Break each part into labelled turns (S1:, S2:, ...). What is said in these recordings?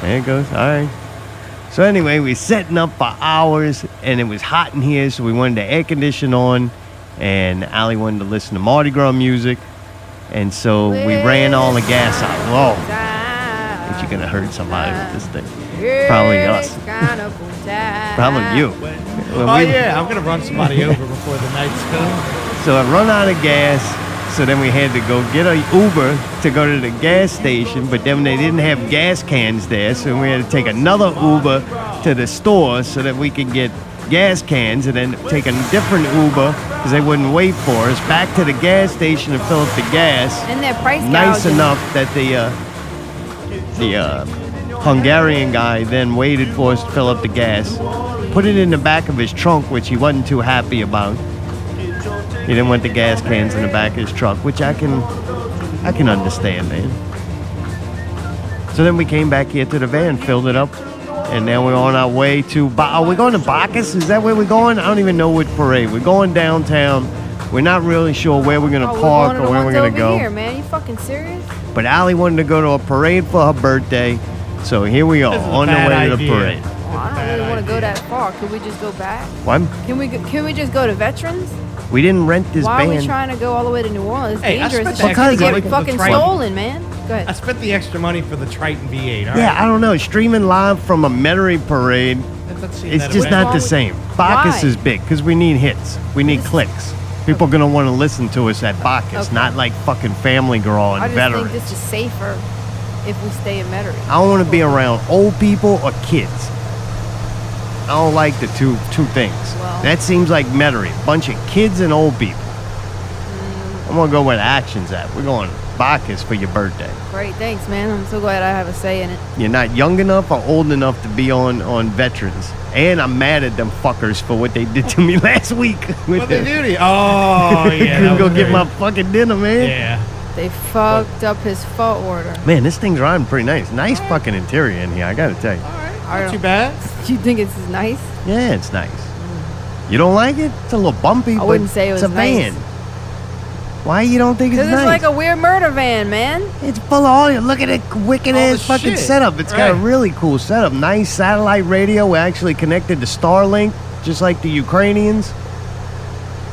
S1: There it goes. All right. So anyway, we setting up for hours, and it was hot in here, so we wanted the air condition on, and Ali wanted to listen to Mardi Gras music, and so we ran all the gas out. Whoa, I think you're gonna hurt somebody with this thing. Probably us. Probably you. When
S2: oh
S1: we-
S2: yeah, I'm gonna run somebody over before the night's done.
S1: So I run out of gas. So then we had to go get a Uber to go to the gas station, but then they didn't have gas cans there, so we had to take another Uber to the store so that we could get gas cans, and then take a different Uber because they wouldn't wait for us back to the gas station to fill up the gas.
S3: And their price
S1: Nice
S3: gouging.
S1: enough that the uh, the uh, Hungarian guy then waited for us to fill up the gas, put it in the back of his trunk, which he wasn't too happy about. He didn't want the gas cans in the back of his truck, which I can, I can understand, man. So then we came back here to the van, filled it up, and now we're on our way to. Ba- Are we going to Bacchus? Is that where we're going? I don't even know what parade. We're going downtown. We're not really sure where we're gonna
S3: Oh, we're
S1: park
S3: going to
S1: or
S3: the
S1: where we're
S3: ones
S1: gonna
S3: over
S1: go.
S3: Here, man, you fucking serious?
S1: But Allie wanted to go to a parade for her birthday, so here we are
S2: This is a
S1: on the
S2: bad
S1: way to the
S2: idea.
S1: parade.
S3: Oh, I don't
S2: Bad
S3: really want to go
S2: idea.
S3: that far. Could we just go back?
S1: Why?
S3: Can we go- can we just go to veterans?
S1: We didn't rent this
S3: Why
S1: van.
S3: are we trying to go all the way to New Orleans? It's
S2: Hey, I
S3: dangerous.
S2: spent
S3: It's
S2: the
S3: gonna
S1: extra
S3: get
S1: money
S3: fucking
S2: for the train.
S3: stolen, man. Go
S2: I
S3: ahead.
S2: spent the extra money for the Triton V8. All right.
S1: yeah, I don't know. Streaming live from a Metairie parade,
S2: Let's see
S1: it's
S2: that
S1: just
S2: away.
S1: not
S3: Why?
S1: the same. Bacchus
S3: Why?
S1: is big because we need hits, we need clicks. People are gonna want to listen to us at Bacchus,
S3: Okay.
S1: not like fucking Family Girl
S3: I
S1: and
S3: just
S1: Veteran.
S3: think this is safer if we stay in Metairie.
S1: I don't want to be around old people or kids. I don't like the two two things.
S3: Well-
S1: that seems like Metairie, bunch of kids and old people.
S2: Mm.
S1: I'm gonna go where the action's at. We're going Bacchus for your birthday.
S3: Great, thanks, man. I'm so glad I have a say in it.
S1: You're not young enough or old enough to be on on veterans. And I'm mad at them fuckers for what they did to me last week. With
S2: What they
S1: the-
S2: do to you? Oh yeah.
S1: Couldn't
S2: that
S1: go
S2: was
S1: get
S2: very-
S1: my fucking dinner, man.
S2: Yeah.
S3: They fucked up his fault order.
S1: Man, this thing's riding pretty nice. Nice fucking interior in here, I gotta tell you.
S2: All
S3: I
S2: right.
S3: don't-
S2: Not too bad.
S3: Do you think it's nice?
S1: Yeah, it's nice. You don't like it? It's a little bumpy. but
S3: wouldn't say it was
S1: it's a
S3: nice.
S1: van. Why you don't think it's
S3: Because it's
S1: nice?
S3: like a weird murder van, man.
S1: it's full of audio. Look at it, wicked
S2: All
S1: ass
S2: the
S1: fucking
S2: shit.
S1: setup. It's got a
S2: Right.
S1: really cool setup. Nice satellite radio. We're actually connected to Starlink, just like the Ukrainians.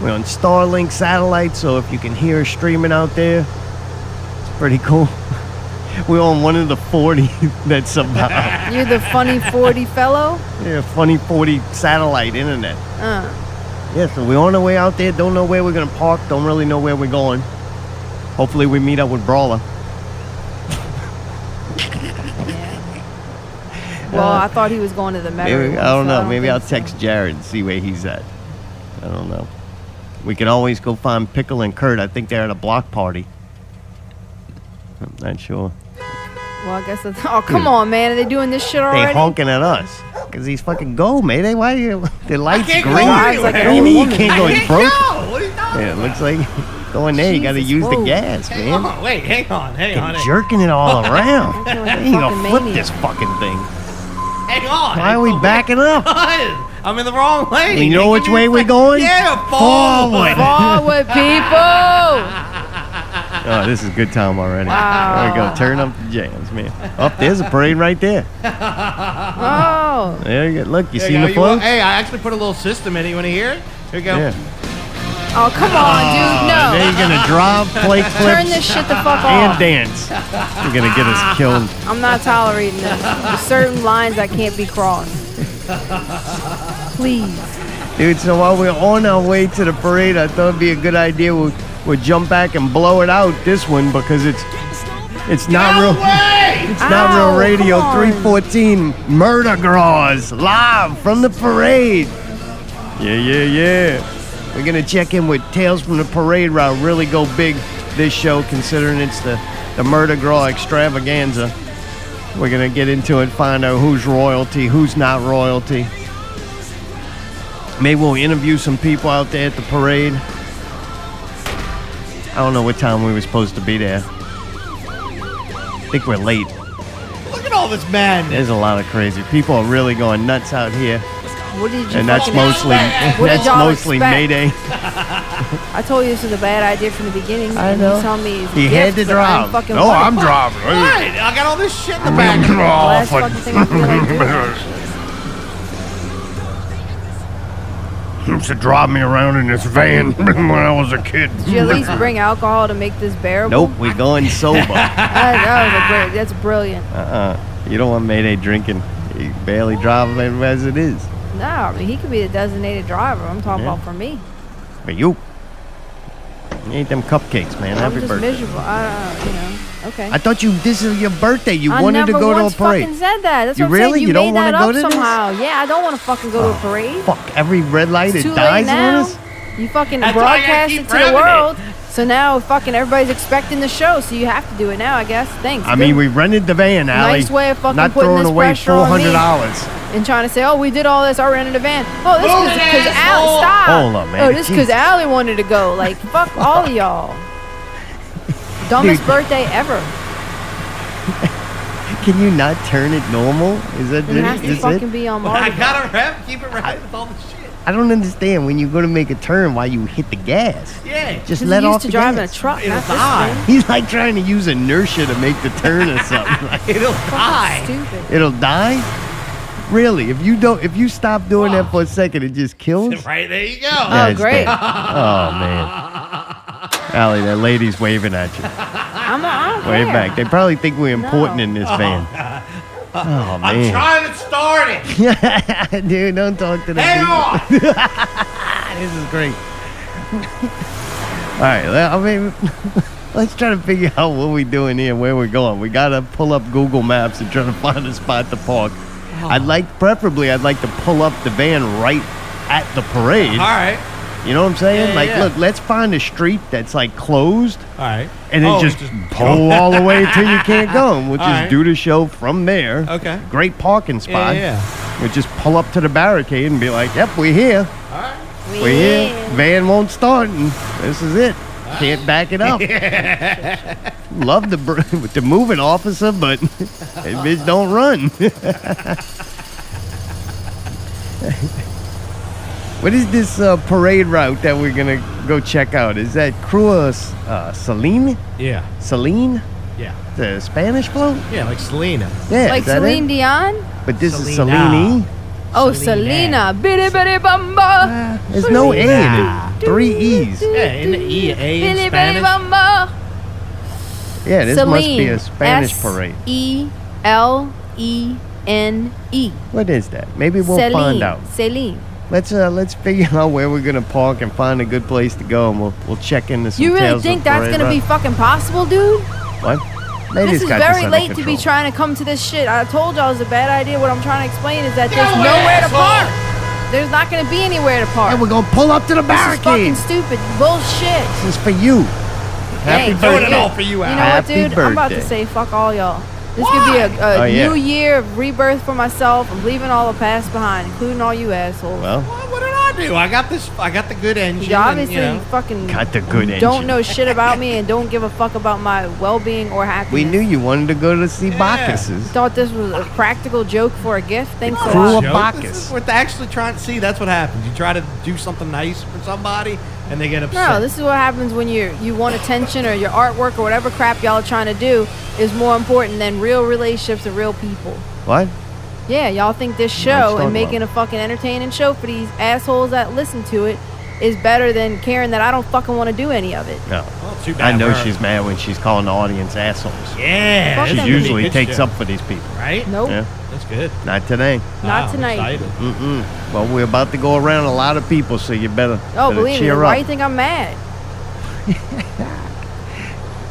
S1: We're on Starlink satellite, so if you can hear us streaming out there, it's pretty cool. We're on one of the 40 that's about
S3: You're the funny 40 fellow.
S1: yeah, funny 40 satellite internet.
S3: Uh,
S1: Yeah, so we're on our way out there. Don't know where we're gonna park. Don't really know where we're going. Hopefully, we meet up with Brawler.
S3: well, I thought he was going to the Metairie.
S1: Maybe
S3: one,
S1: I don't
S3: so
S1: know. Maybe
S3: think
S1: I'll
S3: so.
S1: text Jared and see where he's at. I don't know. We could always go find Pickle and Kurt. I think they're at a block party. I'm not sure.
S3: Well, I guess. That's, oh, come on, man. Are they doing this shit already?
S1: They honking at us because he's fucking gold, Mayday. Why you? The lights
S2: can't
S1: green.
S2: go
S3: Drives like
S1: what
S3: an
S1: do you
S3: old
S1: mean
S3: woman.
S1: you can't go? It's broke.
S2: go. What are you talking
S1: Yeah, it looks like going there. You got to
S3: Jesus,
S1: use the
S3: whoa.
S1: gas,
S2: Hang
S1: man.
S2: on, wait, hang on, hang on,
S1: Fucking jerking it all around.
S3: I feel like a
S1: You gonna
S3: fucking
S1: flip
S3: maniac.
S1: this fucking thing?
S2: hang on.
S1: Why are we backing up?
S2: I'm in the wrong lane.
S1: You know which way we're going?
S2: Yeah,
S1: Forward.
S2: forward.
S3: Forward, people.
S1: Oh, this is good time already.
S3: Wow.
S1: There we go. Turn up the jams, man. Up there's a parade right there.
S3: Oh,
S1: There you go. Look, you
S2: There
S1: seen
S2: you go.
S1: the
S2: You
S1: flow?
S2: want- Hey, I actually put a little system in it. You want to hear it? Here we go.
S1: Yeah.
S3: oh, come on,
S1: Now
S3: dude.
S1: you're gonna drop, play
S3: No. Turn this
S1: flips,
S3: shit the fuck
S1: and
S3: off.
S1: dance. You're gonna get us killed.
S3: I'm not tolerating this. There's certain lines I can't be crossed. Please.
S1: Dude, so while we're on our way to the parade, I thought it'd be a good idea we'll, we'll jump back and blow it out this one because it's it's not real
S2: Hey!
S1: it's not
S3: Ow,
S1: real radio
S3: Oh, come on.
S1: 314 Murder Graws live from the parade. Yeah, yeah, yeah. We're gonna check in with Tales from the Parade Route. Really go big this show, considering it's the the Murder Graw Extravaganza. We're gonna get into it, find out who's royalty, who's not royalty. Maybe we'll interview some people out there at the parade. I don't know what time we were supposed to be there. I think we're late.
S2: Look at all this madness.
S1: There's a lot of crazy people are really going nuts out here.
S3: What did you
S4: and that's
S3: fucking
S4: mostly
S3: expect? What did
S4: that's
S3: y'all
S4: mostly
S3: expect?
S4: Mayday.
S3: I told you this was a bad idea from the beginning.
S4: I
S3: and
S4: know.
S3: You told me it's
S4: He had
S3: gifts,
S4: to
S3: but I
S4: drive.
S3: ain't fucking
S5: No,
S3: want it.
S5: I'm driving. Hey,
S2: Right, I got all this shit in the back.
S3: Last
S5: Off
S3: fucking thing I feel like doing.
S5: and used to drive me around in this van when I was a kid.
S3: Did you at least bring alcohol to make this bearable?
S4: Nope, we going sober. Uh-uh.
S3: That, that was a great. That's brilliant.
S4: you don't want Mayday drinking. He barely driving as it is.
S3: No, I mean, he could be a designated driver. I'm talking
S4: Yeah.
S3: about for me.
S4: But you, you ate them cupcakes, man.
S3: I'm
S4: Happy
S3: just
S4: birthday.
S3: miserable. I don't know. You know. Okay.
S4: I thought you. This is your birthday. You
S3: I
S4: wanted to
S3: never
S4: go to a
S3: once
S4: parade.
S3: fucking said that. That's
S4: You
S3: what I'm
S4: really?
S3: saying. You,
S4: You don't
S3: made that
S4: wanna go
S3: up
S4: to this? Oh.
S3: somehow. Yeah, I don't want to fucking go to a parade.
S4: Fuck every red light.
S3: It's
S4: it
S3: too late
S4: dies on
S3: now.
S4: us.
S3: You fucking
S2: That's why I
S3: broadcast
S2: keep
S3: it to the
S2: grabbing it.
S3: world. So now fucking everybody's expecting the show, so you have to do it now, I guess. Thanks.
S4: I mean,
S3: Good.
S4: we rented the van, Allie.
S3: Nice way of fucking
S4: not
S3: putting
S4: throwing
S3: this
S4: away
S3: pressure on me.
S4: dollars.
S3: and trying to say, oh, we did all this. I rented a van. Oh, this
S2: Move it,
S3: is because
S2: asshole.
S3: Allie. Stop.
S4: Hold up, man.
S3: Oh, this is because
S4: Jesus.
S3: Allie wanted to go. Like, fuck all of y'all. Dumbest birthday ever.
S4: Can you not turn it normal? Is that
S3: It has to
S4: is
S3: fucking
S4: it?
S3: be on
S2: I
S3: Mardi.
S2: got to rep, keep it right with all the shit.
S4: I don't understand when you're going to make a turn why you hit the gas.
S2: Yeah.
S4: Just
S3: 'Cause
S4: let
S3: he used
S4: off
S3: to
S4: the
S3: driving
S4: gas.
S3: a truck.
S2: It'll
S3: Not this
S2: die.
S3: thing.
S4: He's like trying to use inertia to make the turn or something. Like,
S2: It'll die.
S3: Stupid.
S4: it'll die. Really? If you don't, if you stop doing that for a second, it just kills.
S2: Right, there you go.
S4: Yeah,
S3: Oh,
S4: it's
S3: great.
S4: dead. Oh man, Allie, that lady's waving at you.
S3: I'm on
S4: Way back. They probably think we're important
S3: No.
S4: in this van. Oh
S2: I'm
S4: man,
S2: trying to start it.
S4: dude, don't talk to the
S2: Hang
S4: people.
S2: on.
S4: This is great. All right, well, I mean, let's try to figure out what we're doing here, where we're going. We gotta pull up Google Maps and try to find a spot to park.
S2: Oh.
S4: I'd like, preferably, I'd like to pull up the van right at the parade.
S2: All right.
S4: You know what I'm saying?
S2: Yeah,
S4: like,
S2: yeah.
S4: look, let's find a street that's like closed,
S2: All right.
S4: and then
S2: Oh,
S4: just, pull all the way till you can't go. And we'll
S2: All
S4: just
S2: right.
S4: do the show from there.
S2: Okay.
S4: Great parking
S2: Yeah,
S4: spot.
S2: yeah,
S4: We'll just pull up to the barricade and be like, "Yep, we're here."
S2: yeah. All right.
S3: We
S4: We're here.
S3: in.
S4: Van won't start, and this is it. Can't back it up. Love the br- the moving officer, but that bitch don't run. what is this uh, parade route that we're gonna go check out? Is that Crua uh, Celine?
S2: Yeah.
S4: Celine,
S2: Yeah.
S4: the Spanish float?
S2: Yeah, like Selena.
S4: Yeah,
S3: Like
S4: is that
S3: Celine
S4: it?
S3: Dion?
S4: But this is
S2: Selena.
S4: Celine.
S3: Oh,
S2: Selena.
S3: Selena. Bitty bitty bumba.
S4: Uh, there's no A in
S2: Selena.
S4: it. Three E's.
S2: Yeah, in the E, A in
S3: Bitty bitty
S2: Spanish.
S3: bumba.
S4: Yeah, this must be a
S3: Celine.
S4: Spanish parade.
S3: E L E N E.
S4: What is that? Maybe we'll
S3: Celine.
S4: find out.
S3: Celine.
S4: Let's uh, let's figure out where we're gonna park and find a good place to go, and we'll we'll check into some.
S3: You really
S4: tales
S3: think
S4: of
S3: that's
S4: Parade
S3: gonna be
S4: Rock.
S3: fucking possible, dude?
S4: what? Ladies
S3: this is
S4: got
S3: very
S4: under
S3: late to be
S4: control.
S3: trying to come to this shit. I told y'all it was a bad idea. What I'm trying to explain is that there's
S2: away,
S3: nowhere to
S2: asshole.
S3: park. There's not gonna be anywhere to park.
S4: Yeah, we're gonna pull up to the
S3: this is fucking
S4: barricade.
S3: stupid bullshit.
S4: This is for you. Happy
S3: Thanks.
S2: Doing it
S4: birthday.
S2: all for you,
S3: You know
S2: Al.
S3: what,
S4: Happy
S3: dude? I'm about to
S4: birthday.
S3: say fuck all y'all. This could be a, a
S4: Oh, yeah.
S3: new year of rebirth for myself. I'm leaving all the past behind, including all you assholes.
S4: Well,
S2: What, what did I do? I got this. I got the good engine.
S3: you obviously
S2: and, you know,
S3: fucking
S4: got the good engine.
S3: don't know shit about me and don't give a fuck about my well-being or happiness.
S4: We knew you wanted to go to see Bacchus's.
S3: Thought this was a practical joke for a gift. Thanks a
S4: Threw
S3: lot.
S4: up
S2: joke.
S4: Bacchus.
S2: This is what they actually trying to see. That's what happens. You try to do something nice for somebody, and they get upset.
S3: No, this is what happens when you you want attention or your artwork or whatever crap y'all are trying to do is more important than real relationships and real people.
S4: What?
S3: Yeah, y'all think this
S4: Let's
S3: show
S4: talk
S3: and making
S4: about
S3: a fucking entertaining show for these assholes that listen to it is better than caring that I don't fucking want to do any of it.
S4: No.
S2: Well, too
S4: I
S2: bad
S4: know
S2: for her.
S4: she's mad when she's calling the audience assholes.
S2: Yeah, this
S3: Fuck
S4: She
S2: is
S3: them.
S2: gonna be a
S4: usually
S2: good
S4: takes
S2: show,
S4: up for these people.
S2: right.
S3: Nope.
S4: Yeah.
S2: That's good.
S4: Not today.
S3: Not
S2: Wow,
S3: tonight.
S2: excited.
S4: Mm-mm. Well, we're about to go around a lot of people, so you better,
S3: Oh,
S4: better
S3: believe me.
S4: cheer
S3: Why
S4: up.
S3: you think I'm mad?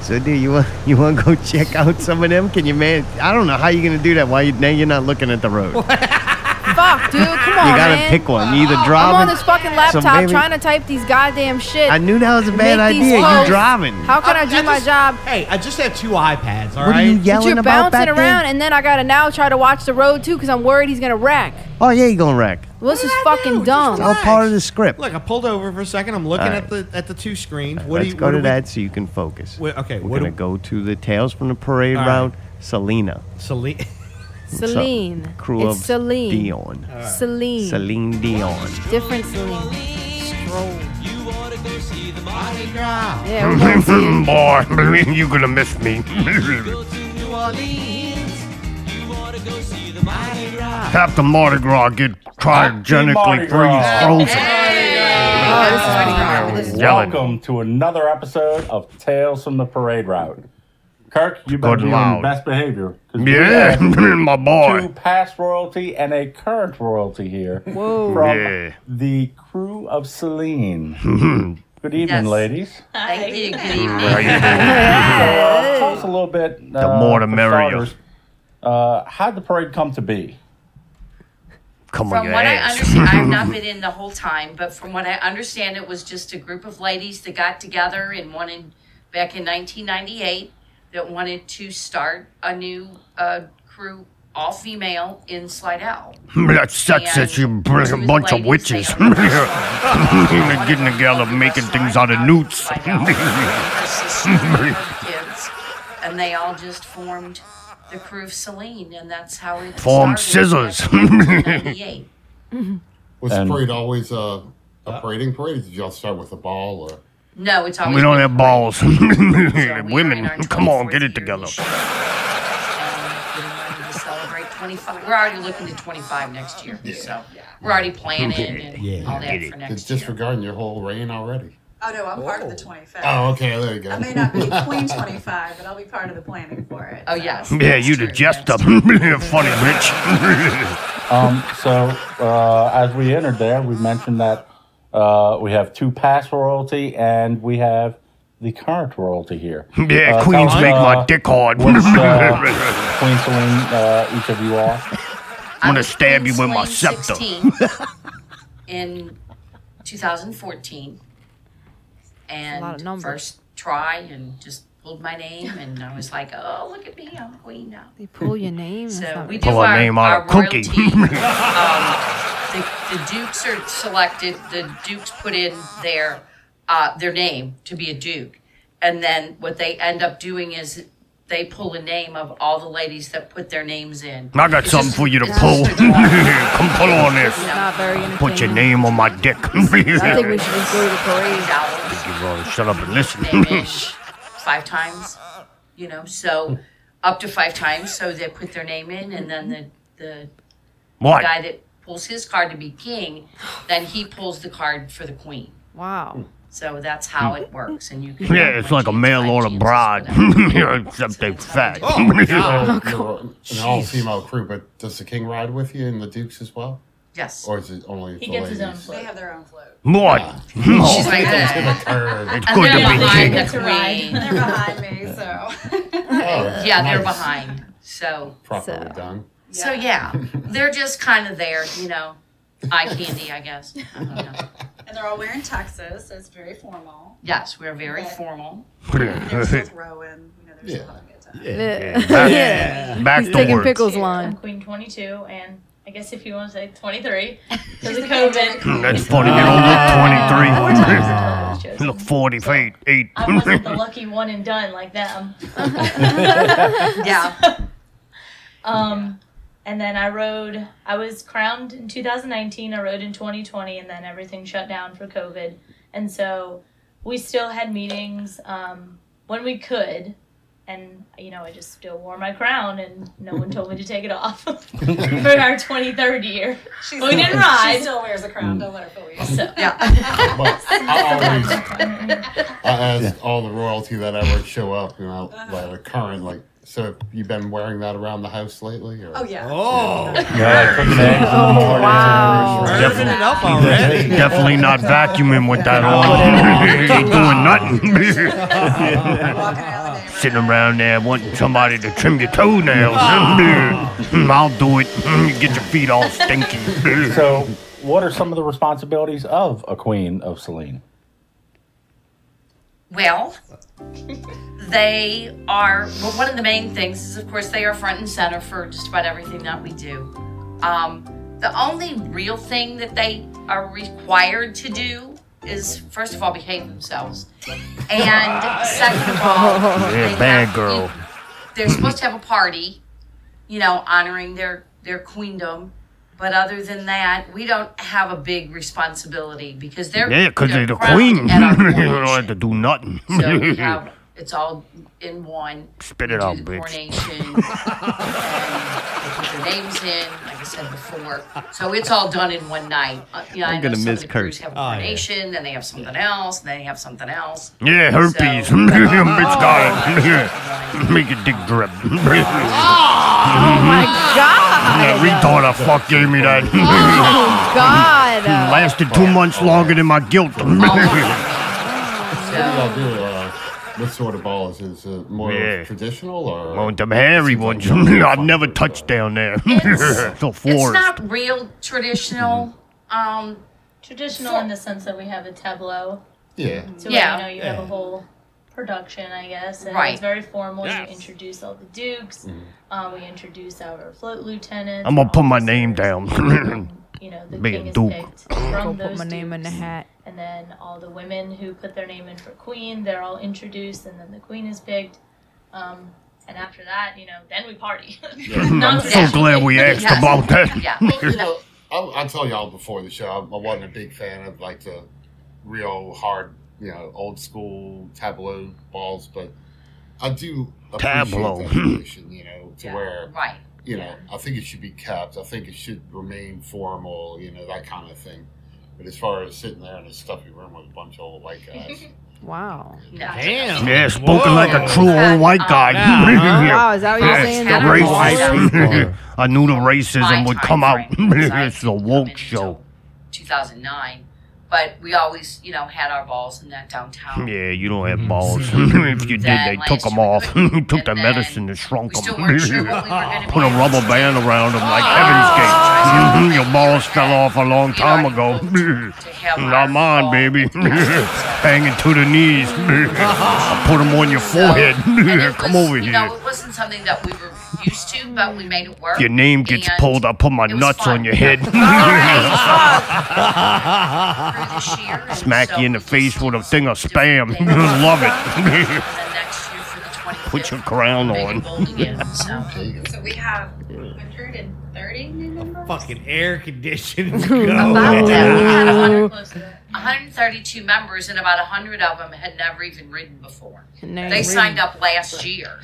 S4: So, dude, you want you want to go check out some of them? Can you man? I don't know how you're gonna do that. Why you now you're not looking at the road?
S3: Fuck, dude. Come on,
S4: You gotta
S3: man.
S4: pick one. You either
S3: I'm on
S4: driving.
S3: this fucking
S4: So
S3: laptop
S4: maybe-
S3: trying to type these goddamn shit.
S4: I knew that was a
S3: and
S4: bad
S3: make these
S4: idea. You
S3: posts.
S4: driving?
S3: How can I, do my
S2: just-
S3: job?
S2: Hey, I just have two iPads. All
S4: what are you
S2: right.
S3: But
S4: yelling
S3: you're
S4: about
S3: bouncing
S4: back
S3: around,
S4: there?
S3: and then I gotta now try to watch the road too, cause I'm worried he's gonna wreck.
S4: Oh yeah, you gonna wreck?
S3: Well, this is
S2: did I do?
S3: fucking
S2: Just
S4: It's
S3: dumb.
S4: all
S2: Relax.
S4: part of the script.
S2: Look, I pulled over for a second. I'm looking
S4: All
S2: at the at the two screens. What do
S4: Let's
S2: you?
S4: go
S2: what
S4: to
S2: do we-
S4: that so you can focus.
S2: Wait, okay,
S4: we're
S2: what
S4: gonna
S2: do
S4: go
S2: we-
S4: to the tales from the parade
S2: All right.
S4: route. Selena.
S2: Celine.
S3: Celine.
S4: Crew
S3: it's
S4: of
S3: Celine.
S4: Dion.
S3: Celine.
S4: Celine Dion.
S3: Different Celine. Stroll.
S2: Monica,
S3: Yeah, we gonna see it.
S5: Boy, you gonna miss me. Have the Mardi Gras get
S6: Mardi
S5: cryogenically
S6: Gras.
S5: freeze frozen.
S3: Oh, this is pretty hot. This is-
S5: Yelling.
S6: Ah, Welcome to another episode of Tales from the Parade Route. Kirk, you better
S5: Good
S6: be on
S5: loud.
S6: your best behavior. 'cause we
S5: Yeah,
S6: have
S5: my
S6: Two
S5: boy.
S6: past royalty and a current royalty here
S3: Whoa.
S6: from
S5: Yeah. Mm-hmm.
S6: the crew of Celine. Good evening,
S7: Yes.
S6: ladies.
S7: Thank you. Good evening.
S5: How you doing?
S6: Uh, tell us a little bit. Uh,
S5: The more the
S6: for
S5: merrier.
S6: starters, Uh, how'd the parade come to be?
S5: Come on,
S7: From
S5: your
S7: what I
S5: ass.
S7: understand, I've not been in the whole time, but from what I understand, it was just a group of ladies that got together and wanted, back in 1998, that wanted to start a new uh, crew, all female, in Slidell.
S5: That sucks that you bring a bunch of witches. Getting together, making things out of newts.
S7: oh, kids, and they all just formed the crew of Celine, and that's how it
S5: Formed
S7: started
S5: scissors.
S7: back in 1998.
S8: Was
S6: And-
S8: the parade always uh, a parading parade? Did y'all start with a ball? Or?
S7: No, it's always
S5: We don't
S7: been
S5: have
S7: great.
S5: balls.
S7: So we are in
S5: Women,
S7: our
S5: come on,
S7: 24th
S5: get
S7: year
S5: it together.
S7: this year. Um, getting ready to celebrate 25. We're already looking to 25 next year, so we're already planning and all that for
S8: It's
S7: next year.
S8: disregarding your whole reign already.
S9: Oh no, I'm part of the 25th.
S8: Oh, okay. There you go.
S9: I may not be queen 25, but I'll be part of the planning for it.
S7: Oh yes.
S5: Yeah,
S7: that's
S5: you
S7: true,
S5: the jester.
S7: that's
S5: Funny bitch.
S6: Um, so, uh, as we entered there, we mentioned that uh, we have two past royalty and we have the current royalty here.
S5: Yeah,
S6: Uh,
S5: queens
S6: tell us,
S5: make
S6: uh,
S5: my dick hard.
S6: Which, uh, Queen Celine, uh, each of you all.
S5: I'm gonna
S7: was
S5: stab you with my
S7: Queensland
S5: scepter.
S7: 16 in 2014, and
S3: a lot of numbers.
S7: first try, and just pulled my name, and I was like, "Oh, look at me, I'm queen now."
S3: They pull your name. That's
S7: So
S3: not
S7: we
S3: right.
S7: do
S5: Pull a
S7: our,
S5: name
S7: our
S5: out of cookie.
S7: royalty. um, the, the dukes are selected. The dukes put in their uh, their name to be a duke, and then what they end up doing is they pull a name of all the ladies that put their names in.
S5: I got something for you to pull.
S7: just a draw.
S5: Come pull on
S3: It's
S5: this.
S3: not very entertaining.
S5: Put your name on my dick.
S3: I think we should just go to the parade.
S7: Dollars.
S5: You gotta shut up and listen.
S7: name-ish five times, you know, so up to five times. So they put their name in, and then the the
S5: What?
S7: guy that pulls his card to be king, then he pulls the card for the queen.
S3: Wow.
S7: So that's how it works, and you can
S5: Yeah, it's like a male or a bride, except they fat.
S8: Oh, you're an all female crew, but does the king ride with you and the dukes as well?
S7: yes.
S8: Or is it only the
S7: gets his
S8: ladies?
S7: own
S9: They have their own float.
S5: What?
S7: She's like that.
S8: Or-
S5: It's good to
S7: Yeah,
S5: be
S7: I
S5: king.
S7: know.
S9: They're behind- They're behind me, so.
S8: oh,
S7: Yeah, they're
S8: nice.
S7: behind. So
S8: Properly done.
S7: so yeah, they're just kind of there, you know, eye candy, I guess. I don't know.
S9: And they're all wearing tuxes, so it's very formal.
S7: Yes, we're very formal.
S9: They're still throwing. You know, they're still
S8: Yeah.
S9: having a good time.
S5: Back
S3: He's
S5: to
S3: taking
S5: work.
S3: pickles line.
S10: Queen 22 and I guess if you want to say 23 because of COVID.
S5: That's funny. You don't look 23.
S7: Oh,
S10: I
S5: You look 48, 8.
S10: wasn't the lucky one and done like them.
S7: Yeah.
S10: Um, and then I rode, I was crowned in 2019, I rode in 2020, and then everything shut down for COVID. And so we still had meetings um, when we could. And, you know, I just still wore my crown, and no one told me to take it off for our 23rd year.
S9: She's
S10: We didn't
S9: She
S10: ride.
S9: still wears a crown. Don't let her fool you.
S8: But I always I ask all the royalty that ever show up, you know, like a current, like, so have you been wearing that around the house lately? Or?
S9: Oh yeah.
S2: Oh,
S6: Yeah, cooking eggs in the morning.
S3: Wow.
S2: burning it up already.
S5: Definitely not vacuuming with
S7: Oh,
S5: that on. Ain't doing nothing.
S9: Walking out of the neighborhood.
S5: Sitting around there wanting somebody to trim your toenails.
S7: Oh.
S5: I'll do it. Get your feet all stinky.
S6: So, what are some of the responsibilities of a queen of Celine?
S7: Well, they are, well, one of the main things is, of course, they are front and center for just about everything that we do. Um, the only real thing that they are required to do is, first of all, behave themselves. And second of all,
S5: Yeah,
S7: they
S5: bad
S7: have-
S5: girl.
S7: they're supposed to have a party you know, honoring their their queendom. But other than that, we don't have a big responsibility because they're
S5: Yeah, because they're the
S7: crowned
S5: queen.
S7: at our
S5: you don't have to
S7: coronation.
S5: do nothing.
S7: So you have, it's all in one.
S5: Spit
S7: You
S5: it
S7: do
S5: out,
S7: the
S5: bitch.
S7: Coronation. and they put their names in, like I said before. So it's all done in one night. Uh, yeah, I
S4: I'm
S7: know
S4: gonna
S7: some of
S4: miss
S7: the crews
S4: Kurt.
S7: Have a
S2: Oh, yeah.
S7: coronation, then they have something else, then they have something else.
S5: Yeah, herpes.
S7: So-
S5: Bitch got it. Make your dick drip.
S3: my God.
S5: That retard I fuck gave me that.
S3: Oh, God.
S5: Lasted two months longer than my guilt.
S7: So
S8: What do y'all do? Uh, what sort of balls is it more
S5: Yeah.
S8: traditional or?
S5: Want them hairy ones. I've never touched down there.
S7: It's-
S5: so
S7: it's
S5: forest.
S7: not real traditional.
S5: Mm-hmm.
S7: Um,
S10: Traditional in the sense that we have a tableau.
S8: Yeah.
S10: So
S7: Yeah.
S10: you know you have a whole production, I guess. And
S7: Right.
S10: it's very formal.
S2: Yes.
S10: You introduce all the dukes. Uh, we introduce our float lieutenants.
S5: Mm-hmm. I'm gonna put my
S10: officers,
S5: name down.
S10: and, you know, the
S5: Be a
S10: king is
S5: duke.
S10: picked from
S3: Go put
S10: those
S3: my name in the
S10: dukes.
S3: hat.
S10: And then all the women who put their name in for queen, they're all introduced, and then the queen is picked. Um, and after that, you know, then we party.
S5: I'm so glad we asked
S7: Yes.
S5: about that.
S7: yeah.
S8: you know, I'll, I'll tell y'all before the show. I wasn't a big fan of like the real hard, you know, old school tableau balls, but I do appreciate
S5: Tableau.
S8: that tradition, you know, to where
S7: Right.
S8: you know I think it should be kept. I think it should remain formal, you know, that kind of thing. But as far as sitting there in a stuffy room with a bunch of old white guys,
S3: Wow.
S7: No.
S2: Damn.
S5: Yeah, spoken like a
S2: Whoa.
S5: true old white guy.
S2: Yeah,
S3: Wow, Oh, is that what you're
S5: Yeah,
S3: saying?
S5: the
S7: Adam
S5: racist.
S8: Warlock.
S5: I knew the
S7: my
S5: racism would
S7: time
S5: come out.
S7: frame, because I
S5: it's a
S7: didn't come
S5: woke
S7: in
S5: show.
S7: until 2009, but we always, you know, had our balls in that downtown.
S5: Yeah, you don't have balls. if you did,
S7: Then
S5: they took
S7: last
S5: them
S7: year we
S5: off.
S7: couldn't,
S5: took
S7: and
S5: the
S7: then
S5: medicine and shrunk
S7: We still
S5: them.
S7: weren't sure what we were Oh, going to
S5: Put a rubber band around them like Heaven's Gate. Your balls fell off a long time ago. Not mine, baby. Hanging to the knees. I put them on your forehead. Come over
S7: you
S5: here.
S7: Know, it wasn't something that we were used to, but we made it work.
S5: Your name gets
S7: and
S5: pulled. I'll put my
S7: it was
S5: nuts
S7: fun.
S5: on your head.
S7: Through this year, and
S5: Smack
S7: so
S5: you in the
S7: we
S5: face
S7: just
S5: with a
S7: did
S5: thing of
S7: different
S5: spam.
S7: things.
S5: Love
S7: And
S5: it.
S7: then next year for the 25th,
S5: Put your crown
S7: big
S5: on.
S7: and bold again, so.
S9: So we have 130 new members.
S2: Fucking air conditioned.
S7: About
S2: Go.
S7: that, we had a hundred-
S10: Close to that.
S7: 132 members, and about 100 of them had never even ridden before.
S3: Never
S7: They
S3: ridden.
S7: signed up last year.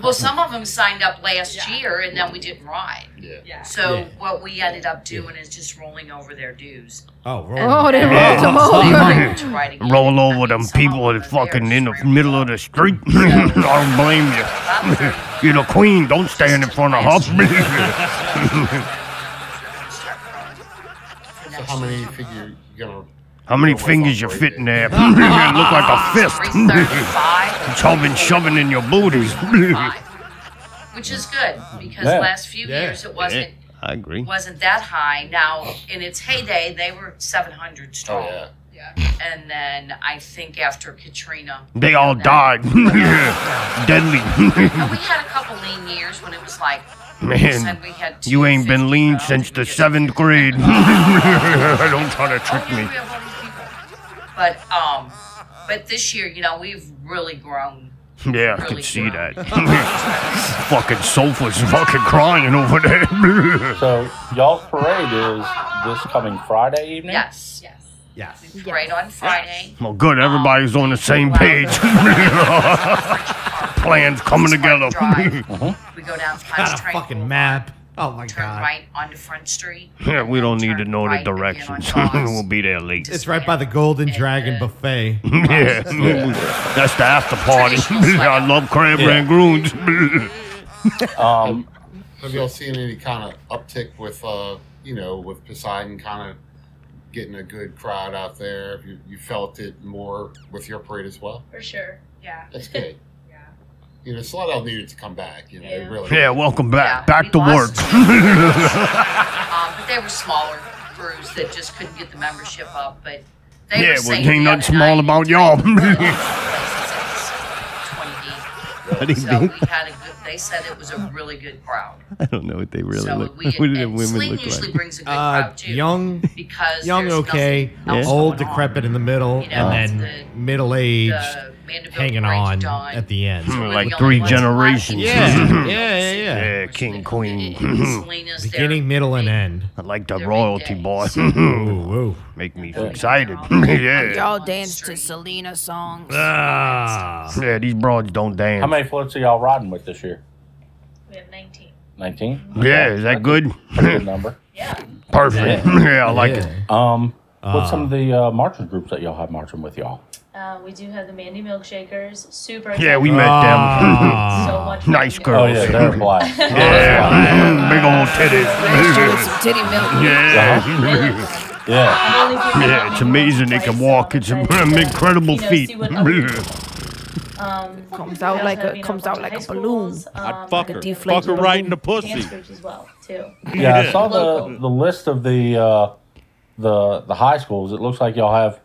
S7: well, some of them signed up last year, and then we didn't ride.
S8: yeah.
S9: Yeah.
S7: So
S2: Yeah.
S7: what we ended up doing is just rolling over their dues.
S2: Oh,
S3: Oh,
S2: roll.
S3: they rolled them
S7: They
S3: over.
S7: wanted to ride again.
S5: Roll
S7: I
S5: over
S7: mean,
S5: them
S7: some of
S5: people
S7: them
S5: that
S7: are there
S5: fucking in the
S7: screaming
S5: middle of
S7: about
S5: the street. I don't blame you.
S7: $30
S5: You're the queen. Don't stand in front of her.
S7: for
S8: So
S7: next
S8: how many
S7: year.
S8: figure you gonna?
S5: How many
S8: Your wife
S5: fingers you
S8: operated.
S5: fit in there? you look like a fist.
S7: 335.
S5: Chubbing, shoving in your booties.
S7: five, which is good because
S6: Yeah.
S7: last few
S2: Yeah.
S7: years it wasn't
S4: I agree.
S7: wasn't that high. Now in its heyday, they were 700
S8: Oh
S7: strong,
S8: yeah.
S7: and then I think after Katrina,
S5: They all died. Deadly.
S7: and we had a couple lean years when it was like
S5: Man,
S7: said we had
S5: you ain't been
S7: 250,
S5: lean
S7: but I don't
S5: since
S7: think
S5: the
S7: we did.
S5: seventh grade. Don't try to
S7: Oh,
S5: trick
S7: yeah,
S5: me.
S7: we have all these people. But um, but this year, you know, we've really grown.
S5: Yeah, I
S7: Really
S5: could see
S7: grown.
S5: that. fucking sofa's fucking crying over there.
S6: So y'all's parade is this coming Friday evening.
S7: Yes, yes.
S2: Yes.
S7: Right on Friday.
S5: well, good, everybody's on the same page. Plans coming together.
S7: We go down Punch
S2: Got a
S7: Train
S2: fucking
S7: Boulevard.
S2: map. Oh my
S7: turn
S2: god.
S7: right onto Front Street.
S5: yeah, we don't need to
S7: Turn
S5: know the
S7: right again on
S5: directions.
S7: Dawes.
S5: we'll be there late.
S2: It's right by the Golden Dragon buffet.
S5: yeah, that's the after party. I love crab
S2: Yeah.
S5: rangoons.
S6: Um,
S8: Have y'all seen any kind of uptick with, uh, you know, with Poseidon kind of getting a good crowd out there? You, you felt it more with your parade as well.
S10: For sure. Yeah.
S8: That's good.
S9: Yeah.
S8: You know, Slaughterhouse needed to come back. You know, it
S10: Yeah.
S8: really.
S5: yeah, welcome
S7: Yeah,
S5: back.
S7: we
S5: back to work.
S7: lost Um, but they were smaller crews that just couldn't get the membership up. But they
S5: Yeah,
S7: were
S5: well, ain't
S7: saying the
S5: nothing
S7: other
S5: small
S7: night-
S5: about y'all.
S4: What do you
S7: So we
S4: think?
S7: had a good. They said it was a really good crowd.
S4: I don't know what they really
S7: so
S4: look.
S7: we
S4: What did the
S7: and
S4: women
S7: Celine
S4: look
S7: usually
S4: like?
S7: brings a good
S2: Uh,
S7: crowd too.
S2: young,
S7: because
S2: young,
S7: there's
S2: okay.
S7: nothing else
S2: Old,
S7: going on.
S2: decrepit in the middle,
S7: You
S5: Uh-huh.
S7: know,
S2: and
S7: it's
S2: then middle aged,
S7: The Vanderbilt
S2: hanging
S7: parade
S2: on
S7: done.
S2: at the end.
S7: So we're
S5: Hmm, Like
S7: the only
S5: three
S7: ones left.
S5: generations.
S2: Yeah, yeah, yeah, yeah.
S5: Yeah, king, queen.
S7: Selena's there.
S2: Beginning, middle, and end.
S5: I like the
S7: They're
S5: royalty,
S7: big
S5: boy.
S2: Ooh, ooh.
S5: Make me excited. yeah.
S3: Y'all dance to Selena songs.
S2: Ah.
S5: Yeah, these broads don't dance.
S6: How many floats are y'all riding with this year?
S10: We have 19.
S6: 19?
S5: yeah, is that good?
S6: Pretty good number.
S10: Yeah.
S5: Perfect. Yeah, I like it.
S6: Um, what's some of the uh, marching groups that y'all have marching with y'all?
S10: Uh, we do have the Mandy Milkshakers. Super.
S5: Yeah, we
S10: excited.
S5: met them.
S10: So
S2: Ah.
S10: much. fun.
S5: nice girl.
S6: Oh, yeah, they're black.
S5: yeah, big old titties.
S3: Some titty milk.
S5: yeah.
S6: Uh-huh. Yeah.
S10: I've only seen them
S5: Yeah, it's amazing they can
S10: twice,
S5: walk.
S10: so
S5: It's an
S10: I'm excited to,
S5: incredible
S10: you know,
S5: feat.
S10: see what other- um,
S3: Comes
S10: we
S3: out
S10: also
S3: like
S10: have,
S3: a
S10: you know,
S3: comes
S10: bunch
S3: out
S10: of
S3: like
S10: high
S3: a balloon.
S10: schools, um,
S11: Fuck
S3: Like
S11: her.
S3: a deflated
S11: Fuck her right in the
S10: dance
S11: pussy.
S10: groups as well too.
S6: Yeah, I saw the, the list of the uh, the the high schools. It looks like y'all have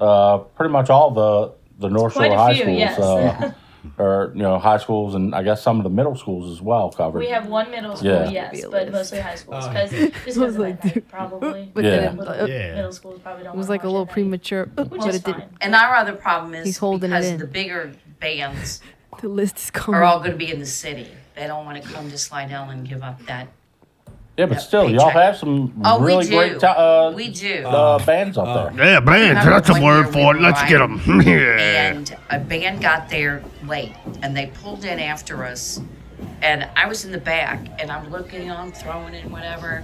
S6: uh, pretty much all the the North
S10: quite
S6: Shore
S10: a
S6: high
S10: few,
S6: schools,
S10: yes.
S6: uh, or you know, high schools, and I guess some of the middle schools as well covered.
S10: We have one middle school,
S6: Yeah.
S10: yes,
S3: Be a
S10: but
S3: list.
S10: mostly high schools
S2: Oh,
S10: because just because
S3: like,
S10: like, that, probably
S3: But
S6: Yeah.
S3: then
S10: little,
S3: uh,
S2: Yeah.
S10: middle schools probably don't.
S3: it was
S10: wanna
S3: like a
S10: watch it
S3: little
S10: anyway,
S3: premature. uh,
S10: which
S3: but
S10: is
S3: it didn't.
S10: fine.
S7: And our other problem is
S3: He's holding it
S7: because
S3: in.
S7: the bigger bands
S3: The list is coming.
S7: are all going to be in the city. They don't want to come to Slidell and give up that.
S6: yeah, but still,
S7: they
S6: y'all
S7: check.
S6: have some
S7: Oh, we
S6: really
S7: do.
S6: great ta- uh,
S7: we do.
S6: uh, bands up there.
S5: Yeah, man,
S7: Remember
S5: that's a
S7: one
S5: word
S7: year
S5: for
S7: we
S5: it. Let's
S7: were
S5: get
S7: riding
S5: them. Yeah.
S7: and a band got there late and they pulled in after us and i was in the back and i'm looking i'm throwing in whatever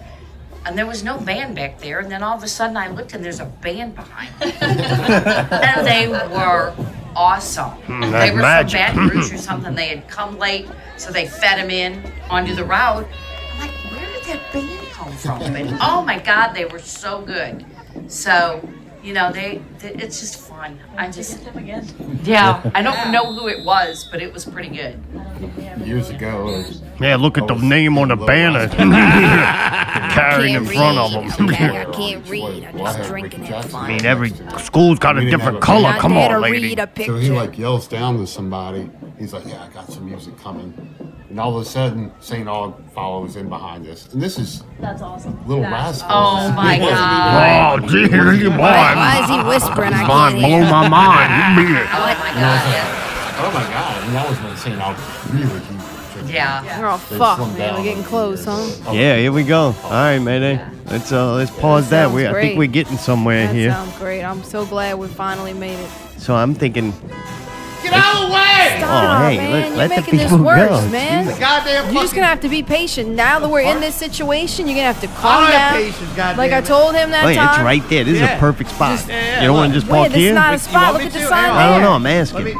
S7: and there was no band back there and then all of a sudden i looked and there's a band behind me and they were awesome they
S5: Hmm, that's
S7: were
S5: magic.
S7: from baton rouge or something they had come late so they fed them in onto the route i'm like where did that band come from and oh my god they were so good so you know they, they it's just fun i
S10: Just
S7: just
S10: hit them again.
S7: yeah, I don't know who it was, but it was pretty good.
S10: I don't think we have
S8: Years
S10: anyone.
S8: ago, it was-
S5: Yeah, look at the
S8: Oh,
S5: name on the
S8: low
S5: banner carrying in front of them.
S8: I can't read. I'm just drinking and
S5: I mean, every school's got a different color. Come
S3: Not there
S5: on,
S3: to
S5: lady.
S3: read a picture.
S8: So he like yells down to somebody. He's like, "Yeah, I got some music coming," and all of a sudden, Saint Aug follows in behind us, and this is
S10: That's awesome.
S8: Little
S10: That's
S8: Rascals.
S7: Oh my
S8: He wasn't even-
S7: god.
S5: Oh, gee, you
S3: Why, why is he whispering? I
S5: Vaughn,
S3: can't
S5: blow
S3: hear.
S5: my mind.
S7: Oh my god.
S8: Oh my god! And that was when Saint Aug really. he was drinking.
S7: Yeah.
S3: We're all
S8: They
S3: fucked,
S8: slowed
S3: man. We're
S8: down
S3: getting
S8: over the
S3: close, huh?
S8: years. Oh,
S4: Yeah, here we go. All right, Mayday. Let's uh, let's pause that.
S3: sounds
S4: We I
S3: great.
S4: think we're getting somewhere
S3: That
S4: here.
S3: sounds great. I'm so glad we finally made it.
S4: So I'm thinking,
S2: Get out of the way!
S3: Stop,
S4: hey,
S3: man.
S4: let-
S3: you're
S4: let the
S3: making this
S4: people
S3: worse,
S4: go.
S3: man.
S2: Goddamn
S3: You're just gonna have to be patient. Now that we're in this situation, you're gonna have to calm
S2: I
S3: down.
S2: am patient, goddamn
S3: like I
S2: it.
S3: told him that
S4: oh yeah,
S3: time.
S4: it's right there. This is
S2: Yeah.
S4: a perfect spot.
S2: Just- yeah, yeah,
S4: you don't want to
S2: look.
S4: just
S3: Wait,
S4: park
S3: this is
S4: here?
S3: not a
S2: You
S3: spot.
S2: want
S3: Look
S2: me
S3: at the
S2: to?
S3: sign
S2: Hang on.
S4: I don't
S3: there.
S4: know. I'm
S2: Let me
S4: asking.
S2: hang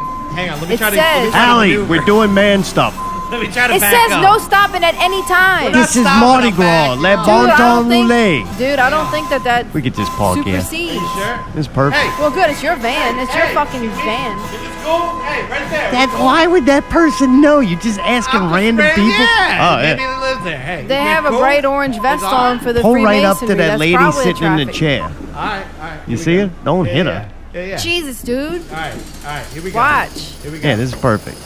S2: on. Let me
S3: It
S2: try to.
S3: says-
S2: Let me try to
S4: Allie,
S2: maneuver.
S4: we're doing man stuff.
S2: Let me try to
S3: It
S2: back
S3: says
S2: up.
S3: no stopping at any time.
S2: not
S3: Dude,
S4: This is
S2: stopping,
S4: Mardi
S2: I'm
S4: Gras.
S2: back.
S4: Le
S2: Dude,
S4: Bon
S3: I
S4: Temps
S3: don't
S4: Roulette.
S3: think, dude, I don't think that that
S4: We could just park here.
S3: supersedes.
S2: Sure.
S4: This is perfect.
S2: Hey.
S3: Well, good. It's your van. It's your
S2: Hey.
S3: fucking van.
S2: If it's cool, hey, right there.
S4: That, why would that person know? You just asking
S2: I'm
S4: random
S2: just-
S4: people?
S2: Yeah.
S4: Oh,
S2: Maybe
S4: yeah.
S2: they live there. Hey.
S3: They have a bright orange vest
S2: Bizarre.
S3: on for the
S4: Pull
S3: Freemasonry.
S4: right up to that
S3: That's
S4: lady
S3: probably
S4: sitting in the
S3: traffic.
S4: chair.
S2: All right, all right.
S4: You see her? Don't hit her.
S2: Yeah, yeah.
S3: Jesus, dude.
S2: All right, all right. Here we go.
S3: Watch.
S2: Here we go.
S4: Yeah, this is perfect.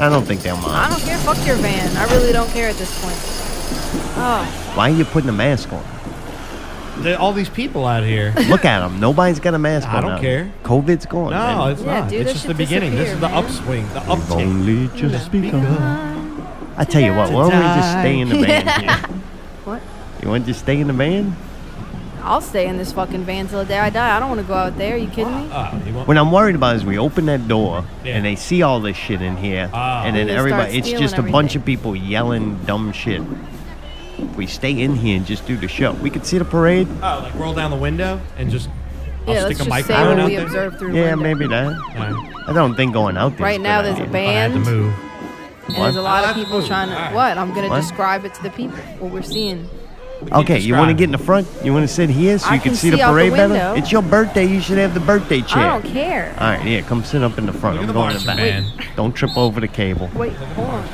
S4: I don't think they'll
S3: I
S4: mind.
S3: don't care. Fuck your van. I really don't care at this point. Oh,
S4: Why are you putting a mask on?
S2: There- all these people out here.
S4: Look at them. Nobody's got a mask
S2: I
S4: on.
S2: don't
S4: now.
S2: care.
S4: COVID's gone.
S2: No,
S4: man.
S2: it's
S3: Yeah,
S2: not.
S3: dude,
S2: it's
S3: that
S2: just
S3: should
S2: the beginning. This is the
S3: disappear, man.
S2: upswing, the
S4: We've
S2: uptick.
S4: only just begun. I tell you what, why don't we just stay in the van here?
S3: What?
S4: You want to just stay in the van?
S3: I'll stay in this fucking van till the day I die. I don't want to go out there. you kidding me?
S2: Oh, you want?
S4: What I'm worried about is we open that door
S2: Yeah.
S4: and they see all this shit in here,
S2: Ah.
S4: and then
S3: And they start
S4: everybody, it's
S3: stealing
S4: just a bunch
S3: everything.
S4: of people yelling dumb shit. If we stay in here and just do the show, we could see the parade.
S2: Oh, like roll down the window and just. I'll
S3: yeah,
S2: stick
S3: let's
S2: a
S3: just say
S2: microphone
S3: what
S2: out
S3: we
S2: there.
S3: observe through.
S4: Yeah,
S3: window.
S4: maybe
S2: All
S4: that.
S2: right.
S4: I don't think going out there. is
S3: Right now,
S4: good
S3: there's a
S4: idea.
S2: I had to
S3: band, and
S2: move.
S3: there's a lot of
S2: What?
S3: people trying to.
S2: Alright.
S3: What? I'm gonna
S4: What?
S3: describe it to the people. What we're seeing.
S4: Okay, you want to
S2: describe.
S4: get in the front? You want to sit here so
S3: I
S4: you can,
S3: can
S4: see the
S3: see out the
S4: parade
S3: window.
S4: better? It's your birthday. You should have the birthday chair.
S3: I don't care.
S4: All right, yeah, come sit up in the front.
S2: Look at
S4: I'm
S2: the
S4: going in the back.
S2: marching
S4: Don't trip over the cable.
S3: Wait, hold on.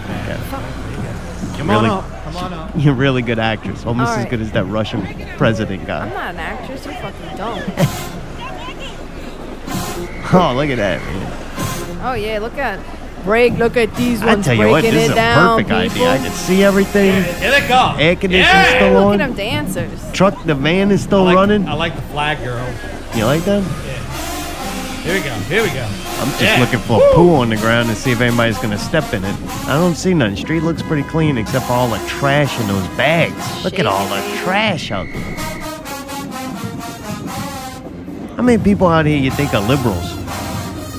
S2: Come
S4: Really?
S2: on up. Come on up.
S4: You're a really good actress, almost
S3: All
S4: as
S3: right.
S4: good as that Russian president
S3: I'm
S4: guy.
S3: not an actress. You're fucking dumb.
S4: Oh, look at that. Man.
S3: oh yeah, look at. Break. Look at these
S4: I
S3: ones
S4: tell you
S3: breaking
S4: what, this is
S3: it
S4: a
S3: down,
S4: perfect
S3: people.
S4: idea. I can see everything.
S2: Here they go.
S4: Air conditioning
S2: Yeah.
S4: still
S3: Look at
S4: on.
S3: them dancers.
S4: Truck, the van is still
S2: I like,
S4: running.
S2: I like the flag girl.
S4: You like that?
S2: Here we go. Here we go.
S1: I'm just
S2: Yeah.
S1: looking for a poo on the ground to see if anybody's going to step in it. I don't see none. Street looks pretty clean except for all the trash in those bags. Look at all the trash out there. How many people out here you think are liberals?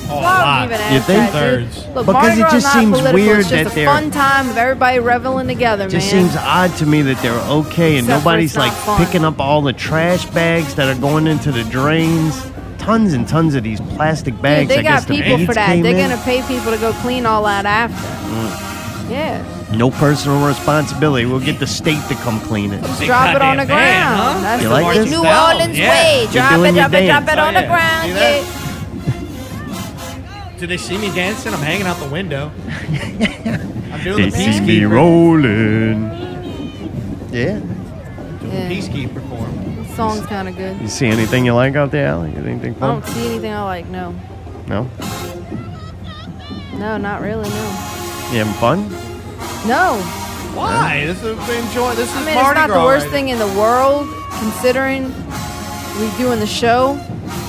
S2: Oh, a
S3: I
S2: lot.
S3: don't even
S1: You
S3: ask
S1: think?
S3: that, dude.
S2: Thirds.
S3: Look,
S1: Because
S3: Mardi
S1: it
S3: Gras
S1: just
S3: not
S1: seems
S3: political.
S1: weird
S3: it's
S1: that
S3: just a
S1: they're-
S3: fun time of everybody reveling together,
S1: Just
S3: man.
S1: seems odd to me that they're okay and
S3: Except for
S1: nobody's
S3: it's not
S1: like
S3: fun.
S1: picking up all the trash bags that are going into the drains. Tons and tons of these plastic
S3: Dude,
S1: bags.
S3: they
S1: I guess
S3: got
S1: the
S3: people for
S1: maids
S3: that.
S1: came
S3: They're
S1: in.
S3: gonna pay people to go clean all that after. Yeah,
S1: Mm. No personal responsibility. We'll get the state to come clean it.
S3: drop it on the
S2: goddamn man, huh?
S3: ground. That's
S1: You
S3: the
S1: like this?
S3: New
S2: Down,
S3: Orleans
S2: yeah.
S3: way.
S1: You're
S3: Drop it,
S1: doing your
S3: drop it, drop
S1: dance.
S3: it on
S2: Oh,
S3: the
S2: yeah.
S3: ground.
S2: See that?
S3: Yeah.
S2: Do they see me dancing? I'm hanging out the window. I'm doing
S1: They
S2: the
S1: see me
S2: peacekeeper.
S1: rolling. Yeah.
S3: Yeah.
S2: Peacekeeper form.
S3: The song's kind of good.
S1: You see anything you like out there, Allie? You Anything
S3: I
S1: fun?
S3: don't see anything I like. No,
S1: No.
S3: no, not really. No,
S1: You having fun?
S3: no.
S2: Why? This is enjoy. This is
S3: I mean,
S2: Mardi
S3: it's not the
S2: Gras
S3: worst
S2: right
S3: thing in the world considering we doing the show,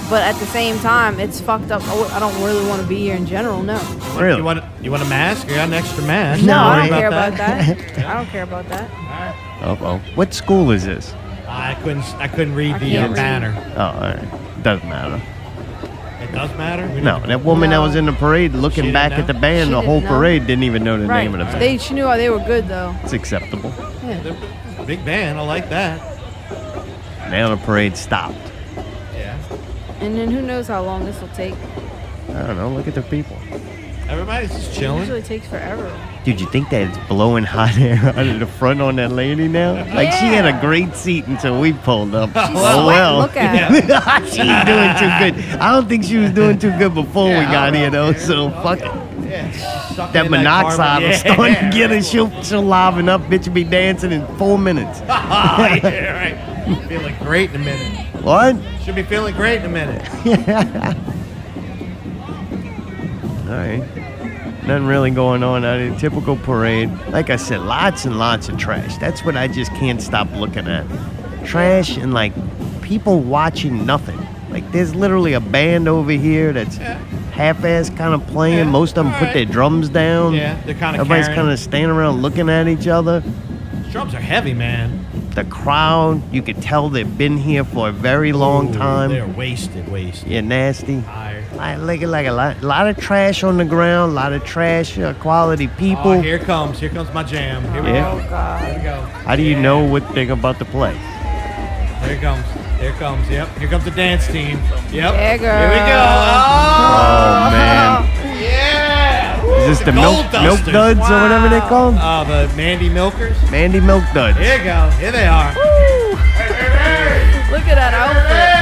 S3: but at the same time, it's fucked up. I w- I don't here. really want to be here in general. No,
S1: Really?
S2: You want you want a mask? You got an extra mask?
S1: No,
S3: I
S1: worry
S3: don't care
S2: about
S3: about that. I don't care about that.
S1: Uh oh. What school is this?
S2: I couldn't I couldn't read
S3: I
S2: the uh,
S3: can't read.
S2: banner.
S1: Oh, all right. Doesn't matter.
S2: It does matter. We
S1: No,
S2: don't-
S1: that woman
S3: No.
S1: that was in the parade looking
S2: didn't
S1: back
S2: know?
S1: at the band
S3: She
S1: the whole
S3: didn't know.
S1: parade didn't even know the
S3: Right?
S1: name of the band.
S3: They she knew they were good though.
S1: It's acceptable.
S2: They're Big band. I like that.
S1: Now the parade stopped.
S2: Yeah.
S3: And then who knows how long this will take?
S1: I don't know. Look at the people.
S2: Everybody's just
S3: It
S2: chilling.
S3: usually takes forever.
S1: Dude, you think that it's blowing hot air out of the front on that lady now? Like she had a great seat until we pulled up.
S3: She's
S1: oh
S3: sweating.
S1: well.
S3: Look at her.
S1: she ain't doing too good. I don't think she was doing too good before we got here though. So fuck it.
S2: Sucking
S1: That
S2: in
S1: monoxide
S2: carbon.
S1: was
S2: Yeah.
S1: starting to get her. She'll, she'll liven up. Bitch, will be dancing in four minutes.
S2: Ah, yeah, right. Feeling great in a minute.
S1: What?
S2: Should be feeling great in a minute.
S1: All right. Nothing really going on out here. Typical parade. Like I said, lots and lots of trash. That's what I just can't stop looking at. Trash and like people watching nothing. Like there's literally a band over here that's half-ass kind of playing.
S2: Yeah,
S1: Most of them
S2: all
S1: put
S2: right.
S1: their drums down.
S2: Yeah, they're kinda
S1: Everybody's
S2: carrying.
S1: kind of standing around looking at each other.
S2: Drums are heavy, man.
S1: The crowd, you could tell they've been here for a very long
S2: Ooh, They're
S1: time.
S2: wasted, wasted.
S1: You're nasty.
S2: Tired.
S1: Like, like, like a lot, lot of trash on the ground, a lot of trash, uh, quality people.
S2: Oh, here comes, here comes my jam. Here we
S1: Yeah.
S3: Oh,
S2: go. Here we go.
S1: How do you know what they're about to play?
S2: Here it comes. Here it comes. Yep. Here comes the dance team. Yep.
S3: Yeah, girl.
S2: Here we go.
S1: Oh,
S2: Oh,
S1: man.
S2: yeah. Woo,
S1: Is this the,
S2: Gold
S1: milk, milk
S2: Dusters.
S1: duds or whatever they call them?
S2: Oh, the Mandy Milkers.
S1: Mandy Milk Duds.
S2: Oh. Here you go. Here they are.
S3: Look at that outfit.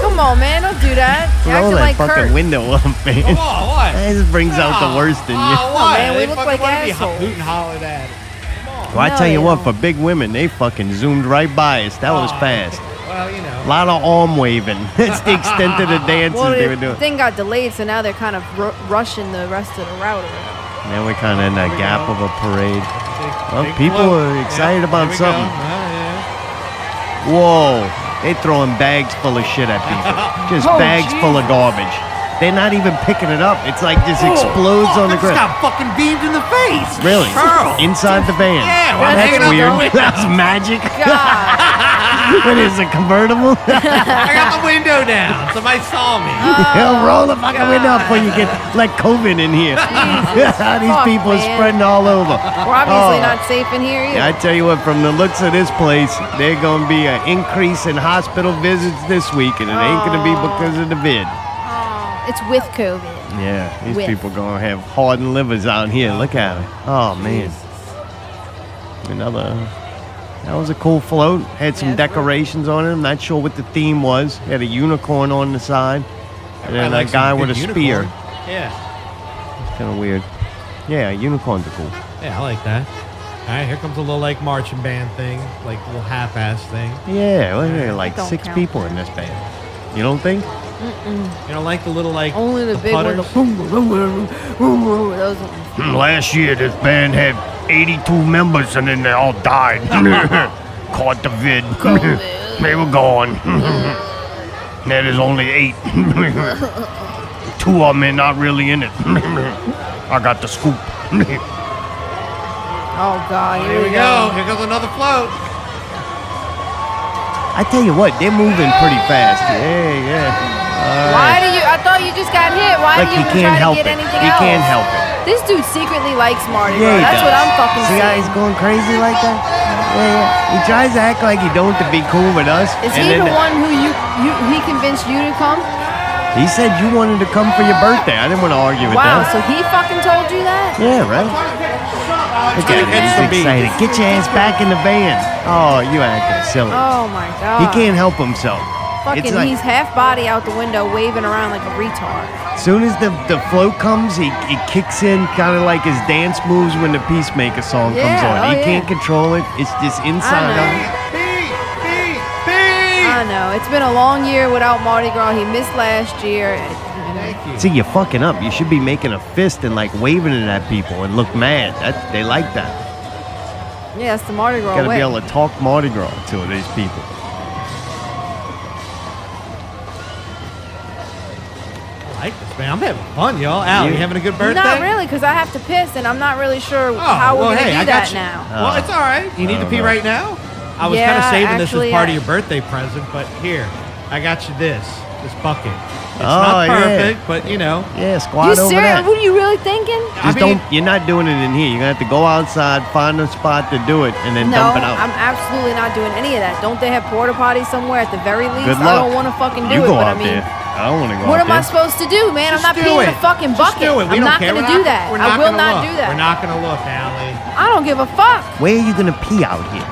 S3: Come on, man, don't do that. You're
S1: Roll
S3: acting
S1: that
S3: like
S1: fucking
S3: Kurt.
S1: window up,
S2: Come
S1: man.
S2: on, what?
S1: This brings out the worst in you.
S2: Oh, what?
S3: man, we
S2: They
S3: look
S2: fucking
S3: like
S2: wanna be
S3: assholes.
S2: hoot and hollered at.
S1: Well, I
S3: No,
S1: tell you
S3: they
S1: what, for
S3: don't.
S1: big women, they fucking zoomed right by us. That was
S2: Oh.
S1: fast.
S2: Well, you
S1: A
S2: know.
S1: lot of arm waving. That's the extent of the dances
S3: Well,
S1: they were
S3: the
S1: doing.
S3: thing got delayed, so now they're kind of ru- rushing the rest of the route. around.
S1: Now we're kind of in that gap of a parade.
S2: Big-
S1: Well,
S2: big
S1: people
S2: float.
S1: are
S2: Yep,
S1: excited
S2: here
S1: about
S2: we go.
S1: something.
S2: Oh,
S1: Whoa, they throwing bags full of shit at people. Just
S3: Oh,
S1: bags full of garbage. They're not even picking it up. It's like just
S3: Oh,
S1: explodes
S2: yeah.
S1: on the
S2: Fuck, I Oh,
S1: ground.
S2: just got fucking beamed in the face.
S1: Really?
S2: Pearl.
S1: Inside the van.
S2: Yeah, we're
S1: that's
S2: hanging out the
S1: weird.
S2: window.
S1: That's magic.
S3: God,
S1: what is it, convertible?
S2: I got the window down. Somebody saw me.
S3: Oh.
S1: Hell, roll the fucking window up before you get like COVID in here. These
S3: Fuck,
S1: people are
S3: man.
S1: spreading all over.
S3: we're
S1: Oh.
S3: obviously not safe in here either.
S1: Yeah, I tell you what, from the looks of this place, there's going to be an increase in hospital visits this week, and it ain't going to be because of the vid.
S3: it's with COVID.
S1: Yeah, these
S3: With.
S1: people gonna have hardened livers out here. Look at it. Oh man, another. That was a cool float. Had some
S3: Yeah, it's really-
S1: decorations on it. I'm not sure what the theme was. Had a unicorn on the side, and
S2: I
S1: then
S2: like
S1: a
S2: some
S1: guy with
S2: big
S1: a
S2: unicorn.
S1: spear.
S2: Yeah.
S1: It's kind of weird. Yeah, unicorns are cool.
S2: Yeah, I like that. All right, here comes a little like marching band thing, like little half-ass thing.
S1: Yeah, well, there are like
S3: don't
S1: six
S3: count.
S1: people in this band. You don't think?
S2: You know, like the little like
S3: Only the, big one.
S2: putters.
S3: The boom, boom, boom, boom, boom, boom, those ones.
S5: Hmm, Last year, this band had 82 members and then they all died. Caught the vid. they were gone. Yeah, there's only eight. Two of them are not really in it. I got the scoop.
S3: Oh God,
S2: Here we go. Here goes another float.
S1: I tell you what, they're moving pretty fast. Yeah, yeah. All
S3: Why
S1: right.
S3: do you? I thought you just got hit. Why
S1: Uh, Like
S3: do
S1: you
S3: you even
S1: can't
S3: try to
S1: help
S3: get
S1: it.
S3: anything
S1: You
S3: else?
S1: can't help it.
S3: This dude secretly likes Marty.
S1: Yeah,
S3: Bro.
S1: he
S3: That's what
S1: does.
S3: I'm fucking
S1: See how
S3: saying.
S1: he's going crazy like that? Yeah, yeah. He tries to act like he don't to be cool with us.
S3: Is
S1: and
S3: he
S1: then
S3: the one who you, you he convinced you to come?
S1: He said you wanted to come for your birthday. I didn't want to argue with
S3: Wow,
S1: that.
S3: so he fucking told you that?
S1: yeah, right. Look at him.
S2: some
S1: He's
S2: beans.
S1: excited. Get your ass back in the van. Oh, you acting silly.
S3: Oh my god.
S1: He can't help himself.
S3: Fucking,
S1: it's like,
S3: he's half body out the window, waving around like a retard.
S1: soon as the, the float comes, he, he kicks in kind of like his dance moves when the Peacemaker song comes
S3: Yeah,
S1: on.
S3: oh,
S1: he
S3: yeah.
S1: can't control it. It's just inside
S3: know.
S1: of him.
S3: I know. It's been a long year without Mardi Gras. He missed last year.
S1: See, you're fucking up. You should be making a fist and like waving it at people and look mad. That, they like that.
S3: Yeah, it's the Mardi Gras
S1: Gotta
S3: way.
S1: be able to talk Mardi Gras to these people.
S2: I like this, man. I'm having fun, y'all. Al, you
S1: Yeah.
S2: having a good birthday?
S3: Not really, because I have to piss, and I'm not really sure
S2: Oh,
S3: how we're
S2: well,
S3: gonna
S2: hey,
S3: do
S2: I
S3: that
S2: got you.
S3: now.
S2: Well, it's all right. You
S1: I
S2: need to
S1: don't
S2: pee
S1: know.
S2: right now? I was
S3: Yeah,
S2: kind of saving this
S3: actually,
S2: as part
S3: I-
S2: of your birthday present, but here, I got you this, this bucket. It's
S1: Oh,
S2: not
S1: yeah.
S2: perfect, but you know.
S1: Yeah, squat
S3: you
S1: over
S3: serious?
S1: that.
S3: What are you really thinking?
S1: Just
S2: I mean-
S1: don't. You're not doing it in here. You're gonna have to go outside, find a spot to do it, and then
S3: No,
S1: dump it out.
S3: I'm absolutely not doing any of that. Don't they have porta potties somewhere at the very least?
S1: Good
S3: I
S1: luck.
S3: don't want to fucking do
S1: you
S3: it,
S1: go
S3: but
S1: out
S3: I mean,
S1: there. I don't want to go
S3: what
S1: out
S3: am I
S1: there.
S3: supposed to do, man?
S2: Just
S3: I'm not
S2: do
S3: peeing
S2: it.
S3: in a fucking
S2: Just
S3: bucket.
S2: do it. We
S3: I'm
S2: don't
S3: not
S2: care.
S3: gonna
S2: We're
S3: do that.
S2: We're
S3: I
S2: not
S3: will
S2: gonna
S3: not
S2: look.
S3: do that.
S2: We're not going to look, Allie.
S3: I don't give a fuck.
S1: Where are you gonna pee out here?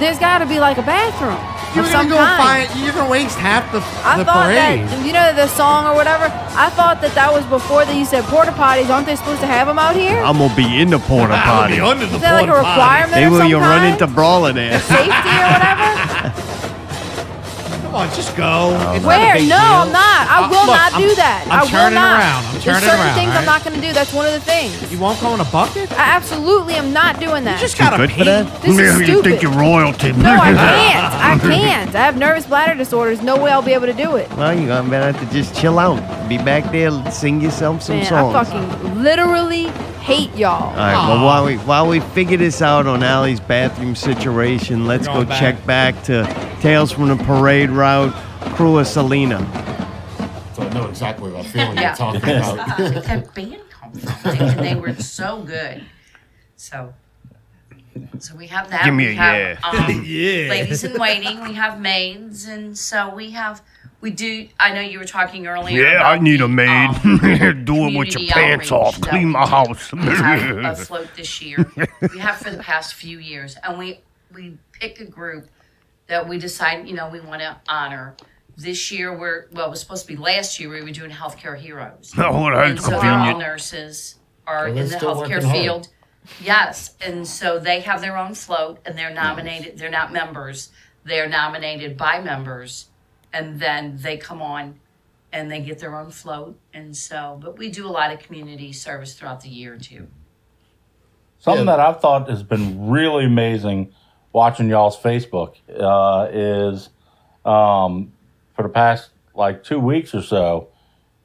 S3: There's got to be like a bathroom
S2: You're
S3: of
S2: going
S3: some
S2: to go
S3: kind.
S2: find, you're going to waste half the,
S3: I
S2: the
S3: thought
S2: parade.
S3: that you know the song or whatever. I thought that that was before that you said porta potties. Aren't they supposed to have them out here?
S1: I'm gonna be in the porta
S2: I'll be
S1: potty.
S2: under the
S3: Is that like a
S2: porta potty.
S3: requirement
S1: They
S3: or
S1: will.
S3: some
S1: You
S3: kind?
S1: run into brawling ass.
S3: safety or whatever?
S2: Come on, just go. It's not a
S3: Where?
S2: big
S3: No,
S2: deal.
S3: I'm not. I
S2: Uh, look,
S3: will not
S2: I'm-
S3: do that.
S2: I'm
S3: I will
S2: turning
S3: not.
S2: around. I'm
S3: There's
S2: turning
S3: certain
S2: around,
S3: things I'm
S2: alright?
S3: not going to do. That's one of the things.
S2: You won't go in a bucket?
S3: I absolutely am not doing that.
S2: Just gotta
S1: good for
S2: pee.
S1: that?
S3: This is
S5: you
S3: stupid.
S5: think you're royalty?
S3: no, I can't. I can't. I have nervous bladder disorders. No way I'll be able to do it.
S1: Well, you're gonna have to just chill out. Be back there, sing yourself some
S3: Man,
S1: songs.
S3: I fucking literally hate y'all.
S1: All right. Well, while we while we figure this out on Allie's bathroom situation, let's go
S2: Going back.
S1: check back to Tales from the Parade Route, Crua Salina.
S8: So I know exactly what feeling
S7: Yeah.
S8: you're talking about.
S7: Where'd that band come from? And they were so good. So, so we have that.
S5: Give me
S7: we
S5: a
S7: have,
S5: yeah.
S7: Um,
S2: Yeah.
S7: Ladies in waiting. We have maids, and so we have. We do. I know you were talking earlier.
S5: Yeah, I
S7: about
S5: need
S7: the,
S5: a maid.
S7: um,
S3: Oh.
S5: Do it with
S7: community
S5: your pants
S7: outreach
S5: off.
S7: that
S5: Clean
S7: we
S5: my house.
S7: have a float this year. We have for the past few years, and we we pick a group that we decide you know we want to honor. This year we're well, it was supposed to be last year we were doing healthcare heroes.
S5: Oh,
S7: and
S5: that's
S7: so all
S5: convenient.
S7: nurses are
S8: Well,
S7: in
S8: they're
S7: the
S8: still
S7: healthcare
S8: working hard.
S7: field. Yes, and so they have their own float, and they're nominated. They're not members; they're nominated by members, and then they come on, and they get their own float. And so, but we do a lot of community service throughout the year too.
S6: Something
S8: Yeah.
S6: that I've thought has been really amazing watching y'all's Facebook uh, is um, for the past like two weeks or so,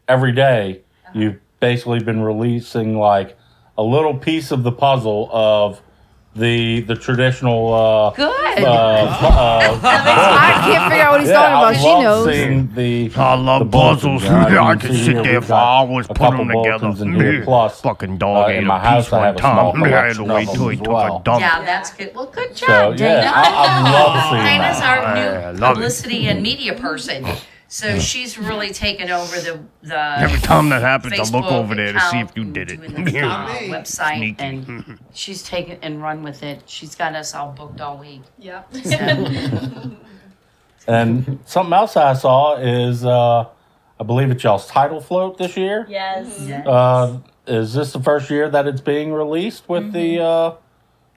S6: every day
S3: Uh-huh.
S6: you've basically been releasing like a little piece of the puzzle of the the traditional uh,
S7: Good.
S6: uh, pu- uh,
S1: Ah.
S3: I can't figure out what he's
S6: yeah, I
S3: talking about. She
S6: love
S3: knows.
S6: Seeing the,
S5: I love
S6: the bulletins,
S5: puzzles.
S6: you know, you
S5: I
S6: can
S5: could
S6: see
S5: sit
S6: here
S5: there
S6: we've
S5: for
S6: got
S5: hours,
S6: a
S5: put
S6: couple
S5: them together.
S6: bulletins in here. Plus,
S5: Fucking dog
S6: uh,
S5: ate
S6: in
S5: a
S6: my house
S5: piece
S6: I
S5: one
S6: have a small
S5: time. I had to
S6: collection
S5: wait
S6: of
S5: till
S6: them
S5: he
S6: as
S5: took a
S6: well.
S5: dump.
S7: Yeah, that's good. Well, good
S6: so
S7: job,
S6: yeah,
S7: Dana.
S6: I, I love seeing
S7: Dana's
S6: that.
S7: our
S5: I
S7: new
S5: love it.
S7: publicity and media person, so she's really taken over the the.
S5: Every time that happens, I look
S7: Facebook
S5: over there to see
S7: account
S5: if you
S7: and
S5: did it.
S7: doing the, uh,
S2: me.
S7: website
S5: Sneaky.
S6: Mm-hmm.
S7: and she's taken and run with it. She's got us all booked all week.
S12: Yep.
S6: And something else I saw is, uh, I believe it's y'all's title float this year.
S9: Yes.
S6: Uh, is this the first year that it's being released with the,
S10: Mm-hmm.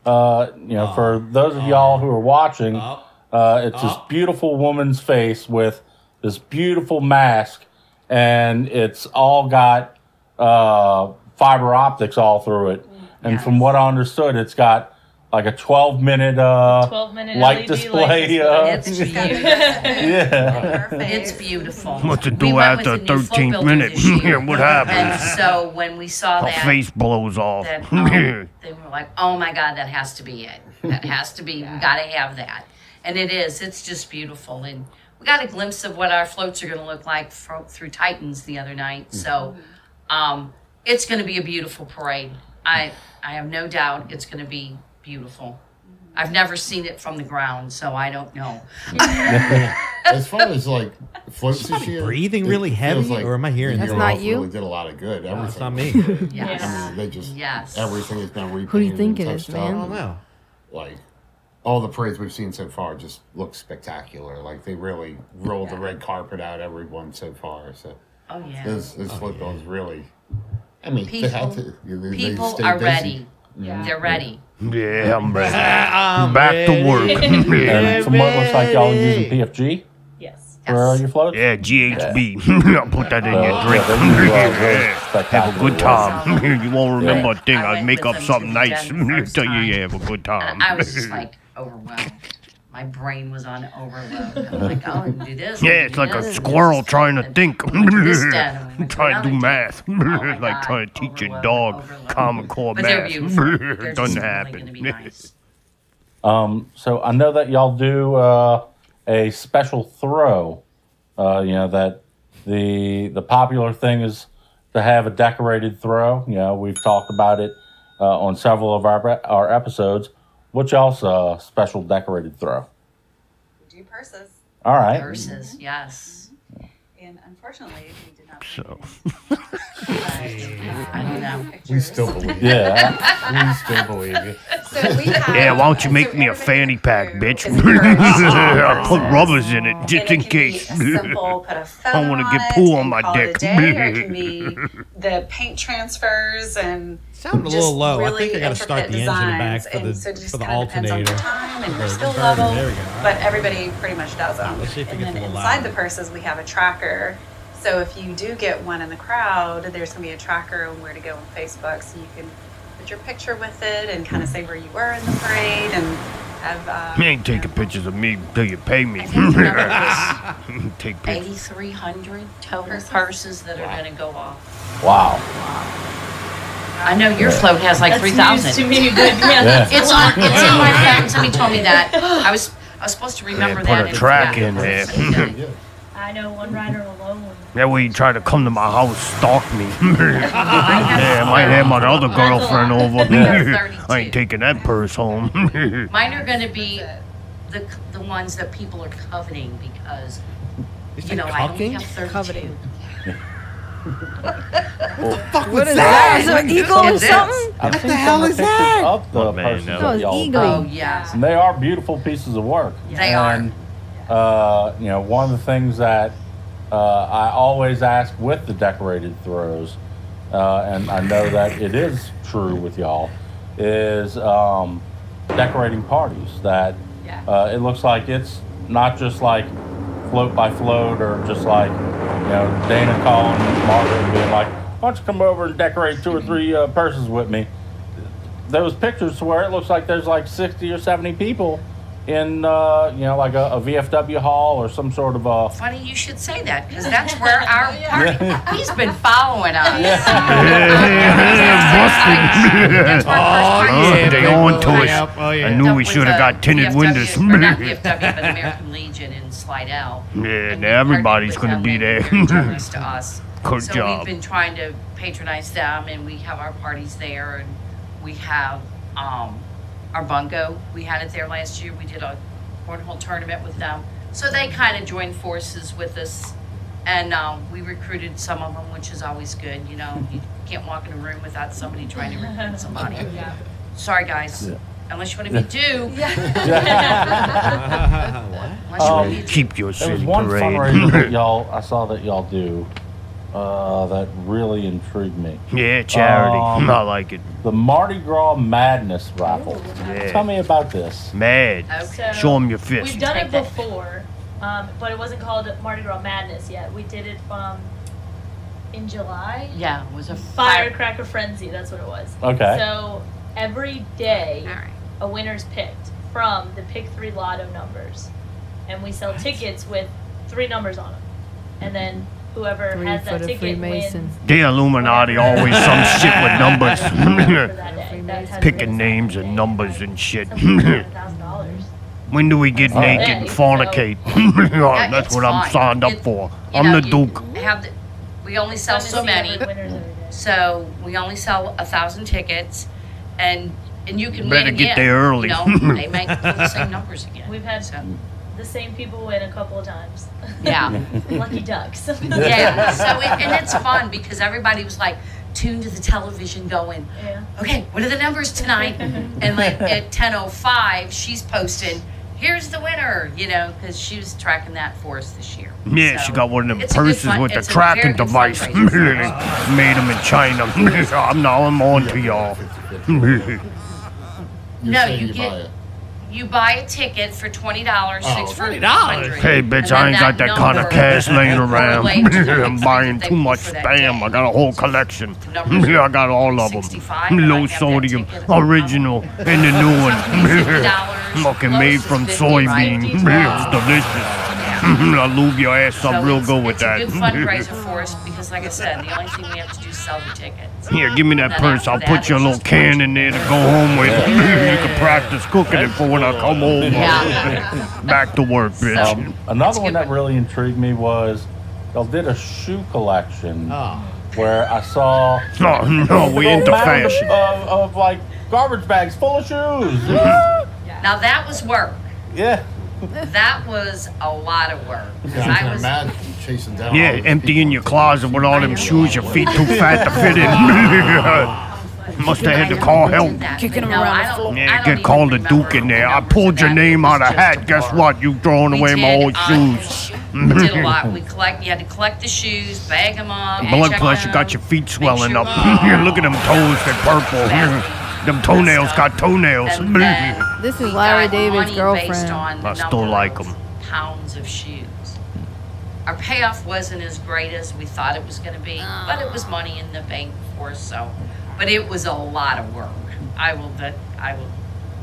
S6: uh, uh, you know, for those of y'all who are watching,
S2: Up.
S6: uh, it's this
S2: Up.
S6: beautiful woman's face with this beautiful mask, and it's all got uh, fiber optics all through it. And from what I understood, it's got like a 12 minute uh,
S10: 12 minute
S6: light
S10: LED
S6: display.
S10: light
S6: Uh,
S7: It's
S10: display.
S7: cute.
S6: yeah.
S7: It's beautiful.
S5: What to do
S7: went
S5: after
S7: with the new float
S5: 13th
S7: builder
S5: minute.
S7: this year.
S5: What happened?
S7: And so when we saw
S5: Her
S7: that,
S5: face blows off.
S7: that um, they were like, "Oh my God, that has to be it. That has to be. We got to have that." And it is. It's just beautiful, and we got a glimpse of what our floats are going to look like fro- through Titans the other night. So, um, it's going to be a beautiful parade. I I have no doubt it's going to be beautiful. I've never seen it from the ground, so I don't know.
S8: as far as like floats this year,
S2: breathing
S8: it
S2: really heavy,
S8: feels like
S2: or am I hearing
S8: New
S2: that?
S8: York
S3: That's not you?
S8: Really did a lot of good. Everything.
S2: That's not me.
S8: I
S7: Yes.
S10: Yeah.
S8: mean, they just
S7: Yes.
S8: everything is now repainted.
S3: think
S8: and
S3: it is,
S8: touched up.
S2: I don't know.
S8: Like all the parades we've seen so far just look spectacular. Like they really rolled the red carpet out everyone so far. So
S7: Oh yeah.
S8: this this flip is really. I mean, they had to. you know, they
S7: People
S8: stayed
S7: are
S8: busy.
S7: ready.
S10: Yeah.
S7: They're ready.
S5: Yeah, I'm ready.
S2: I'm
S5: Back to work.
S6: And from what looks like y'all are using PFG
S10: Yes.
S6: for uh, your floats.
S5: yeah, GHB. I'll put that in
S6: Uh,
S5: your drink.
S6: yeah, they do, uh, really
S5: Yeah. Have a
S6: spectacular
S5: good
S6: work.
S5: time. you won't remember a thing.
S7: I
S5: I'd
S7: went
S5: make
S7: with
S5: up
S7: them
S5: something
S7: to
S5: nice.
S7: Jen the first
S5: Tell you, you
S7: time.
S5: have a good time.
S7: And I was just like overwhelmed. My brain was on overload. I'm like, oh, I can do this. I
S5: yeah,
S7: can
S5: it's
S7: do
S5: like
S7: this, I
S5: a
S7: can
S5: squirrel
S7: do
S5: trying to
S7: this,
S5: think.
S7: I can do this then, and we can
S5: trying to do
S7: another
S5: math.
S7: Oh my
S5: like
S7: God,
S5: trying to teach a
S7: overload,
S5: dog
S7: overload.
S5: common core
S7: But they're
S5: math.
S7: beautiful. They're
S5: It
S7: just
S5: doesn't
S7: really going to be
S5: happen.
S7: nice.
S6: Um, so I know that y'all do uh, a special throw. Uh, you know that the the popular thing is to have a decorated throw. You know we've talked about it uh, on several of our our episodes. What's y'all's uh, special decorated throw?
S9: Do purses, Mm-hmm.
S6: All right.
S7: Versus, yes.
S9: and unfortunately, we did not.
S5: So.
S7: I don't know.
S8: We still believe. you.
S6: Yeah.
S8: We still believe you.
S9: So we have,
S5: Yeah, why don't you make
S9: so
S5: me a
S9: everything
S5: fanny pack,
S9: through is
S5: bitch?
S9: purse.
S5: I'll put rubbers in it
S9: And
S5: just
S9: it
S5: in
S9: can
S5: case.
S9: Be a simple, put a feather
S5: I wanna
S9: on
S5: get
S9: it
S5: poo on
S9: and
S5: my
S9: call it a
S5: dick.
S9: day, or it can be the paint transfers and
S2: Sounded a
S9: just
S2: little low.
S9: Really
S2: I think I got to start the
S9: intricate
S2: engine back
S9: designs.
S2: for the
S9: and so it just
S2: for the
S9: kinda depends on
S2: alternator.
S9: your time and your
S2: the
S9: skill
S2: converter.
S9: level,
S2: There we go. All
S9: but
S2: right.
S9: everybody pretty much does them.
S2: Let's see if we
S9: and
S2: get
S9: then
S2: to the
S9: inside
S2: loud.
S9: the purses, we have a tracker. So if you do get one in the crowd, there's going to be a tracker on where to go on Facebook, so you can put your picture with it and kind of
S2: Hmm.
S9: say where you were in the parade and have. Um,
S5: You ain't taking pictures of me till you pay me.
S7: I think the number
S5: Take
S7: is
S5: pictures.
S7: 8,300 total
S9: Purses?
S7: purses that are going to go off.
S6: Wow.
S7: I know your float has like
S10: That's news
S7: 3,000.
S10: to me, but yeah.
S6: Yeah.
S10: that's-
S7: It's on. It's in my phone. Somebody told me that. I was. I was supposed to
S5: Yeah,
S7: remember that.
S5: put a
S7: and
S5: track
S7: forgot.
S5: in there.
S8: Yeah.
S10: I know one rider alone.
S5: That way you try to come to my house, stalk me. yeah, I might have my other girlfriend over. I ain't taking that purse home.
S7: Mine are going to be the the ones that people are coveting because
S2: Is
S7: you know I only
S2: cucking?
S7: have thirty-two.
S3: Coveting.
S2: What is
S3: That is an eagle or
S7: It is.
S3: something?
S6: I've seen
S2: the
S6: some
S2: hell
S6: of
S2: is
S6: pictures
S2: that?
S6: Of the
S5: Oh, man,
S6: purses
S5: no.
S6: that
S3: No, it's
S6: y'all
S3: eagle.
S6: throw.
S7: Oh yes,
S6: And they are beautiful pieces of work.
S7: They are.
S6: and, Uh, you know, one of the things that uh, I always ask with the decorated throws, uh, and I know that it is true with y'all, is um, decorating parties. That
S10: Yeah.
S6: uh, it looks like it's not just like float by float or just like, you know, Dana calling Margaret and being like, why don't you come over and decorate two or three uh, purses with me? those pictures to where it looks like there's like 60 or 70 people in uh, you know like a, a VFW hall or some sort of a
S7: funny you should say that because that's where our party. He's been following us.
S5: Yeah, Oh,
S7: That's where our first party
S5: yeah, they
S2: people
S5: on to
S2: line
S5: us.
S2: up. Oh, yeah.
S5: I knew we
S7: was
S5: should have
S7: a
S5: got tinted
S7: VFW
S5: windows.
S7: or not VFW, but American Legion in Slidell.
S5: Yeah,
S7: And we
S5: now everybody's
S7: partnered
S5: gonna
S7: with
S5: be
S7: them,
S5: there.
S7: and they're generous to us.
S5: Good
S7: so
S5: job.
S7: we've been trying to patronize them, and we have our parties there, and we have um, our bungo. We had it there last year. We did a cornhole tournament with them, so they kind of joined forces with us, and um, we recruited some of them, which is always good. You know, you can't walk in a room without somebody trying to recruit somebody.
S10: Yeah.
S7: Sorry, guys. Unless you want to be due.
S5: Um,
S7: Unless you
S6: Um,
S7: want to be due.
S5: Keep your
S6: there was
S5: city
S6: one fundraiser that
S5: parade.
S6: y'all I saw that y'all do uh, that really intrigued me
S5: yeah, charity.
S6: Um,
S5: I like it.
S6: the Mardi Gras Madness raffle tell
S5: Yeah.
S6: me about this
S5: Mad.
S10: So
S7: Okay.
S5: Show 'em your fist.
S10: We've done
S7: Take
S10: it
S7: that.
S10: before, um, but it wasn't called Mardi Gras Madness yet. We did it from in July.
S7: Yeah, it was a fire.
S10: Firecracker Frenzy. That's what it was.
S6: okay
S10: So every day
S7: All right.
S10: a winner's picked from the pick three lotto numbers, and we sell tickets with three numbers on them, and then whoever
S3: Three
S10: has
S3: for
S10: that
S3: the
S10: ticket
S3: Freemason.
S10: wins.
S5: The Illuminati always some shit with
S10: for
S5: numbers.
S10: that day. That has
S5: Picking
S10: been-
S5: names and numbers and shit.
S10: Something like $1,000.
S5: When do we get naked
S10: yeah,
S5: and
S10: you
S5: fornicate?
S7: Oh. uh, That-
S5: That's
S7: it's
S5: what I'm
S7: fine.
S5: signed up
S7: It-
S5: for.
S7: you
S5: I'm
S7: know,
S5: the
S7: you
S5: Duke.
S7: Have the, we only sell
S10: Trying to
S7: so
S10: see
S7: many.
S10: every winner's every day.
S7: So we only sell a thousand tickets, and and you can
S5: Better
S7: win
S5: get
S7: again.
S5: there early.
S7: You know, they might pull the same numbers again.
S10: We've had
S7: so,
S10: the same people win a couple of times.
S7: yeah,
S10: Lucky ducks.
S7: yeah. So it, and it's fun because everybody was like tuned to the television, going,
S10: Yeah.
S7: okay, what are the numbers tonight? and like at ten oh five, she's posting. Here's the winner, you know, because she was tracking that for us this year.
S5: Yeah,
S7: So
S5: she got one of them
S7: it's a good
S5: purses
S7: fun-
S5: with the
S7: it's a very
S5: tracking
S7: good
S5: device.
S7: fundraiser.
S5: Made them in China. I'm now I'm on to y'all.
S8: You're
S7: No,
S8: saying
S7: you get-
S8: buy it.
S7: You buy a ticket for twenty dollars,
S8: Oh,
S7: six for
S2: $20.
S7: 100.
S5: Hey,
S7: And
S5: bitch,
S7: then
S5: I ain't got that kind of
S7: number
S5: cash laying
S7: will
S5: around.
S7: correlate to the
S5: I'm
S7: next
S5: buying
S7: ticket
S5: too
S7: they
S5: much
S7: for that
S5: spam.
S7: day.
S5: I got a whole collection.
S7: Numbers
S5: I got all of them.
S7: 65, I
S5: Low
S7: might have that
S5: sodium,
S7: ticket. um,
S5: original, and the new one.
S7: $50,
S5: Fucking
S7: close
S5: made
S7: to
S5: from
S7: 50,
S5: soybean.
S7: right?
S5: It's delicious. I lube your ass
S7: So
S5: up real
S7: it's-
S5: good with
S7: it's
S5: that.
S7: A good fundraiser for us because, like I said, the only thing we have to do is sell the tickets.
S5: Here, give me that purse. I'll put your little can in there to go home with. you can practice cooking it for when I come home.
S7: Yeah.
S5: Back to work, bitch.
S6: Um, another one
S7: good
S6: that
S7: one.
S6: really intrigued me was they did a shoe collection
S2: Oh.
S6: where I saw
S5: no, Oh, no, we
S6: a
S5: into
S6: mound
S5: fashion.
S6: Of, of like garbage bags full of shoes.
S7: Now that was work.
S6: yeah.
S7: That was a lot of work.
S8: Yeah, I
S7: I
S8: can
S7: was.
S8: imagine chasing down. all
S5: Yeah,
S8: these
S5: emptying
S8: people.
S5: your closet with all them shoes. Your feet too fat to fit in. Must have had to call help.
S3: Kicking 'em
S7: No,
S3: around
S7: I
S3: the
S7: don't-
S3: floor.
S7: I
S5: Yeah,
S7: don't
S5: get
S7: even
S5: called a
S7: remember
S5: duke in there.
S7: the
S5: I
S7: numbers
S5: pulled
S7: of
S5: your
S7: that.
S5: name
S7: It
S5: out
S7: was
S5: of
S7: just
S5: hat.
S7: a
S5: Guess
S7: bar.
S5: what? You throwing
S7: We
S5: away my
S7: did,
S5: old
S7: uh,
S5: shoes.
S6: Mm-hmm.
S7: We did a lot. We collect. You had to collect the shoes, bag them up.
S5: Blood
S7: check
S5: pressure got
S7: them.
S5: your feet swelling
S7: sure-
S5: up. Look at them toes, they're purple. them toenails got toenails.
S7: And then
S3: This is
S7: we
S3: Larry
S7: got
S3: David's
S7: money
S3: girlfriend.
S7: Based on the
S5: I still
S7: number
S5: like
S7: of
S5: 'em.
S7: Pounds of shoes. Our payoff wasn't as great as we thought it was going to be, but it was money in the bank for us. So, but it was a lot of work. I will. That I will.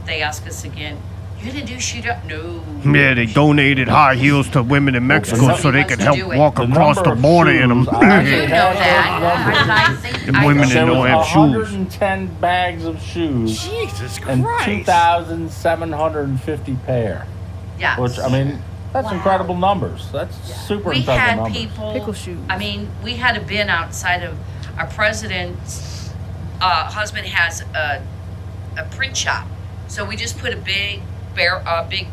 S7: They ask us again. You gonna do shoot up? No.
S5: Yeah, they donated high heels to women in Mexico so they could help walk across the border in them.
S7: You know that. But I think
S5: Them
S7: I-
S5: women in
S6: There
S5: don't
S6: was
S5: have shoes.
S6: 110 bags of shoes
S2: Jesus
S6: and
S2: Christ.
S6: 2,750 pair.
S7: Yes.
S6: Which I mean, that's incredible numbers. That's super
S7: we
S6: incredible
S7: had
S6: numbers.
S7: people
S3: Pickle shoes.
S7: i mean we had a bin outside of our president's uh, husband has a, a print shop so we just put a big bear a big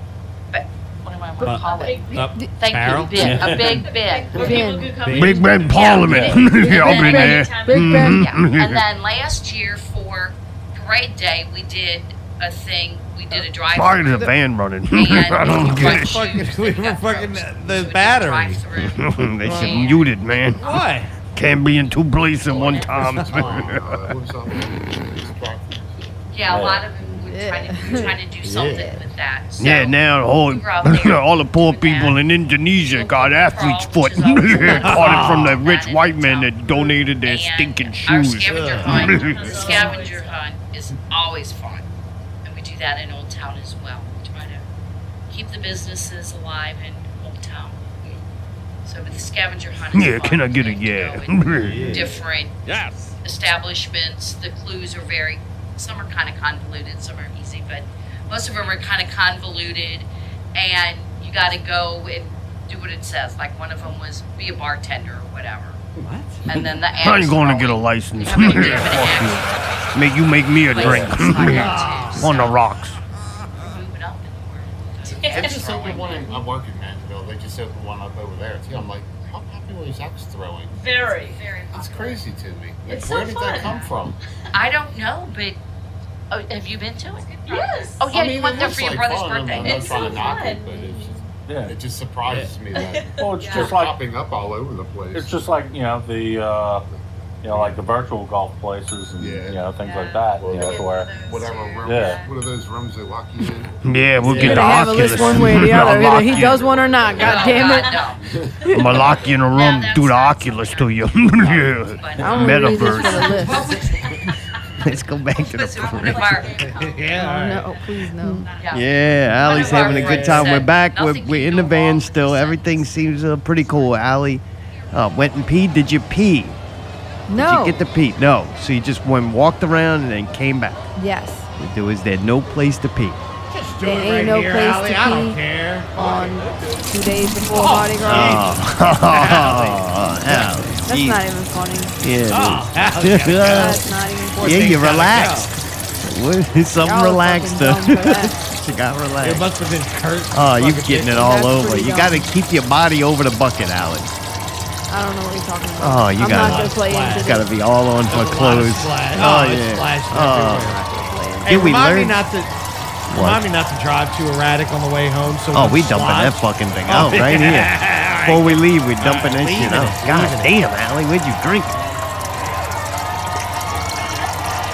S7: ba- what am i going
S10: Uh,
S7: to call it
S2: Up.
S7: thank
S2: barrel?
S7: you bin, a big bin
S10: Where people could come
S5: Big Ben Parliament. I've been there. Mm-hmm.
S3: Big Ben.
S7: yeah. and then last year for parade day we did a thing we did a drive
S5: Why is the van running?
S7: and
S5: I don't get it.
S2: Fucking- we were fucking- uh, the battery.
S7: batteries.
S5: they should mute it, man.
S2: Why?
S5: Can't be in two places at one time.
S8: Uh, what's up?
S7: yeah a lot of them were trying to,
S3: Yeah.
S7: trying to do something with that so
S5: yeah, now the
S7: we were out there.
S5: whole, all the poor
S7: Doing that.
S5: people in Indonesia got athlete's foot.
S7: Which is all-
S5: Caught it from the rich
S7: That
S5: white
S7: is
S5: men
S7: dumb.
S5: that donated their
S7: And
S5: stinking
S7: Our
S5: shoes.
S7: scavenger hunt, the scavenger hunt is always fun, and we do that in Old Town as well. We try to keep the businesses alive in Old Town. So the scavenger hunt. Is
S5: Yeah,
S7: fun.
S5: can I get a
S7: We
S5: yeah?
S7: go in Different establishments. The clues are very. Some are kind of convoluted. Some are easy, but most of them are kind of convoluted, and you got to go and do what it says. Like one of them was be a bartender or whatever.
S2: What?
S7: And then the
S5: I ain't
S7: axe
S5: going to
S7: throwing.
S5: get a license.
S7: Have a bit of an
S5: Fuck
S7: axe
S5: you. Make you make me a
S7: place
S5: drink
S7: like that, too.
S5: on the
S7: So,
S5: rocks.
S7: moving up in the world.
S8: They just opened one. In, I work in Mandeville. They just opened one up over there too. I'm like, how popular is axe throwing?
S10: Very, very.
S8: That's crazy to me. Like,
S10: It's
S8: where
S10: so
S8: did
S10: fun.
S8: that come from?
S7: I don't know, but oh, have you been to it?
S10: Yes.
S7: Oh yeah,
S8: I mean,
S7: you
S8: it
S7: went there
S8: looks
S7: for your
S8: like
S7: brother's
S8: fun. I'm
S7: birthday.
S8: not
S10: It's
S8: trying
S10: so
S8: to knock it,
S10: fun.
S8: but it's just,
S6: Yeah.
S8: it just surprises me that
S6: Well, it's
S8: they're
S6: just like
S8: popping up all over the place.
S6: it's just like you know the uh, you know like the virtual golf places and
S8: Yeah.
S6: you know things like
S10: Yeah.
S6: that.
S8: Well,
S6: you know, to where
S8: whatever room.
S6: Yeah.
S8: What are those rooms they lock you in?
S5: Yeah, we'll get
S3: Gotta
S5: the
S3: have a list
S5: Oculus.
S3: one way or the
S5: I'll
S3: other. Either
S5: lock
S3: he
S5: you.
S3: does one or not. God damn it.
S7: God, no.
S5: I'm gonna lock you in a room,
S7: that's
S5: do the
S7: not
S5: Oculus to you.
S7: But
S3: I'm gonna read this for
S5: Metaverse.
S3: the list.
S1: Let's go back to
S4: Let's
S1: the.
S4: put it mark.
S2: yeah. all right.
S3: No, Oh, please no.
S1: Yeah, Allie's
S4: One of our
S1: having a good
S4: friends
S1: time. We're
S4: said
S1: back. We're,
S4: nothing
S1: we're
S4: can
S1: in the
S4: go
S1: van
S4: wrong
S1: still.
S4: with
S1: Everything seems uh, pretty cool. Allie uh, went and peed. Did you pee? Did
S3: No.
S1: you get to pee? No. So you just went, walked around, and then came back.
S3: yes.
S1: There was there no place to pee.
S2: Just do
S3: There
S2: it
S3: ain't
S2: right
S3: no
S2: here,
S3: place
S2: Allie.
S3: to
S2: I don't
S3: pee.
S2: care.
S3: On two days before Mardi Gras.
S1: Oh, oh, Allie.
S3: That's
S1: geez.
S3: not even funny.
S1: Yeah.
S2: Oh, Allie.
S1: it is.
S3: That's not even funny.
S1: yeah,
S2: things
S1: you
S2: gotta
S1: relaxed. What- Something
S3: Y'all are
S1: relaxed.
S3: fucking dumb for that.
S1: she got
S2: It
S1: relaxed.
S2: must have been Kurt.
S1: Oh, you're
S2: Fucking
S1: getting it
S2: dick.
S1: all
S3: That's
S1: over.
S3: pretty
S1: You
S3: dumb.
S1: got to keep your body over the bucket, Alex.
S3: I don't know what you're talking about.
S1: Oh, you
S3: I'm
S1: gotta-
S3: not gonna play
S2: Wow.
S3: into this.
S1: Got to be all on for
S2: There's a lot of
S1: clothes.
S2: splash.
S1: Oh,
S2: it's
S1: yeah.
S2: splashed
S1: Oh,
S2: everywhere.
S1: Did
S2: Hey,
S1: we
S2: remind me
S1: learn-
S2: not to. Remind me not to drive too erratic on the way home. So
S1: oh, we
S2: when you
S1: dumping
S2: slide-
S1: that fucking thing
S2: Oh,
S1: out right here.
S2: yeah,
S1: Before
S2: all right.
S1: we leave, we dumping
S2: All right,
S1: this shit
S2: leaving
S1: out.
S2: it,
S1: God
S2: leaving
S1: damn, Allie, where'd you drink?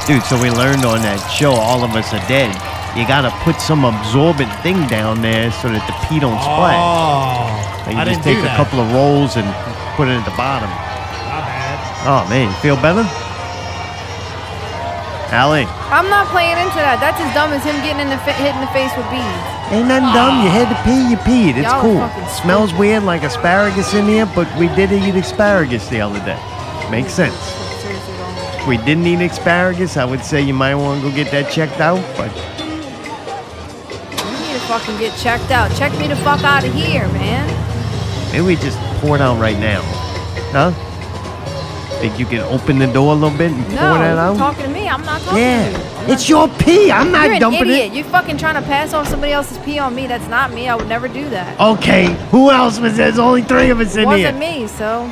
S1: Dude, so we learned on that show, all of us are dead. You gotta put some absorbent thing down there so that the pee don't splash.
S2: Oh,
S1: and you
S2: I
S1: just take
S2: didn't
S1: a
S2: do that.
S1: couple of rolls and put it at the bottom.
S2: My bad.
S1: Oh man, you feel better? Allie,
S3: I'm not playing into that. That's as dumb as him getting in the fa- hit in the face with beads.
S1: ain't nothing dumb. You had to pee, you peed. It's
S3: Y'all are
S1: cool.
S3: fucking
S1: Smells weird like asparagus in here, but we did eat asparagus the other day. Makes sense.
S3: Seriously, don't.
S1: If we didn't eat asparagus, I would say you might want to go get that checked out. But
S3: You need to fucking get checked out. Check me the fuck out of here, man.
S1: maybe we just pour it out right now. Huh? Think you can open the door a little bit and
S3: No,
S1: pour that
S3: you're
S1: out?
S3: talking to me. I'm not talking to you.
S1: yeah. It's your pee. I'm not
S3: You're an
S1: dumping it.
S3: idiot. You're fucking trying to pass off somebody else's pee on me. That's not me. I would never do that.
S1: Okay. Who else was there? There's only three of us
S3: it
S1: in
S3: wasn't
S1: here.
S3: me, so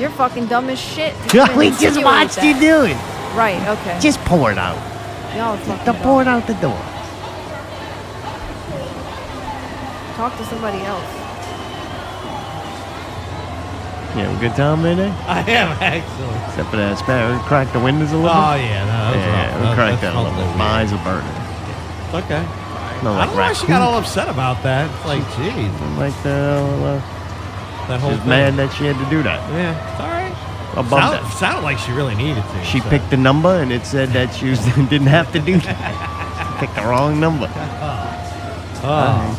S3: you're fucking dumb as shit.
S1: we just watched you do it.
S3: do. Right. Okay.
S1: Just pour it out.
S3: Y'all are fucking
S1: Don't
S3: dumb.
S1: pour it out the door.
S3: Talk to somebody else.
S1: You having a good time there? Dave?
S2: I am actually.
S1: Except for that asparagus. Crack the windows a little
S2: Oh
S1: bit.
S2: yeah, no, that was
S1: yeah,
S2: rough.
S1: we cracked that
S2: that
S1: a little bit. My
S2: Mine.
S1: eyes are burning.
S2: Okay.
S1: Smell
S2: I
S1: like
S2: don't know why she
S1: raccoon.
S2: got all upset about that. It's like, geez,
S1: Like the old, uh,
S2: that whole
S1: She's
S2: thing.
S1: mad that she had to do that.
S2: Yeah, it's all right.
S1: Above
S2: Sound,
S1: that.
S2: sounded like she really needed to.
S1: She
S2: so.
S1: picked the number and it said that she was, didn't have to do that. She picked the wrong number. Uh-huh.
S2: Oh,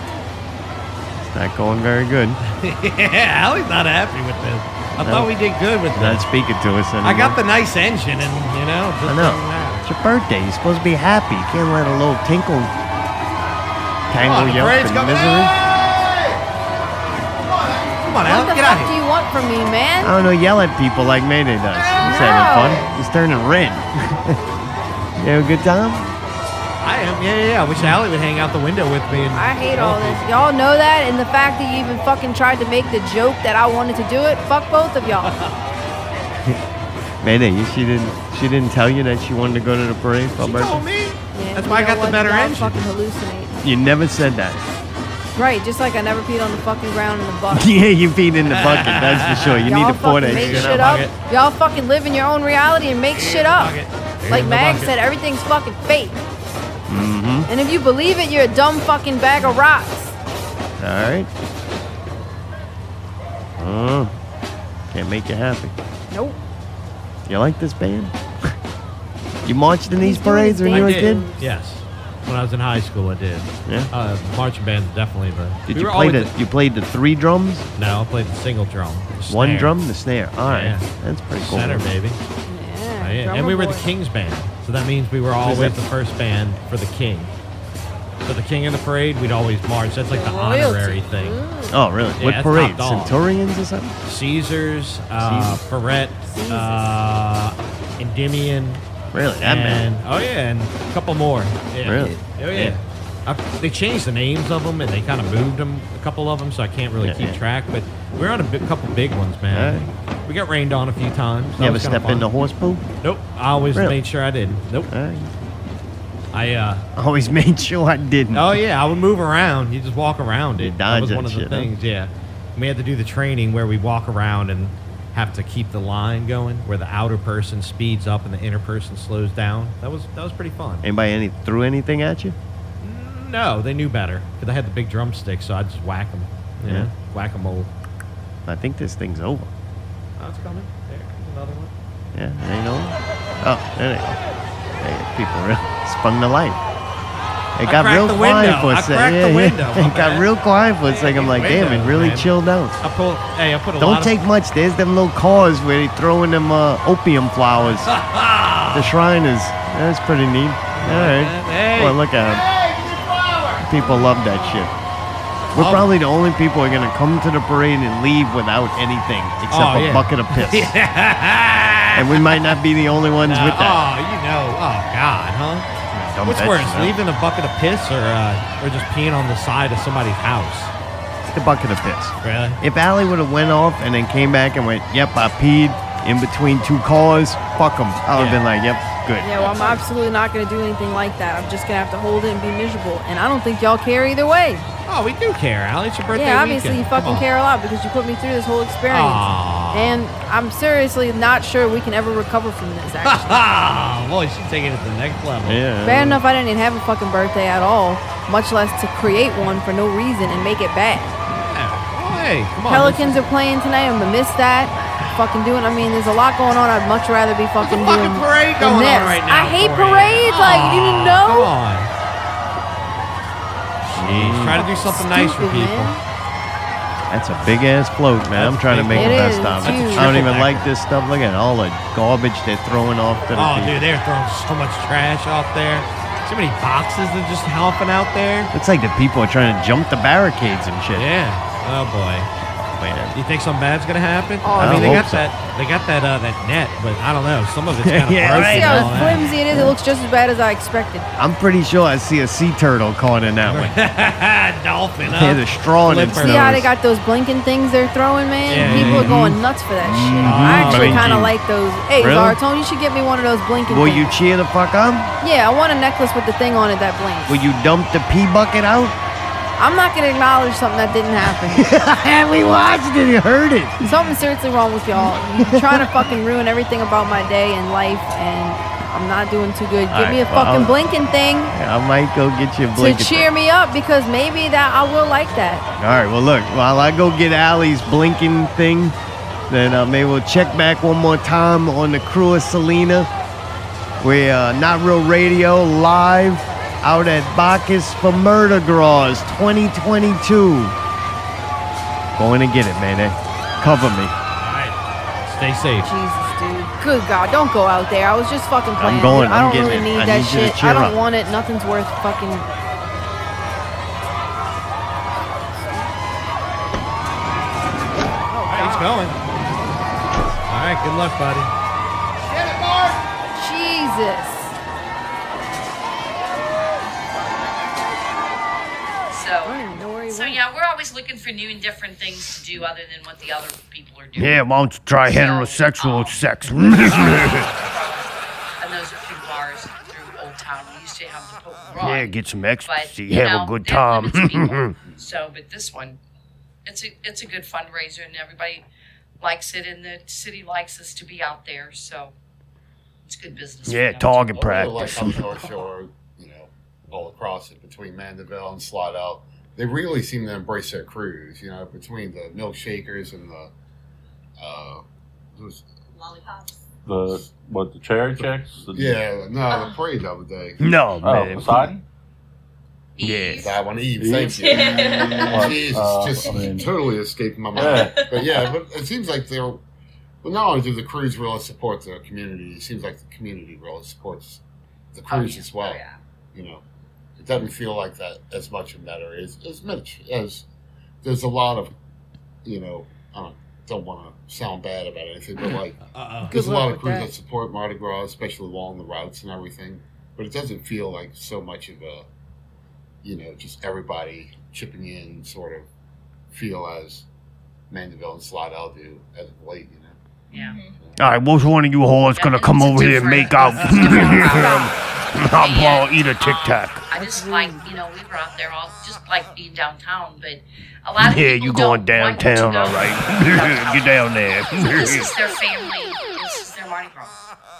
S1: It's not going very good.
S2: yeah, Allie's not happy with this. I
S1: No.
S2: thought we did good with
S1: Not
S2: this.
S1: speaking to us anymore.
S2: I got the nice engine, and you know, it
S1: I
S2: just
S1: know.
S2: doesn't matter.
S1: It's your birthday. You're supposed to be happy. You can't let a little tinkle
S2: Come on,
S1: tangle
S2: the
S1: you up
S2: parade's
S1: in
S2: coming.
S1: misery.
S2: Come on,
S3: What
S2: Allie,
S3: the
S2: get out of
S3: fuck do
S2: here.
S3: you want from me, man?
S1: I don't know, yell at people like Mayday does. He's having fun. He's turning red. you have a good time?
S2: I am. Yeah, yeah, yeah. I wish Allie would hang out the window with me. And
S3: I hate all this. Y'all know that, and the fact that you even fucking tried to make the joke that I wanted to do it. Fuck both of y'all.
S1: Mayday, you- she didn't she didn't tell you that she wanted to go to the parade for
S2: She
S1: her
S2: told
S1: birthday?
S2: me.
S3: Yeah,
S2: That's
S3: you
S2: why I
S3: know
S2: got the
S3: what?
S2: better
S3: Y'all
S2: engine.
S3: Fucking hallucinate.
S1: You never said that.
S3: Right. Just like I never peed on the fucking ground in the bus.
S1: Yeah, you peed in the bucket, that's for sure. You
S3: Y'all
S1: need to pour that
S3: fucking make
S1: shit
S3: shit
S1: out.
S3: up. Y'all fucking live in your own reality and make shit up.
S2: Bucket. Here's
S3: Like
S2: the
S3: Mag
S2: bucket.
S3: said, everything's fucking fake.
S1: Mm-hmm.
S3: And if you believe it, you're a dumb fucking bag of rocks.
S1: Alright. Oh. Can't make you happy.
S3: Nope.
S1: You like this band? you marched in these
S3: He's doing his
S1: parades when you
S2: I
S1: were a
S2: did.
S1: kid?
S2: Yes. When I was in high school, I did.
S1: Yeah.
S2: Uh, marching bands definitely, but
S1: Did
S2: we
S1: you
S2: were
S1: play the
S2: always-
S1: you played the three drums?
S2: No, I played the single drum. the
S1: One
S2: snare,
S1: drum, the snare. Alright.
S2: Yeah.
S1: That's pretty cool.
S2: center, baby.
S3: Yeah.
S2: Oh, yeah.
S3: drummer
S2: And we were
S3: boy.
S2: the King's band, so that means we were always the first band for the King. For the King of the parade, we'd always march. That's like the
S3: Royalty.
S2: honorary thing.
S1: Oh really?
S2: Yeah,
S1: what
S2: it's
S1: parade?
S2: top dog.
S1: Centurions or something?
S2: Caesar's, uh, Ferret,
S3: Caesar's.
S2: uh, Endymion,
S1: Really? That
S2: and
S1: band.
S2: oh yeah, and a couple more. Yeah.
S1: Really?
S2: Oh yeah.
S1: Yeah.
S2: I, they changed the names of them and they kind of moved them, a couple of them, so I can't really
S1: Yeah,
S2: keep
S1: yeah.
S2: track. But we're on a big, couple big ones, man. We got rained on a few times.
S1: You
S2: That
S1: ever
S2: was kinda
S1: step in the
S2: fun.
S1: horse poo?
S2: Nope. I always
S1: Really?
S2: made sure I didn't. Nope.
S1: Alright.
S2: I uh.
S1: Always made sure I didn't.
S2: Oh yeah, I would move around. You just walk around it.
S1: You
S2: that
S1: dodge
S2: was
S1: that
S2: one of the
S1: shit, huh?
S2: things. Yeah, we had to do the training where we walk around and have to keep the line going, where the outer person speeds up and the inner person slows down. That was that was pretty fun.
S1: Anybody any threw anything at you?
S2: No, they knew better because I had the big drumstick, so I just whack them. You
S1: Yeah.
S2: know, whack a mole.
S1: I think this thing's over.
S2: Oh, it's coming. There's another one.
S1: Yeah, there you go. Oh, there they go. Hey, people really spun the light. It
S2: I
S1: got
S2: cracked
S1: real
S2: the
S1: quiet
S2: window.
S1: for a
S2: I
S1: second.
S2: cracked
S1: yeah,
S2: the
S1: yeah.
S2: window. My
S1: It got
S2: bad.
S1: real quiet for a second. I'm like, damn, it
S2: window,
S1: really
S2: man.
S1: chilled out.
S2: I pull. Hey, I put a
S1: Don't
S2: lot
S1: take
S2: of.
S1: much. There's them little cars where they throw in them uh, opium flowers. the Shriners. That's pretty neat. All right.
S2: Hey.
S1: Well, look at 'em. People love that shit. We're
S2: Oh.
S1: probably the only people who are gonna come to the parade and leave without anything except
S2: Oh,
S1: a
S2: yeah.
S1: bucket of piss.
S2: Yeah.
S1: And we might not be the only ones with that.
S2: Oh, you know. Oh God, huh?
S1: Dumb
S2: What's
S1: bitch,
S2: worse,
S1: no.
S2: leaving a bucket of piss or uh, or just peeing on the side of somebody's house?
S1: The bucket of piss.
S2: Really?
S1: If Allie would have went off and then came back and went, yep, I peed in between two cars, fuck them. I would have
S2: Yeah.
S1: been like, yep, good.
S3: Yeah, well, I'm absolutely not going to do anything like that. I'm just going to have to hold it and be miserable. And I don't think y'all care either way.
S2: Oh, we do care, Allie. It's your birthday.
S3: yeah, obviously you
S2: weekend. Come
S3: fucking
S2: on.
S3: care a lot because you put me through this whole experience.
S2: Aw.
S3: And I'm seriously not sure we can ever recover from this, actually.
S2: Ah, boy, she's taking it to the next level.
S1: Yeah.
S3: Bad enough I didn't even have a fucking birthday at all, much less to create one for no reason and make it bad.
S2: Oh, hey, come on.
S3: Pelicans are playing tonight. I'm gonna miss that. Fucking doing. I mean, there's a lot going on. I'd much rather be
S2: There's a
S3: fucking
S2: fucking
S3: doing
S2: parade going on
S3: than this.
S2: right now
S3: I hate
S2: for you.
S3: parades. Like you didn't
S2: Aw, Come
S3: know.
S2: on. Jeez, try to do something nice for
S3: Stupid,
S2: people.
S3: man.
S1: That's a big ass float, man. I'm trying to make
S3: It
S1: the
S3: is.
S1: best of
S3: It's
S1: it.
S3: huge.
S1: I don't even
S2: Triple-decker.
S1: like this stuff. Look at all the garbage they're throwing off to the
S2: Oh,
S1: people.
S2: dude, they're throwing so much trash out there. So many boxes are just helping out there.
S1: It's like the people are trying to jump the barricades and shit.
S2: Yeah. Oh boy.
S1: Man.
S2: You think something bad's gonna happen?
S3: Oh,
S2: I
S1: I
S2: mean, they
S1: hope
S2: got
S1: so.
S2: that. They got that. Uh, that net, but I don't know. Some of it's kind of
S1: Oh, Yeah,
S2: broken.
S1: right.
S3: See
S2: and all
S3: how
S2: that.
S3: flimsy it is. It looks just as bad as I expected.
S1: I'm pretty sure I see a sea turtle caught in that one.
S2: Dolphin.
S1: They had a straw in its
S2: Flipper.
S3: See how they
S1: nose.
S3: got those blinking things they're throwing, man?
S2: Yeah.
S3: People are going nuts for that shit. I actually kind of
S1: Mm-hmm. Blinking.
S3: like those. Hey,
S1: Really?
S3: Zartone, you should get me one of those blinking
S1: Will you
S3: things.
S1: cheer the fuck up?
S3: yeah, I want a necklace with the thing on it that blinks.
S1: Will you dump the pee bucket out?
S3: I'm not going to acknowledge something that didn't happen.
S1: and we watched it. You heard it.
S3: Something's seriously wrong with y'all. You're trying to fucking ruin everything about my day and life, and I'm not doing too good. Give
S1: All
S3: me a
S1: right, well,
S3: fucking
S1: I'll-
S3: blinking thing
S1: I might go get you a
S3: to
S1: blinking.
S3: cheer me up because maybe that I will like that.
S1: All right. Well, look. While I go get Allie's blinking thing, then uh, maybe we'll check back one more time on the crew of Selena. We're uh, not real radio live out at Bacchus for Murder Gras 2022. Going to get it, man. eh? Cover me.
S2: Stay safe.
S3: Jesus, dude. Good God, don't go out there. I was just fucking playing. dude.
S1: going.
S3: I
S1: I'm
S3: don't
S1: getting
S3: really
S1: it.
S3: need
S1: I
S3: that
S1: need you to
S3: shit.
S1: cheer
S3: I
S1: up.
S3: don't want it. Nothing's worth fucking. Ah.
S2: He's going. All right. Good luck, buddy.
S3: Jesus. I
S7: So,
S3: don't even know where he
S7: so
S3: went.
S7: yeah, we're always looking for new and different things to do other than what the other people are doing.
S5: Yeah, why don't you try heterosexual sex?
S7: And those are through bars through Old Town. We used to have the Potent Raw.
S5: yeah, get some
S7: but
S5: ecstasy,
S7: you
S5: have
S7: know,
S5: a good
S7: that limits
S5: time.
S7: people. so, but this one, it's a it's a good fundraiser, and everybody likes it, and the city likes us to be out there. So, it's good business. for
S5: yeah,
S7: them.
S5: target
S8: I really like
S5: practice.
S8: how North Shore, you know, all across it between Mandeville and Slide Out. They really seem to embrace their crews, you know, between the milkshakers and the uh, who's,
S13: Lollipops.
S6: The what? The cherry chicks? The,
S8: yeah,
S7: Oh.
S8: no, the parade the other day.
S5: No,
S6: Oh,
S5: man.
S6: Poseidon?
S7: Eve.
S8: That one, Eve.
S6: Eve?
S8: Thank you.
S12: Yeah.
S8: Jesus,
S6: Uh,
S8: just
S6: I mean-
S8: totally escaped my mind. But yeah, but it seems like they're. Well, not only do the crews really support the community, it seems like the community really supports the crews as well.
S13: Oh, yeah.
S8: You know, it doesn't feel like that as much in that area as, as much as there's a lot of, you know, I don't, don't want to sound bad about anything, but like
S12: Oh.
S2: Uh
S8: there's a
S3: luck
S8: lot of
S3: with
S8: crews
S3: that.
S8: that. support Mardi Gras, especially along the routes and everything. But it doesn't feel like so much of a, you know, just everybody chipping in sort of feel as Mandeville and Slidell do as of late, you know.
S7: Yeah.
S5: All right, which one of you whores gonna
S7: Yeah,
S5: come
S7: it's
S5: over here and
S7: different.
S5: make out?
S7: It's different.
S5: I'll blow- eat a Tic Tac.
S7: I just like, you know, we were out there all just like being downtown, but a lot of
S5: Yeah,
S7: people
S5: you going
S7: don't want to
S5: downtown,
S7: go
S5: all right.
S7: downtown.
S5: Get down there.
S7: this is their family. This is their Mardi Gras.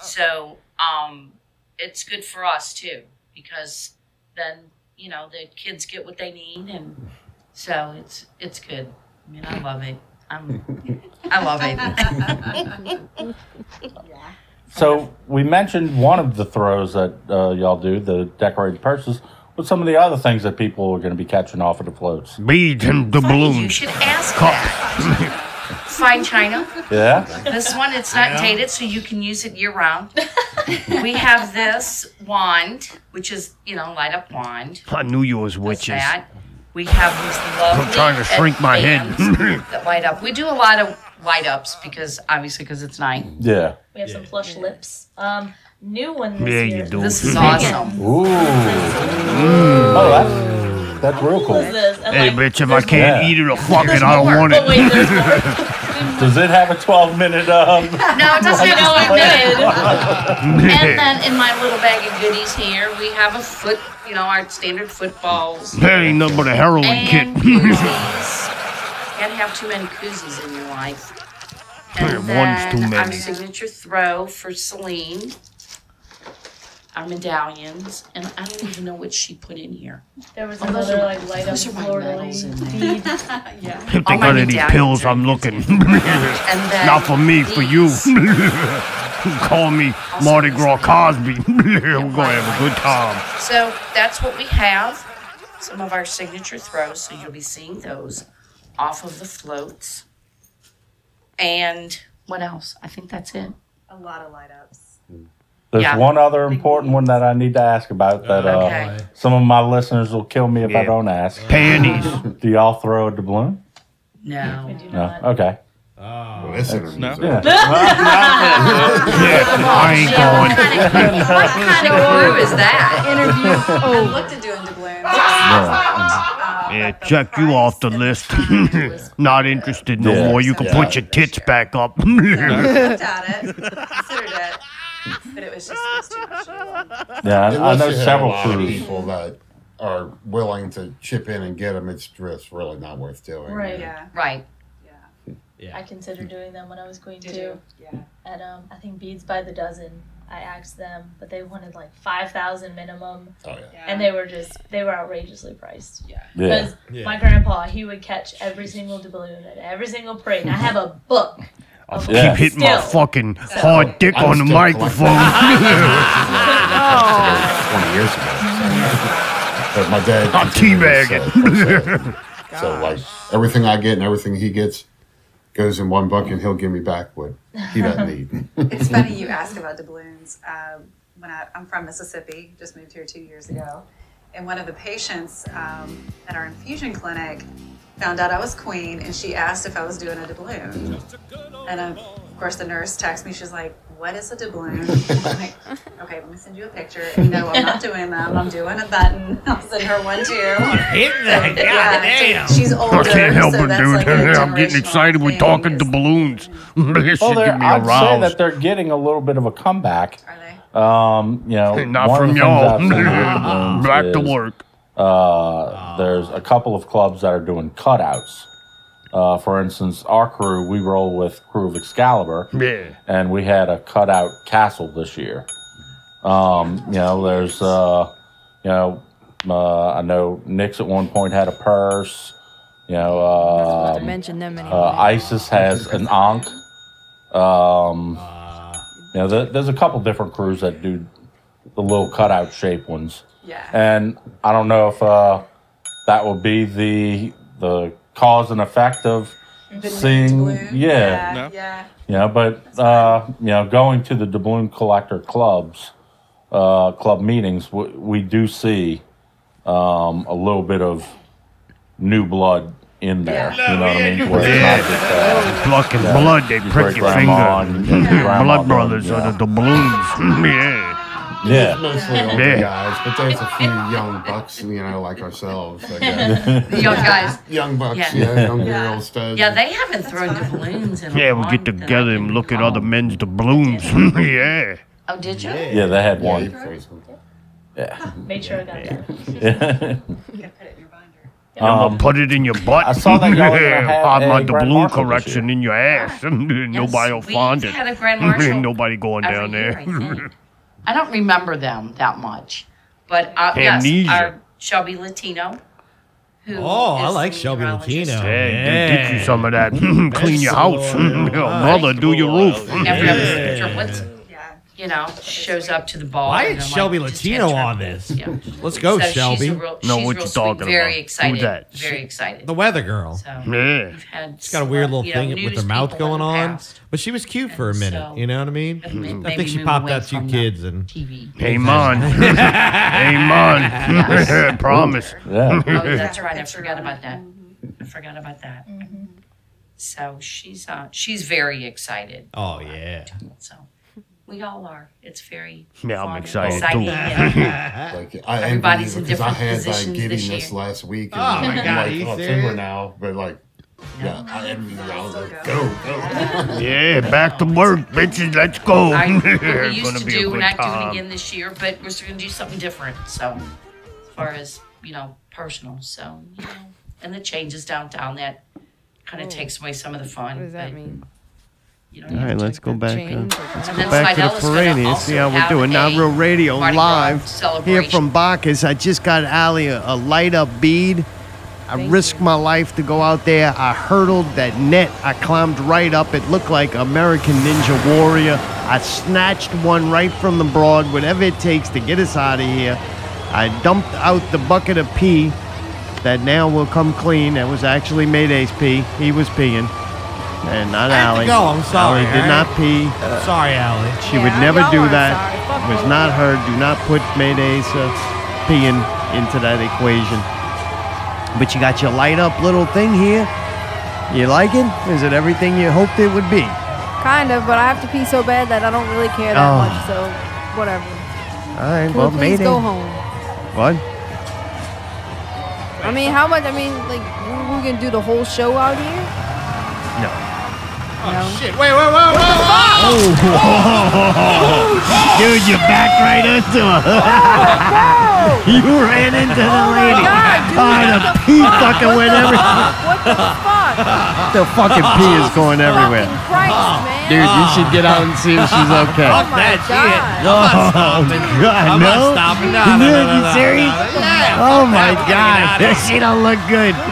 S7: So um, it's good for us too because then you know the kids get what they need, and so it's it's good. I mean, I love it. I'm I love it.
S6: So we mentioned one of the throws that uh, y'all do, the decorated purses. What's some of the other things that people are going to be catching off of the floats?
S5: Beads and the
S7: You
S5: balloons.
S7: should ask that. Fine china.
S6: Yeah,
S7: This one, it's not dated, so you can use it year round. we have this wand, which is, you know, light up wand.
S5: I knew you was
S7: What's
S5: witches.
S7: that? We have these lovely.
S5: I'm trying to shrink my head.
S7: head. that light up. We do a lot of light ups because obviously because it's night.
S6: yeah.
S10: We have some plush lips. Um, new one this
S5: Yeah,
S10: year.
S5: you do.
S7: This is awesome.
S6: Ooh. Oh, that's that's real
S10: What is
S6: cool.
S10: this? And
S5: Hey,
S10: like,
S5: bitch, if I can't
S6: more.
S5: eat it or fuck it, I don't want
S10: Oh, wait,
S5: it.
S10: there's more.
S6: Does it have a 12 minute? Um,
S7: No, it doesn't
S10: No,
S7: have
S10: it did.
S7: And then in my little bag of goodies here, we have a foot, you know, our standard footballs.
S5: That ain't nothing but a heroin
S7: And
S5: kit.
S7: koozies. Can't have too many koozies in your life.
S5: Yeah,
S7: And
S5: one's
S7: then
S5: too
S7: our
S5: many.
S7: signature throw for Celine. Our medallions, and I don't even know what she put in here.
S10: There was
S7: those
S10: another
S7: are-
S10: like light up
S7: those are my
S10: florally
S7: medals in there.
S10: bead.
S5: if they
S7: all my
S5: got any
S7: medallions
S5: pills,
S7: are
S5: I'm looking.
S7: And then
S5: Not for me, for you.
S7: these.
S5: Call me Mardi Gras Cosby. We're going to have a good time.
S7: So that's what we have. Some of our signature throws, so you'll be seeing those off of the floats. And what else? I think that's it.
S9: A lot of light ups.
S6: there's
S7: Yeah.
S6: one other important one that I need to ask about that uh,
S7: Okay.
S6: some of my listeners will kill me if I
S5: Yeah.
S6: don't ask.
S5: Panties.
S6: Do y'all throw a doubloon?
S7: No.
S6: No. Okay.
S8: Well, that's no.
S6: Yeah.
S5: Yeah, I ain't going.
S7: What kind of, what kind of crew is that?
S3: Interview.
S9: I
S3: Oh,
S9: looked at doing doubloons.
S5: Yeah, check you off the list. Not interested no
S6: Yeah.
S5: more. You can
S6: Yeah.
S5: put your tits back up.
S9: looked at it, considered it, but it was just it was too much.
S6: Yeah, I, I
S8: Unless
S6: know
S8: you have a
S6: several
S8: lot of
S6: crews.
S8: people that are willing to chip in and get them. It's just really not worth doing.
S10: Right.
S9: Yeah,
S7: Right.
S9: yeah.
S10: I considered doing them when I was queen
S9: Did
S10: too.
S9: you? Yeah.
S10: At um, I think beads by the dozen. I asked them, but they wanted like five thousand minimum,
S8: Oh yeah.
S9: yeah.
S10: and they were just they were outrageously priced.
S9: Yeah.
S6: Yeah.
S10: Because my grandpa, he would catch every single doubloon at every single parade. And I have a book. of
S6: Yeah.
S10: them.
S5: Keep hitting my
S10: Still.
S5: fucking hard dick
S8: I'm
S5: on the
S8: still collecting.
S5: microphone.
S7: Ah.
S3: Oh.
S8: Twenty years ago. so. But my dad.
S5: I'm teabagging.
S8: So, so like everything I get and everything he gets goes in one bucket. He'll give me back what he doesn't need.
S9: It's funny you ask about doubloons. Um, when I, I'm from Mississippi, just moved here two years ago, and one of the patients um, at our infusion clinic found out I was queen, and she asked if I was doing a doubloon. And uh, of course, the nurse texts me. She's like, "What is a doubloon?" I'm like, okay, let me send you a picture. And no, I'm not doing them. I'm doing a button. I'll send her one too.
S2: Hit that.
S9: Yeah, so she's older.
S5: I can't help
S9: so
S5: it,
S9: that's
S5: dude.
S9: Like a
S5: I'm
S9: generational
S5: getting excited. We're
S9: thing.
S5: talking to
S9: It's-
S5: balloons. This
S6: Well,
S5: should
S6: they're,
S5: get me
S6: I'd say that
S5: aroused.
S6: they're getting a little bit of a comeback.
S9: Are they?
S6: Um, you know,
S5: Not
S6: one of
S5: from
S6: the things
S5: y'all.
S6: I've seen with balloons
S5: Back to
S6: is,
S5: work.
S6: Uh, there's a couple of clubs that are doing cutouts. Uh, for instance, our crew, we roll with Crew of Excalibur,
S5: Yeah.
S6: and we had a cutout castle this year. Um, you know, there's, uh, you know, uh, I know Nick's at one point had a purse. You know, uh,
S3: to
S2: Um,
S3: mention them anyway.
S6: uh, ISIS has an Ankh. Um, you know, there, there's a couple different crews that do the little cutout shape ones,
S8: Uh,
S9: Yeah.
S6: and I don't know if uh, that will be the the cause and effect of seeing,
S9: Doubloon?
S6: yeah,
S9: Yeah. yeah.
S6: you know, but uh, you know, going to the doubloon collector clubs, uh, club meetings, we, we do see um, a little bit of new blood in there. You know what I mean? Where it's not just, uh,
S5: Plucking blood, they prick your
S6: Grandma
S5: finger.
S6: and- and grandma
S5: Blood
S6: doing-
S5: brothers
S6: yeah.
S5: are the doubloons. Yeah.
S6: Yeah.
S8: Mostly older
S5: Yeah.
S8: guys, but there's a few young bucks, you know, like ourselves. That got-
S7: The young guys.
S8: young bucks,
S7: Yeah.
S8: yeah, young
S9: Yeah.
S8: girls. does.
S7: Yeah, they haven't thrown doubloons in a
S5: Yeah, we
S7: long
S5: get
S7: that I
S5: together and
S7: can
S5: look at
S7: recall.
S5: other men's doubloons. yeah.
S7: Oh, did you?
S6: Yeah, they had
S8: Yeah, you
S6: one.
S8: throw some-
S10: Made sure I got that.
S9: You gotta put it in your binder.
S5: I'm
S6: Um,
S5: gonna put it in your butt.
S6: I saw that guy that
S5: Yeah,
S6: had
S5: hide
S6: a
S5: my
S6: Grand
S5: doubloon
S6: Marshal this
S5: correction in your ass. Nobody will
S7: Yes,
S5: find
S7: we
S5: it.
S7: had a grand marshal
S5: Nobody going
S7: every
S5: down
S7: year,
S5: there.
S7: I, think. I don't remember them that much, but uh, yes,
S5: Amnesia.
S7: our Shelby Latino who
S2: Oh, I
S7: is
S2: like
S7: the
S2: Shelby
S7: meteorologist.
S2: Lucchino.
S5: Hey,
S2: yeah.
S5: get you some of that. Clean your house. Your mother, do your roof.
S7: Never
S2: Yeah.
S7: have a picture. What's
S9: Yeah.
S7: you know shows up to the ball.
S2: Why
S7: and
S2: is
S7: I'm like,
S2: Shelby
S7: just
S2: Latino
S7: picture.
S2: on this?
S7: Yeah.
S2: Let's go,
S7: So
S2: Shelby.
S7: She's a real,
S5: Know what
S7: she's real
S5: you're
S7: sweet,
S5: talking
S7: Very
S5: about. Who's
S7: excited.
S5: that?
S7: Very
S5: She-
S7: excited.
S2: the weather girl.
S7: so,
S5: Yeah.
S7: had
S2: She's got a weird little
S7: you know,
S2: thing with her
S7: news
S2: mouth
S7: people in
S2: going
S7: the
S2: on,
S7: past.
S2: but she was cute for a
S7: And
S2: minute.
S7: so-
S2: you know what I mean?
S7: And then
S2: I
S7: maybe
S2: think she
S7: move
S2: popped
S7: away
S2: out two
S7: from the
S2: kids and.
S7: TV.
S5: Amen. Amen. Promise.
S14: Yeah.
S7: Oh, that's right. I
S9: Picture
S7: forgot
S9: on it.
S7: about that. I forgot about that. So she's uh, she's very excited.
S2: Oh yeah.
S7: So we all are. It's very
S5: Yeah, I'm
S7: fun and
S5: excited,
S7: exciting
S5: too.
S7: and-
S8: Like I
S7: Everybody's
S8: envy you
S7: in
S8: because I
S7: different
S8: had like
S7: positions
S8: getting
S7: this
S8: this,
S7: year.
S8: last week. And
S2: Oh, my
S8: I'm
S2: God, are
S8: like,
S2: you
S8: oh, it's
S2: serious?
S8: over now, but like, yeah, I envy you. I was like, go, go.
S5: Yeah, back to work, bitches. Let's go.
S7: I what we
S5: It's
S7: used
S5: gonna
S7: to
S5: be a
S7: do. We're
S5: good
S7: not doing it
S5: time.
S7: again this year, but we're still gonna do something different. So as far as you know, personal. So you know, and the changes downtown that kind of takes away some of the fun.
S3: What does that
S7: but,
S3: mean?
S7: You know,
S1: All right, let's go back. uh,
S3: Change or-
S7: and then
S1: back to the
S7: Slidell is gonna
S1: parade and see
S7: also
S1: how we're
S7: have
S1: doing. Now
S7: a
S1: real radio
S7: Mardi Gras
S1: live here
S7: celebration.
S1: from Bacchus. I just got Ali a, a light up bead. I
S3: Thank
S1: risked
S3: you.
S1: my life to go out there. I hurdled that net. I climbed right up. It looked like American Ninja Warrior. I snatched one right from the broad, whatever it takes to get us out of here. I dumped out the bucket of pee that now will come clean. That was actually Mayday's pee. He was peeing. And not
S2: I have to
S1: Ali.
S2: go. I'm sorry,
S1: Ali did
S2: all
S1: not
S2: right?
S1: pee.
S2: Sorry, Allie.
S1: She would
S3: Yeah,
S1: never
S3: y'all
S1: do
S3: are
S1: that.
S3: sorry. Fuck
S1: was
S3: all
S1: not
S3: y'all.
S1: her. Do not put mayonnaise uh, peeing into that equation. But you got your light up little thing here. You like it? Is it everything you hoped it would be?
S3: Kind of, but I have to pee so bad that I don't really care that
S1: Oh.
S3: much. So whatever.
S1: All right.
S3: Can we
S1: well,
S3: please
S1: mayday.
S3: go home.
S1: What?
S3: I mean, how much? I mean, like, we we gonna do the whole show out here?
S1: No.
S3: No.
S2: Oh shit! Wait, wait, wait, wait! wait.
S1: Oh, dude, you backed right into her. you ran into the lady.
S3: Oh God, dude,
S1: oh, the pee fucking went everywhere.
S3: What the fuck?
S1: The fucking pee is going everywhere. Ah.
S3: Fucking Christ, man.
S1: Dude, you should get out and see if she's okay.
S3: Oh
S2: Fuck
S3: my
S2: that shit.
S3: God.
S1: Oh, God,
S2: I'm
S1: no.
S2: not stopping. No,
S1: You
S2: no, no,
S1: doing-
S2: no,
S1: you
S2: no,
S1: serious?
S2: no, no. Yeah.
S1: Oh my
S2: fuck
S1: God,
S2: that. Get outta
S1: she don't look good.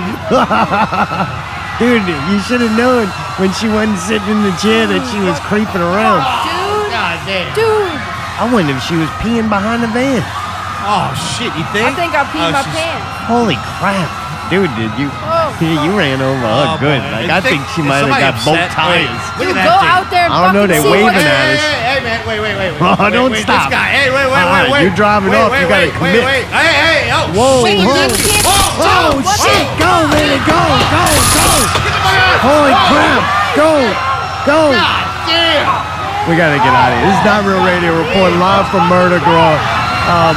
S1: Dude, you should have known when she wasn't sitting in the chair that she was creeping around.
S2: Oh, God damn.
S3: Dude,
S1: I wonder if she was peeing behind the van.
S2: Oh shit! You think?
S3: I think I peed
S2: Oh,
S3: my
S2: she's-
S3: pants.
S1: Holy crap. Dude, did you?
S3: Oh,
S1: Yeah, you ran over her
S2: Oh,
S1: good.
S2: boy.
S1: Like,
S2: Is
S1: I
S2: they-
S1: think she
S2: is
S1: might have
S2: somebody
S1: got both
S2: upset?
S1: tires.
S2: Wait, look
S3: Dude,
S2: at
S3: go
S2: that thing.
S3: out there and
S1: I don't know,
S3: fucking
S1: they
S3: see
S1: waving
S3: what
S1: at
S2: Hey,
S1: us.
S2: hey, hey, man, wait, wait, wait, wait.
S1: Oh,
S2: wait,
S1: don't
S2: wait,
S1: stop.
S2: This guy, hey, wait, wait,
S1: Uh-uh,
S2: wait, wait.
S1: you're driving
S2: wait,
S1: off,
S2: Wait,
S1: you gotta
S2: wait,
S1: commit.
S2: Wait, wait, hey, hey, oh,
S1: Whoa,
S2: shit.
S1: whoa.
S2: Whoa,
S1: Oh, shit. Go, baby. Go, go, go. Holy crap. Go, go. We got to get out of here. This is Not Real Radio Report live from Murder Girl. Um,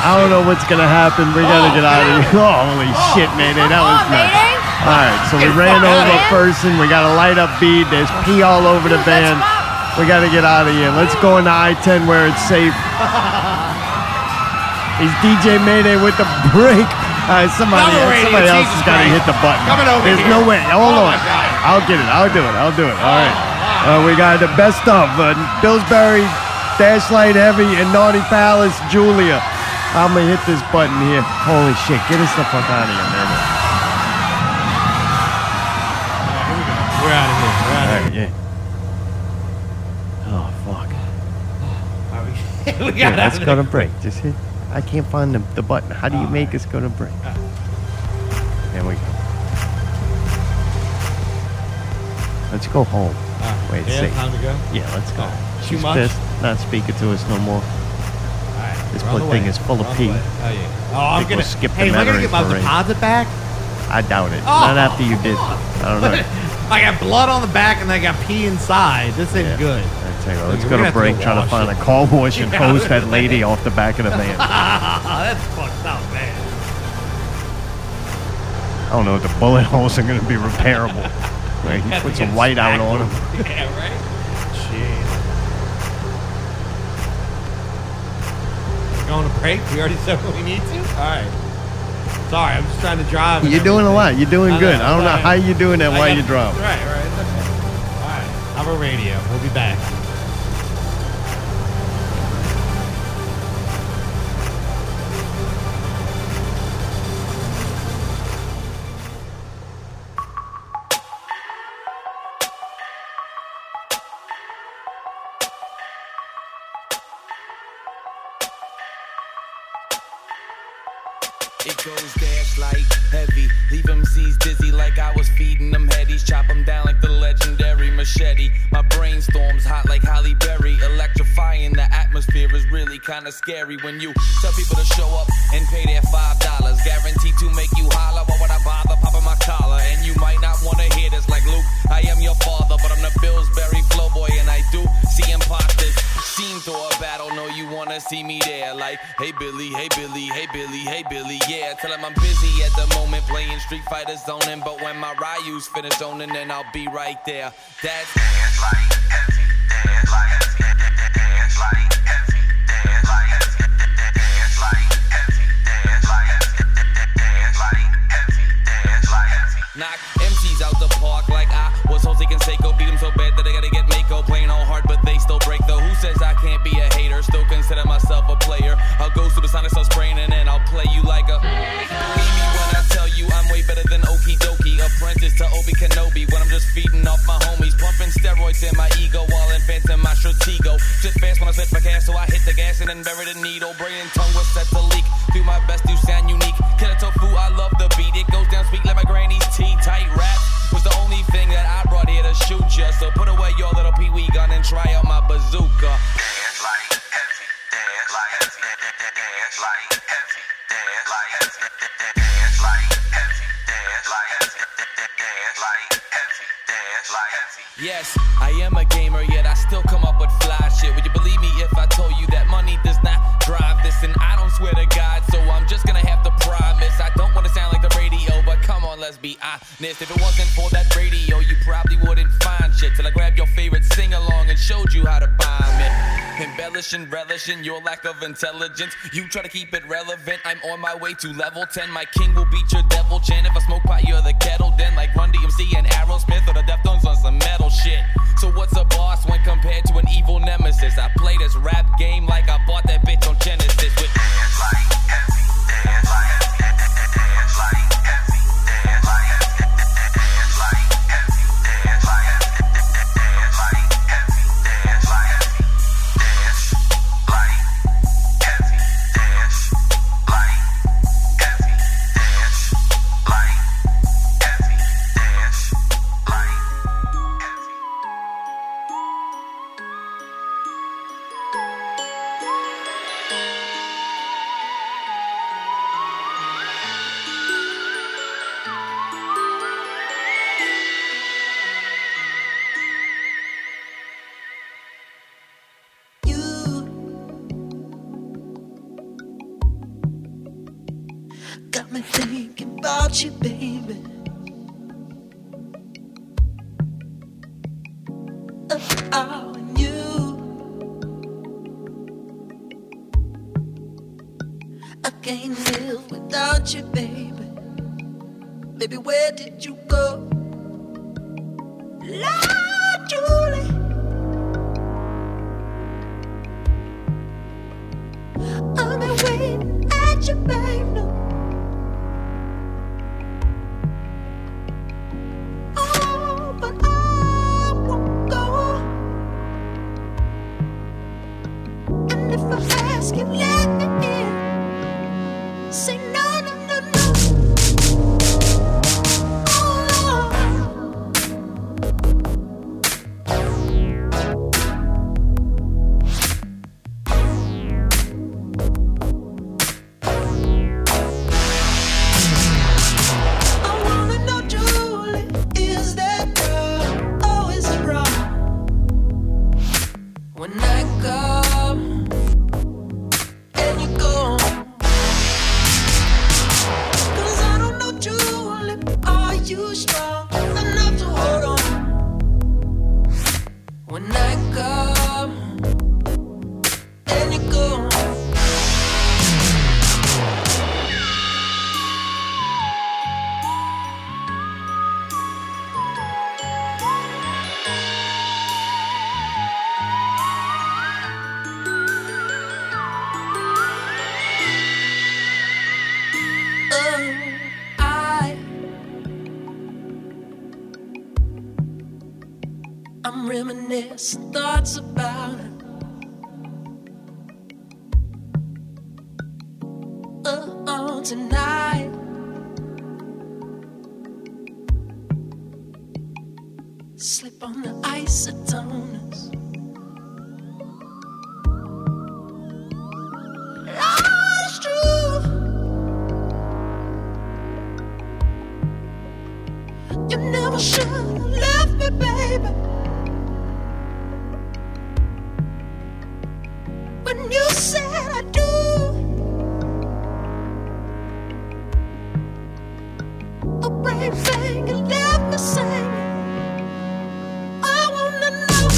S1: I don't know what's going to happen. We got to get out of here. Oh, holy shit, man. That was nuts. All right, so we ran over a person. We got a light up bead. There's pee all over the van. We got to get out of here. Let's go into I 10 where it's safe. Is DJ Mayday with the break? All right, somebody,
S2: Another radio,
S1: somebody else
S2: Jesus
S1: has got to
S2: Christ.
S1: hit the button.
S2: Coming over
S1: There's
S2: here.
S1: no way. Hold
S2: Oh,
S1: on.
S2: my God.
S1: I'll get it. I'll do it. I'll do it. All right. Uh, we got the best of uh, Pillsbury, Dashlight Heavy, and Naughty Palace, Julia. I'm going to hit this button here. Holy shit. Get us the fuck out of here, man.
S2: We're out of
S1: Alright,
S2: here. We're out of
S1: yeah. Oh fuck.
S2: here. we
S1: Yeah,
S2: got out
S1: let's
S2: of
S1: go
S2: here.
S1: to break. Just hit. I can't find the, the button. How do you make us go to break? There we go. Let's go home.
S2: Ah,
S1: Wait,
S2: yeah,
S1: safe.
S2: time to go.
S1: Yeah, let's go.
S2: Alright. Too
S1: She's
S2: much?
S1: pissed. Not speaking to us no more.
S2: All right,
S1: This
S2: we're on the
S1: blood thing
S2: way.
S1: is full of
S2: We're on the
S1: pee.
S2: way. Oh yeah. Oh, I'm
S1: think we'll
S2: gonna
S1: skip the
S2: Hey, am I gonna
S1: memory
S2: get my
S1: parade.
S2: deposit back?
S1: I doubt it.
S2: Oh,
S1: Not after you did. I don't know.
S2: I got blood on the back and I got pee inside. This ain't
S1: Yeah.
S2: good.
S1: I tell you what,
S2: We're
S1: let's
S2: gonna
S1: go to
S2: have to
S1: break
S2: go
S1: trying to
S2: wash
S1: find
S2: it.
S1: a car wash and
S2: Yeah.
S1: hose that lady off the back of the van. I
S2: That's fucked up, man.
S1: don't know if the bullet holes are going to be repairable. Right, he
S2: Have to
S1: puts a
S2: get us
S1: white out
S2: back
S1: on
S2: over-
S1: him.
S2: Yeah, right? Jeez. We're going to break? We already said what we need to? Alright. Sorry, I'm just trying to drive. and
S1: You're doing a
S2: everything.
S1: lot. You're doing
S2: I
S1: good.
S2: know,
S1: I don't know
S2: sorry.
S1: how you're doing that
S2: I
S1: while
S2: got-
S1: you drive.
S2: Right, right. it's okay. Alright. I'm a radio. We'll be back.
S11: It goes dash like heavy. Leave MCs dizzy like I was feeding them headies. Chop them down like the legendary machete. My brainstorm's hot like Halle Berry. Electrifying the atmosphere is really kinda scary when you tell people to show up and pay their five dollars. Guaranteed to make you holler. Why would I bother popping my collar? And you might not wanna hear this like Luke. I am your father, but I'm the Billsbury Flowboy, and I do see imposters. Seen through a battle, know you wanna see me there. Like, hey Billy, hey Billy, hey Billy, hey Billy, yeah. Tell him I'm busy at the moment playing Street Fighter zoning. But when my Ryu's finished zoning, then I'll be right there. That's dance like heavy, dance like heavy, dance like heavy, dance like heavy, dance like heavy, dance like heavy, dance like heavy, dance like heavy. Knock MCs out the park like I was Jose Canseco. Beat 'em so bad that I gotta get Mako. Playing all hard, but they still break though. Who says I can't be a hater? Still consider myself a player. I'll go through the sonic, start spraying, and then I'll play you like a. Believe me when I tell you I'm way better than Okie Dokie. Apprentice to Obi Kenobi when I'm just feeding off my homies. Pumping steroids in my ego while inventing my stratego. Just fast when I slip my gas, so I hit the gas and then bury the needle. Brain and tongue was set to leak. Do my best to sound unique. Killer tofu, I love the beat. It goes down sweet like my granny's tea. Tight rap was the only thing that I brought here to shoot ya. So put away your little pee wee gun and try out my bazooka. Dance like heavy, dance like heavy, dance like heavy, dance like heavy, dance like heavy, dance like heavy, dance like heavy, dance like heavy. Yes, I am a gamer, yet I still come up with fly shit. Would you believe me if I told you that money does not drive this? And I don't swear to God, so I'm just gonna have to promise. I don't wanna sound like the radio, but come on, let's be honest. If it wasn't for that radio, you probably wouldn't find shit. Till I grabbed your favorite sing along and showed you how to bomb it. Embellishing, relishing your lack of intelligence. You try to keep it relevant. I'm on my way to level 10. My king will beat your devil chin. If I smoke pot, you're the kettle den. Like Run DMC and Aerosmith or the Deftones on some metal shit. So what's a boss when compared to an evil nemesis? I play this rap game like I bought that bitch on Genesis with dance like heavy, dance like heavy, dance like heavy, dance like heavy, dance like heavy, dance like heavy, dance like heavy, dance like heavy, dance like heavy, dance like heavy, dance like heavy, dance like heavy.
S12: Got me thinking about you, baby. About you. I can't live without you, baby. Baby, where did you go? La Julie. I've been waiting at you, baby. Oh, but I won't go. And if I ask you, let me in. Say no, no, no, no. Oh, I wanna know, Julie, is that Oh, girl always wrong? When I come and you go. Cause I don't know, Julie, are you strong enough to hold on? When I come and you go. Oh, I I'm reminiscing thoughts about her. Uh, uh, alone tonight. Slip on the isotoners. Ah, it's true. You never should have left me, baby. When you said I do. a brave thing and let me sing. I wanna know.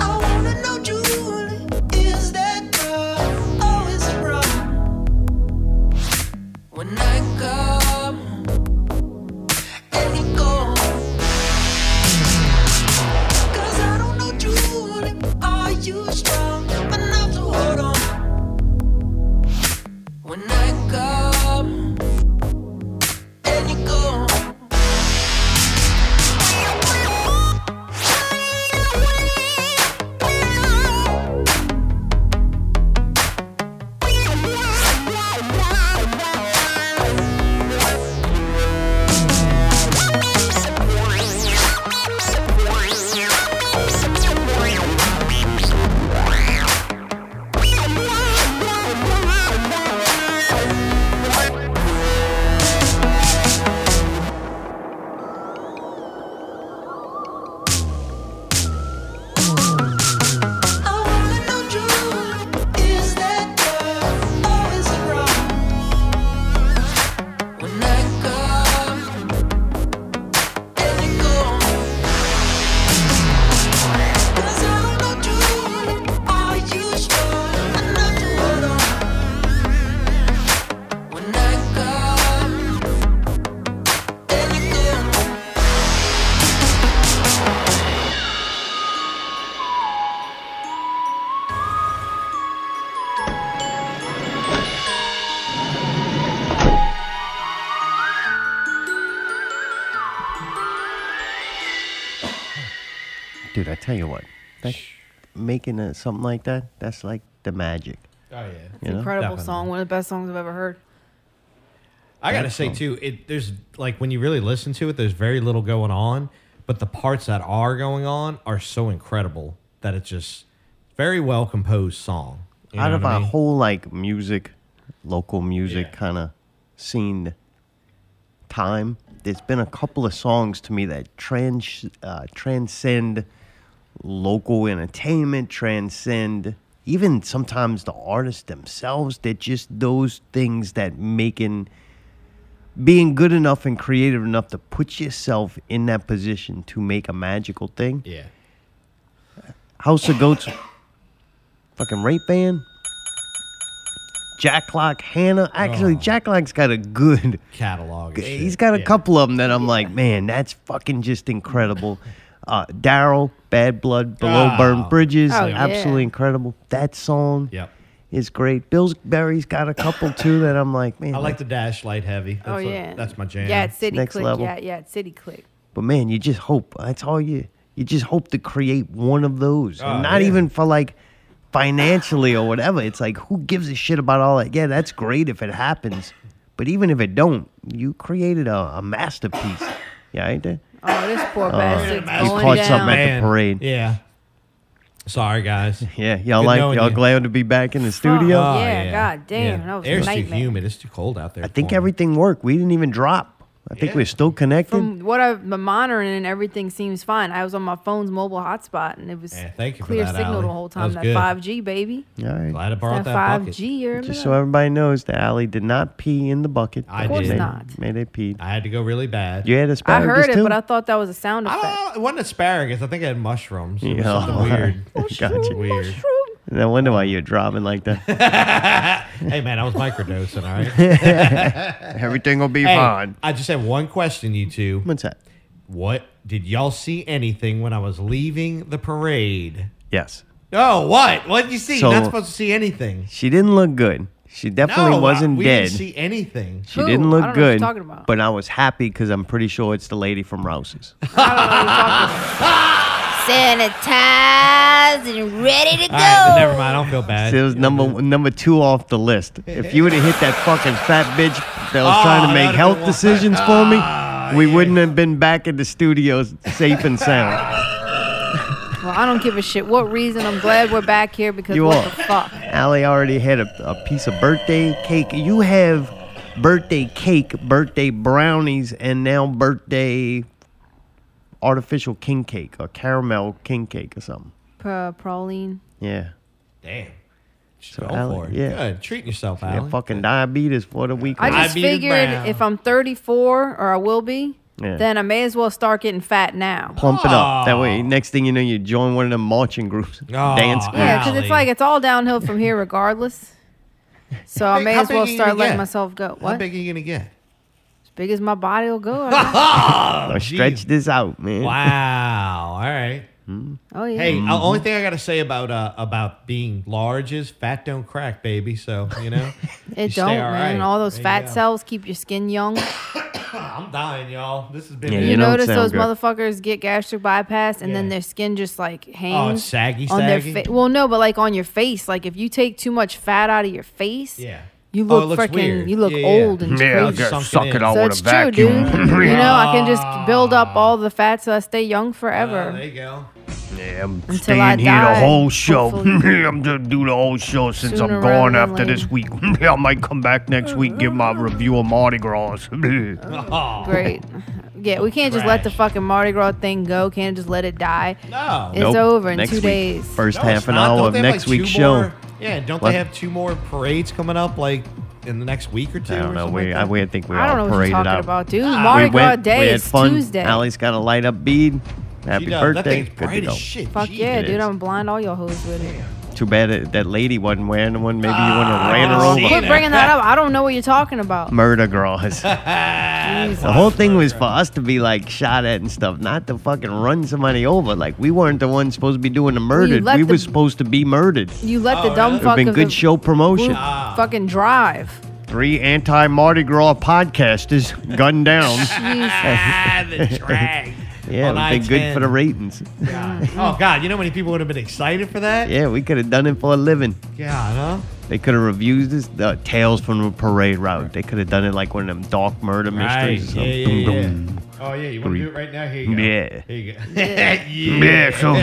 S12: I wanna know, Julie, is that girl Oh, always wrong? When I come and you go. 'Cause I don't know, Julie, are you strong enough to hold on? When I come and you go.
S4: Dude, I tell you what, that, making a, something like that, that's like the magic.
S2: Oh yeah.
S4: You know?
S3: Incredible
S2: Definitely.
S3: song, one of the best songs I've ever heard.
S2: I gotta
S4: That's
S2: say
S4: cool.
S2: too, it there's like when you really listen to it, there's very little going on, but the parts that are going on are so incredible that it's just very well composed song. You
S4: Out
S2: know
S4: of
S2: what I
S4: our
S2: mean?
S4: whole like music, local music
S2: Yeah.
S4: kind of scene time, there's been a couple of songs to me that trans uh, transcend local entertainment, transcend even sometimes the artists themselves. They're just those things that making being good enough and creative enough to put yourself in that position to make a magical thing.
S2: yeah.
S4: House of Goats, fucking rape band. Jack Lock, Hannah. Actually, Jack Lock's got a good.
S2: Catalog. and
S4: He's
S2: Oh. shit.
S4: got a
S2: Yeah.
S4: couple of them that I'm like, man, that's fucking just incredible. Uh, Daryl, Bad Blood, Below
S2: Oh.
S4: Burned Bridges,
S3: Oh, yeah.
S4: absolutely incredible. That song
S2: Yep.
S4: is great. Bill's Berry's got a couple too that I'm like, man.
S2: I like the dash light heavy. That's
S3: oh
S2: what-
S3: yeah,
S2: that's my jam.
S3: Yeah, it's City
S4: Next
S3: Click.
S4: level.
S3: Yeah, yeah, it's City Click.
S4: But man, you just hope. That's all you. You just hope to create one of those,
S2: Oh,
S4: and not
S2: yeah.
S4: even for like financially or whatever. It's like who gives a shit about all that? Yeah, that's great if it happens, but even if it don't, you created a, a masterpiece. Yeah, ain't that?
S3: Oh, this poor bastard's
S4: he
S3: going
S4: caught
S3: down.
S4: something at the
S2: Man,
S4: parade.
S2: Yeah. Sorry guys.
S4: Yeah, y'all
S2: Good
S4: like
S2: knowing
S4: y'all
S2: you. Uh,
S4: glad to be back in the studio.
S3: Oh, yeah, god damn, that was a
S2: Air's too
S3: nightmare.
S2: humid. It's too cold out there.
S4: I think
S2: for me.
S4: everything worked. We didn't even drop. I think we're still connected.
S3: From what I've been monitoring and everything seems fine. I was on my phone's mable hotspot and it was
S2: Yeah, thank you for
S3: clear
S2: that,
S3: signal
S2: Ally.
S3: the whole
S2: That
S3: time.
S2: was
S3: That,
S2: good.
S3: 5G baby,
S4: all right.
S2: Glad I borrowed
S3: that
S2: that, bucket.
S3: 5G. You're
S4: Just so everybody knows that Allie did not pee in the bucket.
S2: I Of course
S4: May-
S3: not.
S4: May they peed.
S2: I had to go really bad.
S4: You had
S3: I
S4: asparagus
S3: heard it,
S4: too?
S3: but I thought that was a sound
S2: I
S3: effect.
S2: don't know. It wasn't asparagus. I think I had mushrooms. It was
S4: Yeah.
S2: something weird.
S3: Oh,
S4: Gotcha.
S2: Weird.
S4: No wonder why you're dropping like that.
S2: Hey man, I was microdosing. All right. Hey,
S4: Everything will be
S2: I just had one question, you two.
S4: What's that?
S2: What did y'all see anything when I was leaving the parade?
S4: Yes.
S2: Oh, what? What did you see?
S4: So-
S2: Not supposed to see anything.
S4: She didn't look good. She definitely
S2: no, I-
S4: wasn't
S2: we
S4: dead.
S2: didn't see anything.
S4: she
S3: Who?
S4: didn't
S3: I
S4: look
S3: don't know what you're
S4: good.
S3: talking about.
S4: But I was happy because I'm pretty sure it's the lady from Rouse's.
S12: sanitized and ready to go.
S2: All right, then never mind. I don't feel bad.
S4: So it was number number two off the list. If you would have hit that fucking fat bitch that was
S2: Oh,
S4: trying to
S2: that'd
S4: make
S2: have
S4: health
S2: been one. Ah,
S4: decisions for me, we wouldn't have been back at the studios safe and sound.
S3: Well, I don't give a shit what reason. I'm glad we're back here because
S4: You
S3: what
S4: are.
S3: the fuck?
S4: Allie already had a, a piece of birthday cake. You have birthday cake, birthday brownies, and now birthday artificial king cake or caramel king cake or something.
S3: Uh, Praline.
S4: Yeah.
S2: Damn. Just
S4: So
S2: go
S4: Allie-
S2: for it.
S4: yeah.
S2: Good. Treating yourself,
S4: Yeah,
S2: Allie.
S4: fucking diabetes for the week.
S3: I just
S2: I beat it
S3: figured
S2: down.
S3: if I'm 34 or I will be,
S4: Yeah.
S3: then I may as well start getting fat now.
S4: plump it
S2: Oh,
S4: up. That way, next thing you know, you join one of them marching groups,
S2: Aw,
S4: dance groups.
S3: Yeah, because
S2: Golly.
S3: it's like it's all downhill from here, regardless. So Oh, I
S15: Hey,
S3: may
S15: how
S3: as well
S15: big are you
S3: start
S15: gonna
S3: letting
S15: get?
S3: myself go.
S15: How
S3: What?
S15: big are you gonna get?
S3: As big as my body will go. I guess.
S4: Now stretch this out, man.
S2: Wow. All right.
S3: oh yeah.
S2: Hey, the only thing I gotta say about uh, about being large is fat don't crack, baby. So you know, you
S3: it
S2: stay
S3: don't,
S2: all
S3: man.
S2: right.
S3: All those
S2: There you
S3: fat
S2: go.
S3: cells keep your skin young.
S2: I'm dying, y'all. This has been.
S4: Yeah,
S2: it.
S4: you
S3: You
S4: don't
S3: notice
S4: sound
S3: those
S4: good.
S3: motherfuckers get gastric bypass and then
S2: Yeah. Oh,
S3: their skin just like hangs.
S2: saggy,
S3: on their
S2: saggy?
S3: face. Well, no, but like on your face. Like if you take too much fat out of your face,
S2: yeah.
S3: you
S2: Oh, it
S3: look
S2: looks
S3: freaking,
S2: weird.
S3: you look
S2: Yeah, yeah.
S3: old and
S5: Yeah, I
S3: crazy.
S2: got-
S5: gotta
S2: Sunken
S5: suck it
S2: in.
S4: Oh,
S5: out
S3: So
S5: with
S3: it's
S5: a
S3: true, dude.
S5: vacuum.
S3: you know, I can just build up all the fat so I stay young
S2: Oh,
S3: forever.
S2: there you go.
S5: Yeah, I'm
S3: Until
S5: staying
S3: I
S5: here
S3: die,
S5: the whole show.
S3: hopefully.
S5: I'm gonna do the whole show since
S3: Sooner
S5: I'm gone
S3: rather than
S5: after this week. I might come back next week give my review of Mardi Gras.
S2: Oh,
S3: Great. Yeah, we can't just let the fucking Mardi Gras thing go. Can't just let it die.
S2: no.
S3: It's
S4: Nope.
S3: over in
S4: next
S3: two
S4: week,
S3: days.
S4: First
S2: No,
S4: half
S2: it's
S4: an
S2: not. Don't
S4: hour of
S2: they have,
S4: next
S2: like,
S4: week's
S2: two
S4: show.
S2: more- yeah, don't
S4: What?
S2: they have two more parades coming up like in the next week or two?
S4: I
S2: or
S4: don't know.
S2: something
S4: We,
S2: like
S4: I,
S2: that?
S4: we think we
S3: I don't know
S4: all
S3: what you're
S4: paraded
S3: talking
S4: out.
S3: about, dude.
S4: We
S3: Mardi Gras
S4: went. we
S3: Day
S4: had
S3: is
S4: fun.
S3: Tuesday.
S4: Allie's got a light up bead. Happy
S2: She does. That
S4: birthday.
S2: thing's
S4: Good to
S2: bright
S4: go.
S2: as shit.
S3: Fuck
S2: Jeez.
S3: yeah,
S4: it
S3: dude.
S4: is.
S3: I'm gonna blind all your hoes with it.
S4: Too bad that, that lady wasn't wearing one. Maybe you wouldn't have ran her
S2: Ah, see
S4: over.
S3: Oh, Quit bringing that up. I don't know what you're talking about.
S4: Murder Gras.
S3: Jesus.
S2: Ah,
S4: The whole thing was for us to be like shot at and stuff, not to fucking run somebody over. Like we weren't the ones supposed to be doing the murder.
S3: let
S4: We
S3: the-
S4: were supposed to be murdered.
S3: You let the
S2: Oh, really?
S3: dumb
S2: Ah.
S4: It's
S3: fuck
S4: been
S3: of
S4: good
S3: the
S4: show promotion.
S3: group fucking drive.
S4: Three anti Mardi Gras podcasters gunned down.
S2: Ah, the drag.
S4: yeah,
S2: on
S4: it would be good for the
S2: I-10.
S4: ratings.
S3: Mm.
S2: God. Oh God, you know how many people would have been excited for that?
S4: Yeah, we could have done it for a living.
S2: God, huh?
S4: They could have reviewed this uh, Tales from the Parade Route. They could have done it like one of them dark murder
S2: Right.
S4: mysteries. or
S2: Yeah,
S4: something.
S2: yeah,
S4: Boom,
S2: yeah.
S4: boom.
S2: Oh yeah, you want to do it right now? Here you go.
S4: Yeah.
S2: Here you go.
S5: Yeah, so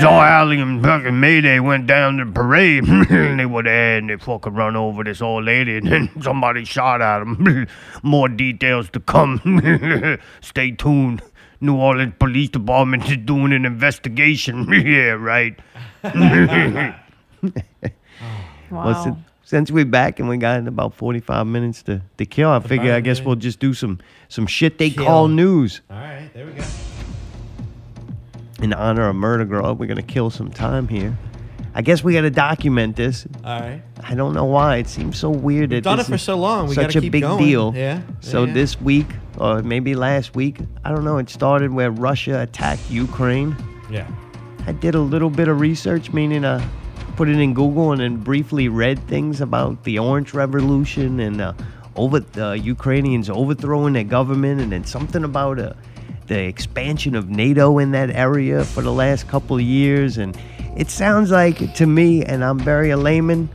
S5: Zar Alley and fucking Mayday went down to the parade and they were there and they fucking run over this old lady and then somebody shot at them. More details to come. Stay tuned. New Orleans Police Department is doing an investigation. yeah, right.
S3: Wow.
S4: Well, since, since we're back and we got about 45 minutes to, to kill, I figure I guess we'll just do some, some shit they call
S2: Kill.
S4: news.
S2: All right, there we go.
S4: In honor of Murder Girl, we're going to kill some time here. I guess we got to document this.
S2: All right.
S4: I don't know why. It seems so weird. that
S2: done
S4: this
S2: it for
S4: is
S2: so long, we
S4: such
S2: gotta
S4: a
S2: keep
S4: big
S2: going.
S4: deal.
S2: Yeah,
S4: So
S2: yeah.
S4: this week, or maybe last week, I don't know, it started where Russia attacked Ukraine.
S2: Yeah.
S4: I did a little bit of research, meaning I put it in Google and then briefly read things about the Orange Revolution and uh, over the Ukrainians overthrowing their government, and then something about uh, the expansion of NATO in that area for the last couple of years. And it sounds like to me, and I'm very a layman,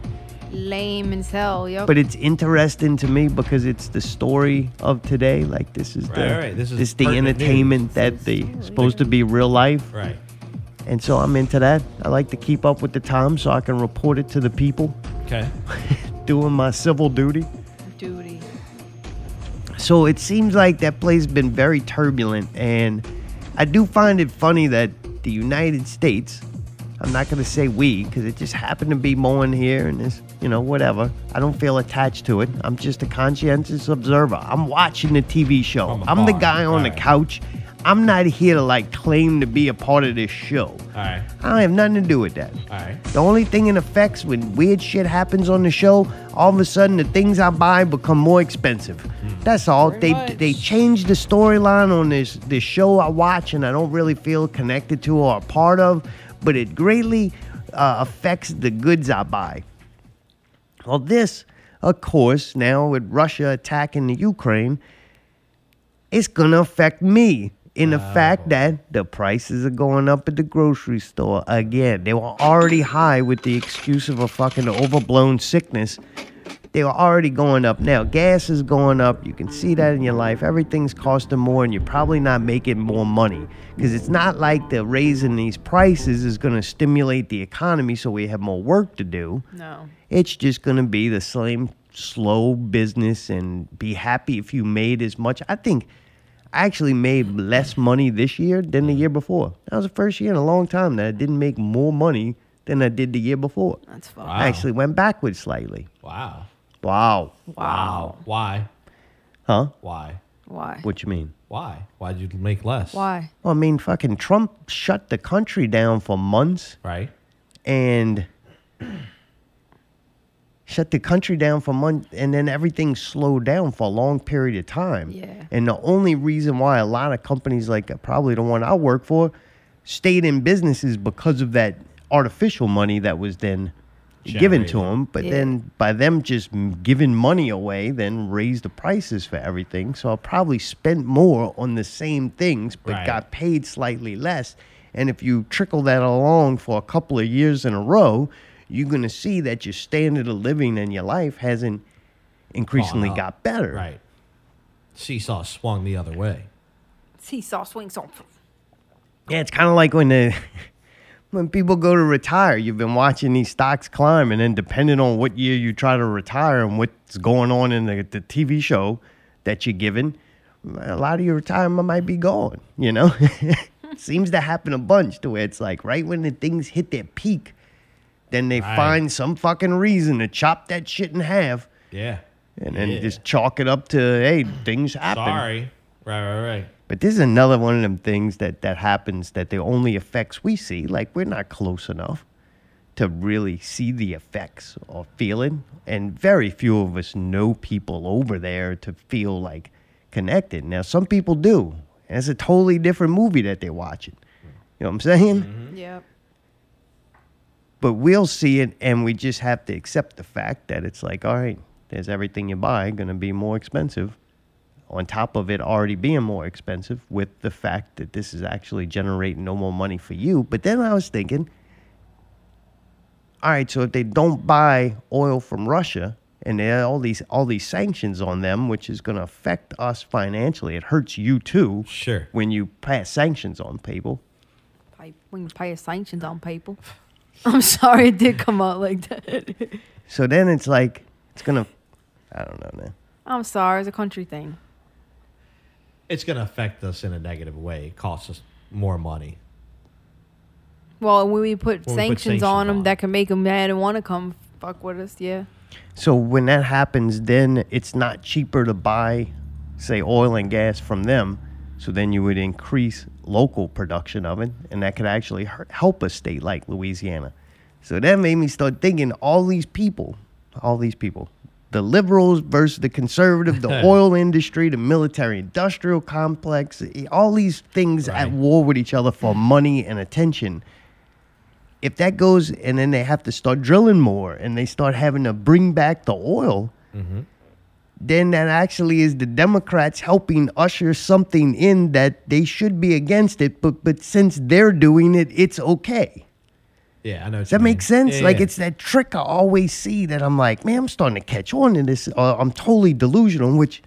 S3: Lame as hell, yo.
S4: but it's interesting to me because it's the story of today. Like this is the
S2: Right, right. This is
S4: this the
S2: pertinent
S4: entertainment that the supposed to be real life
S2: Right.
S4: and so I'm into that. I like to keep up with the times so I can report it to the people,
S2: Okay.
S4: doing my civil duty.
S3: Duty.
S4: So it seems like that play's been very turbulent, and I do find it funny that the United States, I'm not going to say we, because it just happened to be mowing here and this, you know, whatever. I don't feel attached to it. I'm just a conscientious observer. I'm watching the TV show.
S2: From
S4: I'm the
S2: afar.
S4: guy on the
S2: Right.
S4: couch. I'm not here to like claim to be a part of this show.
S2: All right.
S4: I don't have nothing to do with that.
S2: All right.
S4: The only thing in effects when weird shit happens on the show, all of a sudden the things I buy become more expensive. That's all. they they change the storyline on this this show I watch and I don't really feel connected to or a part of, but it greatly uh, affects the goods I buy. Well, this, of course, now with Russia attacking the Ukraine, it's gonna affect me. in the fact that the prices are going up at the grocery store again. They were already high with the excuse of a fucking overblown sickness. They were already going up now. Gas is going up. You can see that in your life. Everything's costing more, and you're probably not making more money because it's not like the raising these prices is going to stimulate the economy so we have more work to do.
S3: No.
S4: It's just going to be the same slow business and be happy if you made as much. I think I actually made less money this year than the year before. That was the first year in a long time that I didn't make more money than I did the year before.
S3: That's fucked.
S4: I actually went backwards slightly.
S2: Wow.
S4: Wow.
S2: Wow. Why?
S4: Huh?
S2: Why?
S3: Why?
S4: What you mean?
S2: Why? Why did you make less?
S3: Why?
S4: Well, I mean, fucking Trump shut the country down for months.
S2: Right.
S4: and shut the country down for months and then everything slowed down for a long period of time.
S3: Yeah.
S4: And the only reason why a lot of companies like probably the one I work for stayed in business is because of that artificial money that was then given to them, but
S3: Yeah.
S4: then by them just m- giving money away, then raised the prices for everything. So I probably spent more on the same things, but
S2: Right.
S4: got paid slightly less. And if you trickle that along for a couple of years in a row, you're going to see that your standard of living and your life hasn't increasingly
S2: up.
S4: got better.
S2: Right. Seesaw swung the other way.
S3: Seesaw swings on.
S4: Yeah, it's kind of like when the when people go to retire, you've been watching these stocks climb, and then depending on what year you try to retire and what's going on in the, the TV show that you're given, a lot of your retirement might be gone. You know, seems to happen a bunch to where it's like right when the things hit their peak, then they
S2: Right.
S4: find some fucking reason to chop that shit in half
S2: Yeah.
S4: and then
S2: Yeah.
S4: just chalk it up to hey, things happen.
S2: Sorry. Right, right, right.
S4: But this is another one of them things that that happens that the only effects we see, like we're not close enough to really see the effects or feel it. And very few of us know people over there to feel like connected. Now some people do. And it's a totally different movie that they're watching. You know what I'm saying?
S2: Mm-hmm.
S3: Yep.
S4: But we'll see it and we just have to accept the fact that it's like, all right, there's everything you buy gonna be more expensive on top of it already being more expensive with the fact that this is actually generating no more money for you. But then I was thinking, all right, so if they don't buy oil from Russia and there are all these all these sanctions on them, which is gonna affect us financially, it hurts you too
S2: Sure.
S4: when you pass sanctions on people.
S3: Pipe. We can pay a sanctions on people. I'm sorry it did come out like that.
S4: So then it's like it's gonna I don't know, man.
S3: I'm sorry. It's a country thing.
S2: It's going to affect us in a negative way. It costs us more money.
S3: Well, when we
S2: When we put
S3: put sanctions
S2: sanctions
S3: on them,
S2: on.
S3: that can make them mad and want to come fuck with us. Yeah.
S4: So when that happens, then it's not cheaper to buy, say, oil and gas from them. So then you would increase local production of it, and that could actually hurt, help a state like Louisiana. So that made me start thinking all these people, all these people, the liberals versus the conservative, the oil industry, the military industrial complex, eh, all these things at
S2: Right.
S4: war with each other for money and attention if that goes and then they have to start drilling more and they start having to bring back the oil,
S2: Mm-hmm.
S4: then that actually is the Democrats helping usher something in that they should be against it. But but since they're doing it, it's okay.
S2: Yeah, I know.
S4: Does that make sense? like it's that trick I always see that I'm like, man, I'm starting to catch on to this. Or I'm totally delusional, which,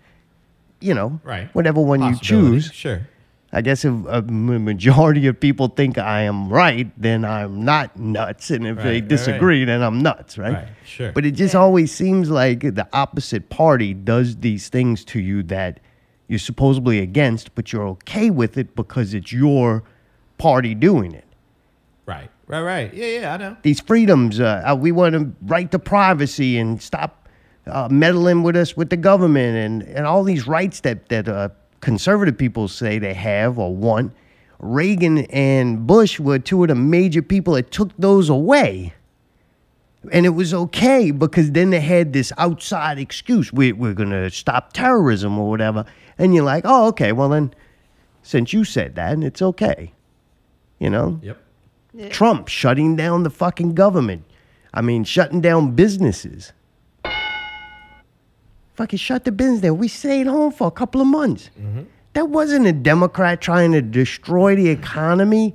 S4: you know,
S2: Right.
S4: whatever one you
S2: Possibility,
S4: choose.
S2: Sure.
S4: I guess if a m- majority of people think I am right, then I'm not nuts. And if
S2: Right,
S4: they
S2: right,
S4: disagree, then I'm nuts, right?
S2: Right, sure.
S4: But it just always seems like the opposite party does these things to you that you're supposedly against, but you're okay with it because it's your party doing it.
S2: Right. Right, right. Yeah, yeah, I know.
S4: These freedoms, uh, uh, we want to right to privacy and stop uh, meddling with us with the government and, and all these rights that, that uh, conservative people say they have or want. Reagan and Bush were two of the major people that took those away. And it was okay because then they had this outside excuse. We, we're going to stop terrorism or whatever. And you're like, oh, okay, well, then since you said that, it's okay. You know?
S2: Yep.
S4: Trump shutting down the fucking government. I mean, shutting down businesses. Fucking shut the business down. We stayed home for a couple of months. that wasn't a Democrat trying to destroy the economy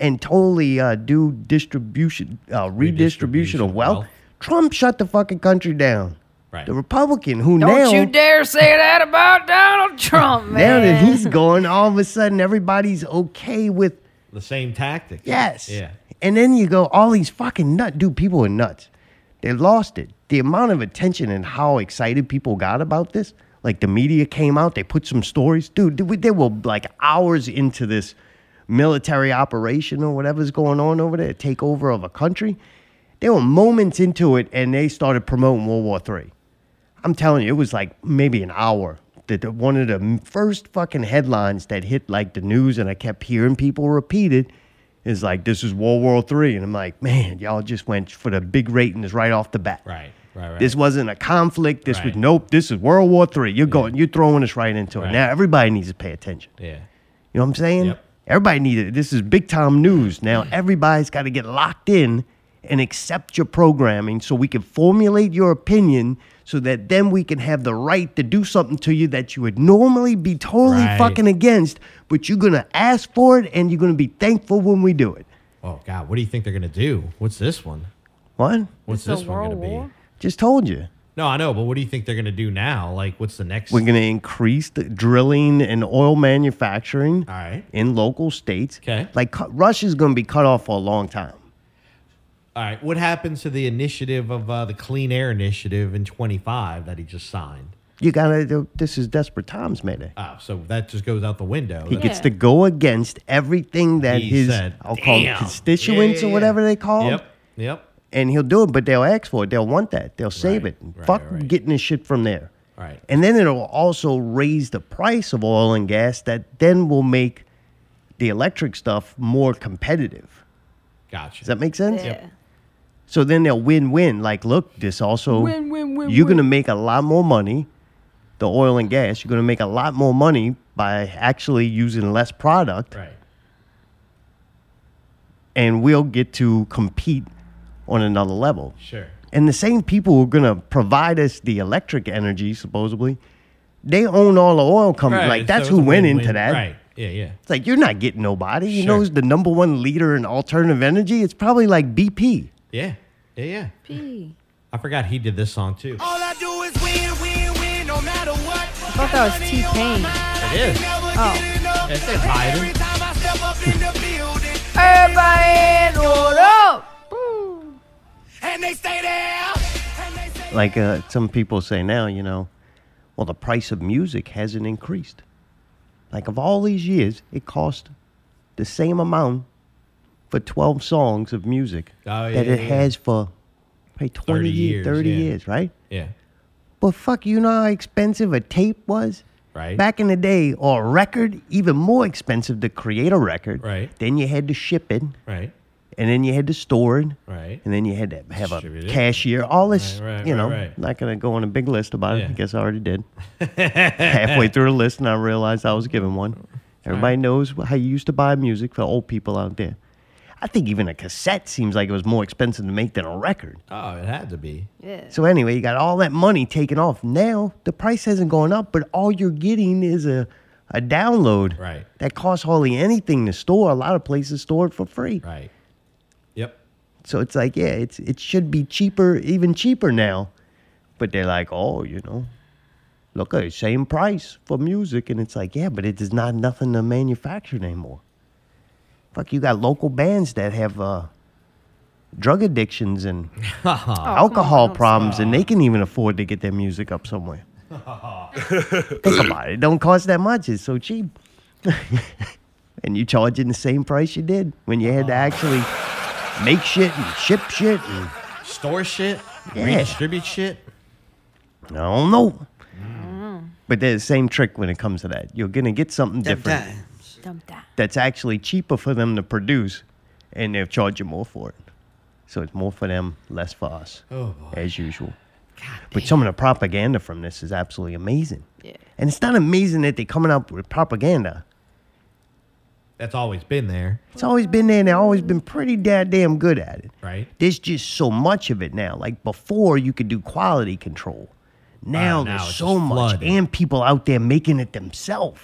S4: and totally uh, do distribution, uh, redistribution of wealth. Trump shut the fucking country down.
S2: Right.
S4: The Republican who
S3: Don't
S4: now
S3: you dare say that about Donald Trump,
S4: now
S3: man.
S4: that he's gone, all of a sudden everybody's okay with
S2: The same tactic.
S4: Yes.
S2: Yeah.
S4: And then you go, all these fucking nuts. Dude, people are nuts. They lost it. The amount of attention and how excited people got about this. Like the media came out, they put some stories. Dude, dude, we- they were like hours into this military operation or whatever's going on over there, takeover of a country. They were moments into it and they started promoting World War III. I'm telling you, it was like maybe an hour. That the- one of the m- first fucking headlines that hit like the news, and I kept hearing people repeat it, is like, "This is World War III," and I'm like, "Man, y'all just went for the big ratings right off the bat.
S2: Right. Right. Right.
S4: This wasn't a conflict. This was
S2: Right.
S4: nope. This is World War III. You're going. You're throwing us right into it.
S2: Right.
S4: Now everybody needs to pay attention.
S2: yeah.
S4: You know what I'm saying?
S2: Yep.
S4: Everybody needed. This is big time news. Now everybody's got to get locked in and accept your programming so we can formulate your opinion so that then we can have the right to do something to you that you would normally be totally
S2: Right.
S4: fucking against, but you're going to ask for it and you're going to be thankful when we do it.
S2: Oh God, what do you think they're gonna do? What's this one?
S4: What?
S2: What's
S3: a
S2: this one gonna
S3: world war?
S2: be?
S4: Just told you.
S2: No, I know, but what do you think they're gonna do now? Like, what's the next?
S4: We're going to increase the drilling and oil manufacturing
S2: All right.
S4: in local states.
S2: 'Kay.
S4: Like cu- Russia's going to be cut off for a long time.
S2: All right. What happens to the initiative of uh, the Clean Air Initiative in 25 that he just signed?
S4: You got to, this is desperate times, Mayday.
S2: Oh, so that just goes out the window.
S4: He
S2: That-
S4: gets to go against everything that
S2: He
S4: his
S2: said,
S4: I'll call them
S2: "Damn."
S4: constituents
S2: Yeah, yeah,
S4: or
S2: yeah.
S4: whatever they call
S2: Yep. Yep.
S4: and he'll do it. But they'll ask for it. They'll want that. They'll save
S2: Right,
S4: it.
S2: right,
S4: Fuck
S2: right.
S4: getting this shit from there.
S2: All right.
S4: And then it'll also raise the price of oil and gas. That then will make the electric stuff more competitive.
S2: Gotcha.
S4: Does that make sense?
S3: Yeah.
S4: So then they'll win-win. Like, look, this also you're gonna make a lot more money. The oil and gas, you're gonna make a lot more money by actually using less product.
S2: right.
S4: and we'll get to compete on another level.
S2: Sure.
S4: And the same people who are going to provide us the electric energy, supposedly, they own all the oil companies.
S2: Right,
S4: Like,
S2: so
S4: that's
S2: it's
S4: who
S2: a
S4: went
S2: win-win.
S4: into that.
S2: Right. Yeah. Yeah.
S4: It's like, you're not getting nobody. You know
S2: Sure.
S4: who's the number one leader in alternative energy? It's probably like BP.
S2: Yeah. Yeah. Yeah. I forgot he did this song too.
S12: All I do is win, win, win, no matter what.
S3: I thought that was T Pain.
S2: It is.
S12: Oh.
S2: It says Biden.
S12: Time I step up in the building,
S3: Everybody, hold up.
S12: and they stay there. And they say,
S4: Like uh, some people say now, you know, well, the price of music hasn't increased. Like, of all these years, it cost the same amount for 12 songs of music
S2: Oh,
S4: that
S2: yeah,
S4: it
S2: yeah.
S4: has for probably 20
S2: 30
S4: years,
S2: years,
S4: 30
S2: yeah.
S4: years, right?
S2: Yeah.
S4: But fuck, you know how expensive a tape was?
S2: Right.
S4: Back in the day, or a record, even more expensive to create a record.
S2: Right.
S4: Then you had to ship it,
S2: Right.
S4: and then you had to store it,
S2: Right.
S4: and then you had to have
S2: Distribute
S4: a
S2: it.
S4: cashier. All this,
S2: Right, right,
S4: you
S2: right,
S4: know,
S2: right.
S4: not going to go on a big list about it. I
S2: Yeah.
S4: guess I already did. Halfway through the list, and I realized I was giving one. Everybody knows how you used to buy music for old people out there. I think even a cassette seems like it was more expensive to make than a record.
S2: Oh, it had to be.
S4: So anyway, you got all that money taken off. Now the price hasn't gone up, but all you're getting is a, a download
S2: Right.
S4: that costs hardly anything to store. A lot of places store it for free.
S2: Right. Yep.
S4: So it's like, yeah, it's it should be cheaper, even cheaper now. But they're like, oh, you know, look at it, same price for music, and it's like, yeah, but it is not nothing to manufacture anymore. Fuck, you got local bands that have uh, drug addictions and
S12: Uh,
S4: alcohol problems, and they can even afford to get their music up somewhere.
S3: Oh,
S4: Think about it; it don't cost that much. It's so cheap, and you charge it the same price you did when you had to actually make shit and ship shit and
S2: Store shit.
S4: Yeah.
S2: Redistribute shit.
S4: I don't know. But there's the same trick when it comes to that. You're gonna get something different
S3: Dump that.
S4: that's actually cheaper for them to produce, and they'll charge you more for it. So it's more for them, less for us,
S2: Oh, boy.
S4: as usual. but some of the propaganda from this is absolutely amazing.
S3: Yeah.
S4: And it's not amazing that they're coming up with propaganda.
S2: That's always been there.
S4: It's always been there, and they've always been pretty dad damn good at it.
S2: Right.
S4: There's just so much of it now. Like before, you could do quality control. Now
S2: Wow, now
S4: there's
S2: it's
S4: so
S2: just
S4: much,
S2: flooded.
S4: and people out there making it themselves.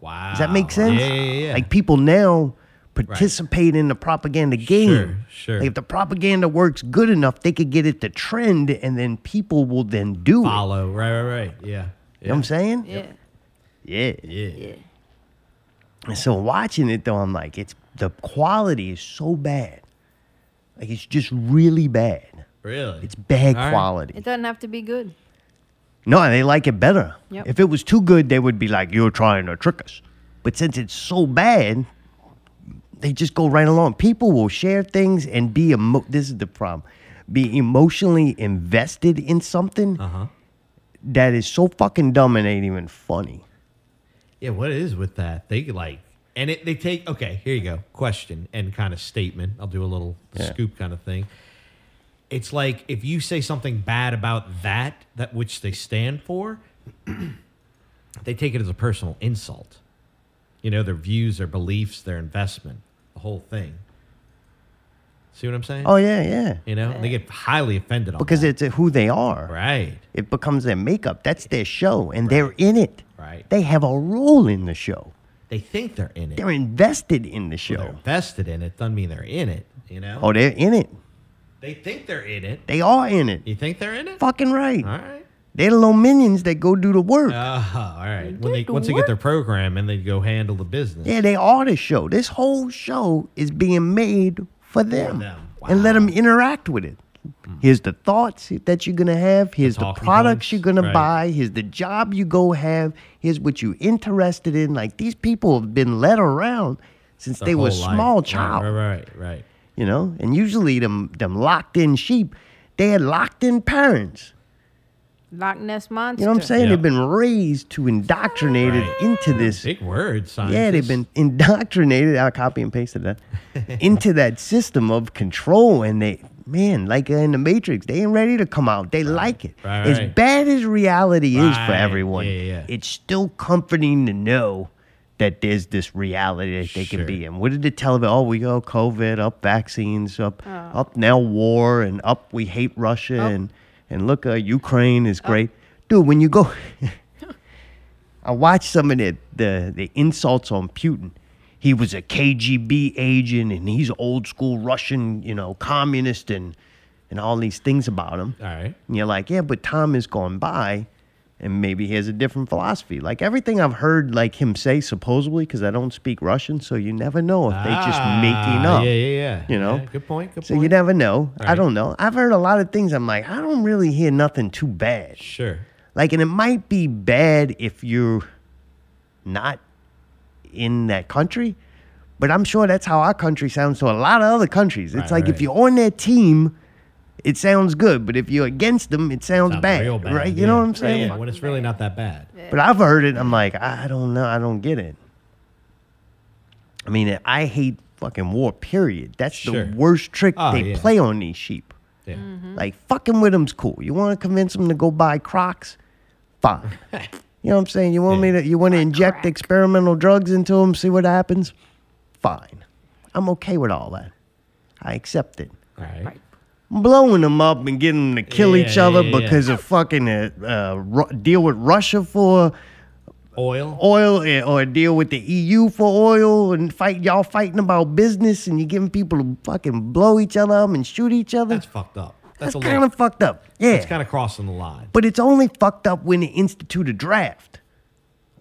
S2: Wow.
S4: Does that make sense?
S2: Yeah, yeah, yeah.
S4: Like people now participate in the propaganda game.
S2: Sure, sure.
S4: Like if the propaganda works good enough, they could get it to trend, and then people will then do it.
S2: Follow. Right, right, right. Yeah.
S4: You know what I'm saying?
S3: Yeah.
S4: Yeah.
S2: Yeah.
S4: And so watching it though, I'm like, it's the quality is so bad. Like it's just really bad.
S2: Really? It's
S4: Bad quality.
S3: It doesn't have to be good.
S4: No, they like it better.
S3: Yep.
S4: If it was too good, they would be like, you're trying to trick us. But since it's so bad, they just go right along. People will share things and be emo- this is the problem. Be emotionally invested in something
S2: Uh-huh.
S4: that is so fucking dumb and ain't even funny.
S2: Yeah, what is with that? They like, and it, they take, okay, here you go. Question and kind of statement. I'll do a little
S4: Yeah.
S2: scoop kind of thing. It's like if you say something bad about that, that which they stand for, they take it as a personal insult. You know, their views, their beliefs, their investment, the whole thing. See what I'm saying?
S4: Oh yeah, yeah.
S2: You know, they get highly offended on
S4: Because
S2: that.
S4: it's who they are.
S2: right,
S4: It becomes their makeup. That's their show, and they're in it.
S2: right.
S4: They have a role in the show.
S2: They think they're in it.
S4: They're invested in the
S2: Well, they're
S4: show.
S2: invested in it doesn't mean they're in it. You know,
S4: Oh, they're in it.
S2: they think they're in it.
S4: They are in it.
S2: You think they're in it?
S4: Fucking right.
S2: All right.
S4: They're the little minions that go do the work.
S2: Ah, all right. When they once they get their program and they go handle the business.
S4: yeah, they are the show. This whole show is being made for them.
S2: them. Mm.
S4: And let them interact with it. Here's the thoughts that you're gonna have. Here's the,
S2: talking
S4: products
S2: points,
S4: you're gonna
S2: right.
S4: buy. Here's the job you go have. Here's what you're interested in. Like these people have been led around since
S2: their
S4: they were
S2: whole life.
S4: small
S2: Right,
S4: child.
S2: Right, right, right.
S4: you know and usually them them locked in sheep they had locked in parents
S3: Loch Ness monster.
S4: you know what i'm saying
S2: Yeah.
S4: they've been raised to indoctrinated
S2: Right.
S4: into this
S2: Big word, science.
S4: yeah they've been indoctrinated i copy and pasted that into that system of control and they man like in the matrix they ain't ready to come out they like it
S2: Right,
S4: as
S2: right.
S4: bad as reality is for
S2: Right.
S4: everyone
S2: Yeah, yeah, yeah.
S4: it's still comforting to know that there's this reality that they
S2: Sure.
S4: can be in. What did they tell them? Oh, we go COVID up, vaccines up, up now war, and up we hate Russia, and and look, uh, Ukraine is great, dude. When you go, I watched some of the, the the insults on Putin. He was a KGB agent, and he's old school Russian, you know, communist, and and all these things about him.
S2: All right.
S4: And you're like, yeah, but time has gone by and maybe he has a different philosophy. Like everything I've heard like him say supposedly, because I don't speak Russian, so you never know if they just making
S2: Ah,
S4: up.
S2: Yeah, yeah, yeah.
S4: you know?
S2: Yeah, good point. Good
S4: So
S2: point.
S4: you never know. I
S2: Right.
S4: don't know. I've heard a lot of things. I'm like, I don't really hear nothing too bad.
S2: Sure.
S4: Like, and it might be bad if you're not in that country, but I'm sure that's how our country sounds to a lot of other countries. It's
S2: Right,
S4: like if
S2: right.
S4: you're on their team, it sounds good, but if you're against them, it sounds,
S2: Sounds
S4: bad,
S2: real bad.
S4: right? You
S2: yeah.
S4: know what I'm
S2: Yeah,
S4: saying?
S2: Yeah, when it's really not that bad.
S4: But I've heard it. I'm like, I don't know. I don't get it. I mean, I hate fucking war. Period. That's
S2: Sure.
S4: the worst trick
S2: Oh,
S4: they
S2: yeah.
S4: play on these sheep.
S2: Yeah.
S3: Mm-hmm.
S4: Like fucking with them's cool. You want to convince them to go buy Crocs? Fine. you know what I'm saying? You want me to? You want to inject experimental drugs into them? See what happens? Fine. I'm okay with all that. I accept it.
S2: All right.
S4: Blowing them up and getting them to kill
S2: Yeah,
S4: each other
S2: yeah, yeah.
S4: because of fucking uh, uh, Ru- deal with Russia for
S2: Oil.
S4: oil eh, or deal with the EU for oil and fight y'all fighting about business and you're giving people to fucking blow each other up and shoot each other.
S2: That's fucked up. That's,
S4: That's
S2: a little.
S4: kind of fucked up. Yeah.
S2: It's kind of crossing the line.
S4: but it's only fucked up when they institute a draft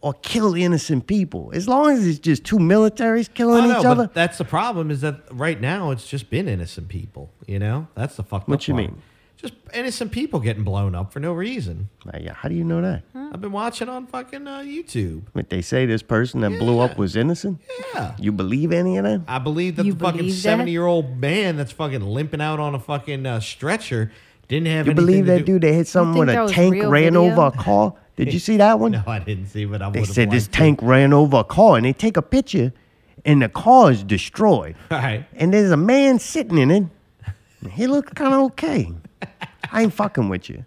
S4: or kill innocent people. As long as it's just two militaries killing
S2: I know,
S4: each
S2: but
S4: other.
S2: that's the problem. Is that right now it's just been innocent people. You know, that's the fucked up.
S4: What you
S2: part.
S4: mean?
S2: Just innocent people getting blown up for no reason.
S4: Like, How do you know that?
S2: I've been watching on fucking uh, YouTube.
S4: But they say this person that blew up was innocent?
S2: Yeah.
S4: You believe any of that?
S2: I believe that
S3: You
S2: the fucking
S3: believe that?
S2: seventy-year-old man that's fucking limping out on a fucking uh, stretcher didn't have.
S4: You
S2: anything
S4: believe
S2: to
S4: that dude that hit someone with
S3: think that
S4: a
S3: was
S4: tank
S3: real
S4: ran
S3: video?
S4: over a car? Did you see that one?
S2: No, I didn't see, but I would
S4: They
S2: have.
S4: said this tank ran over a car, and they take a picture, and the car is destroyed.
S2: All right.
S4: And there's a man sitting in it. and He looked kind of okay. I ain't fucking with you.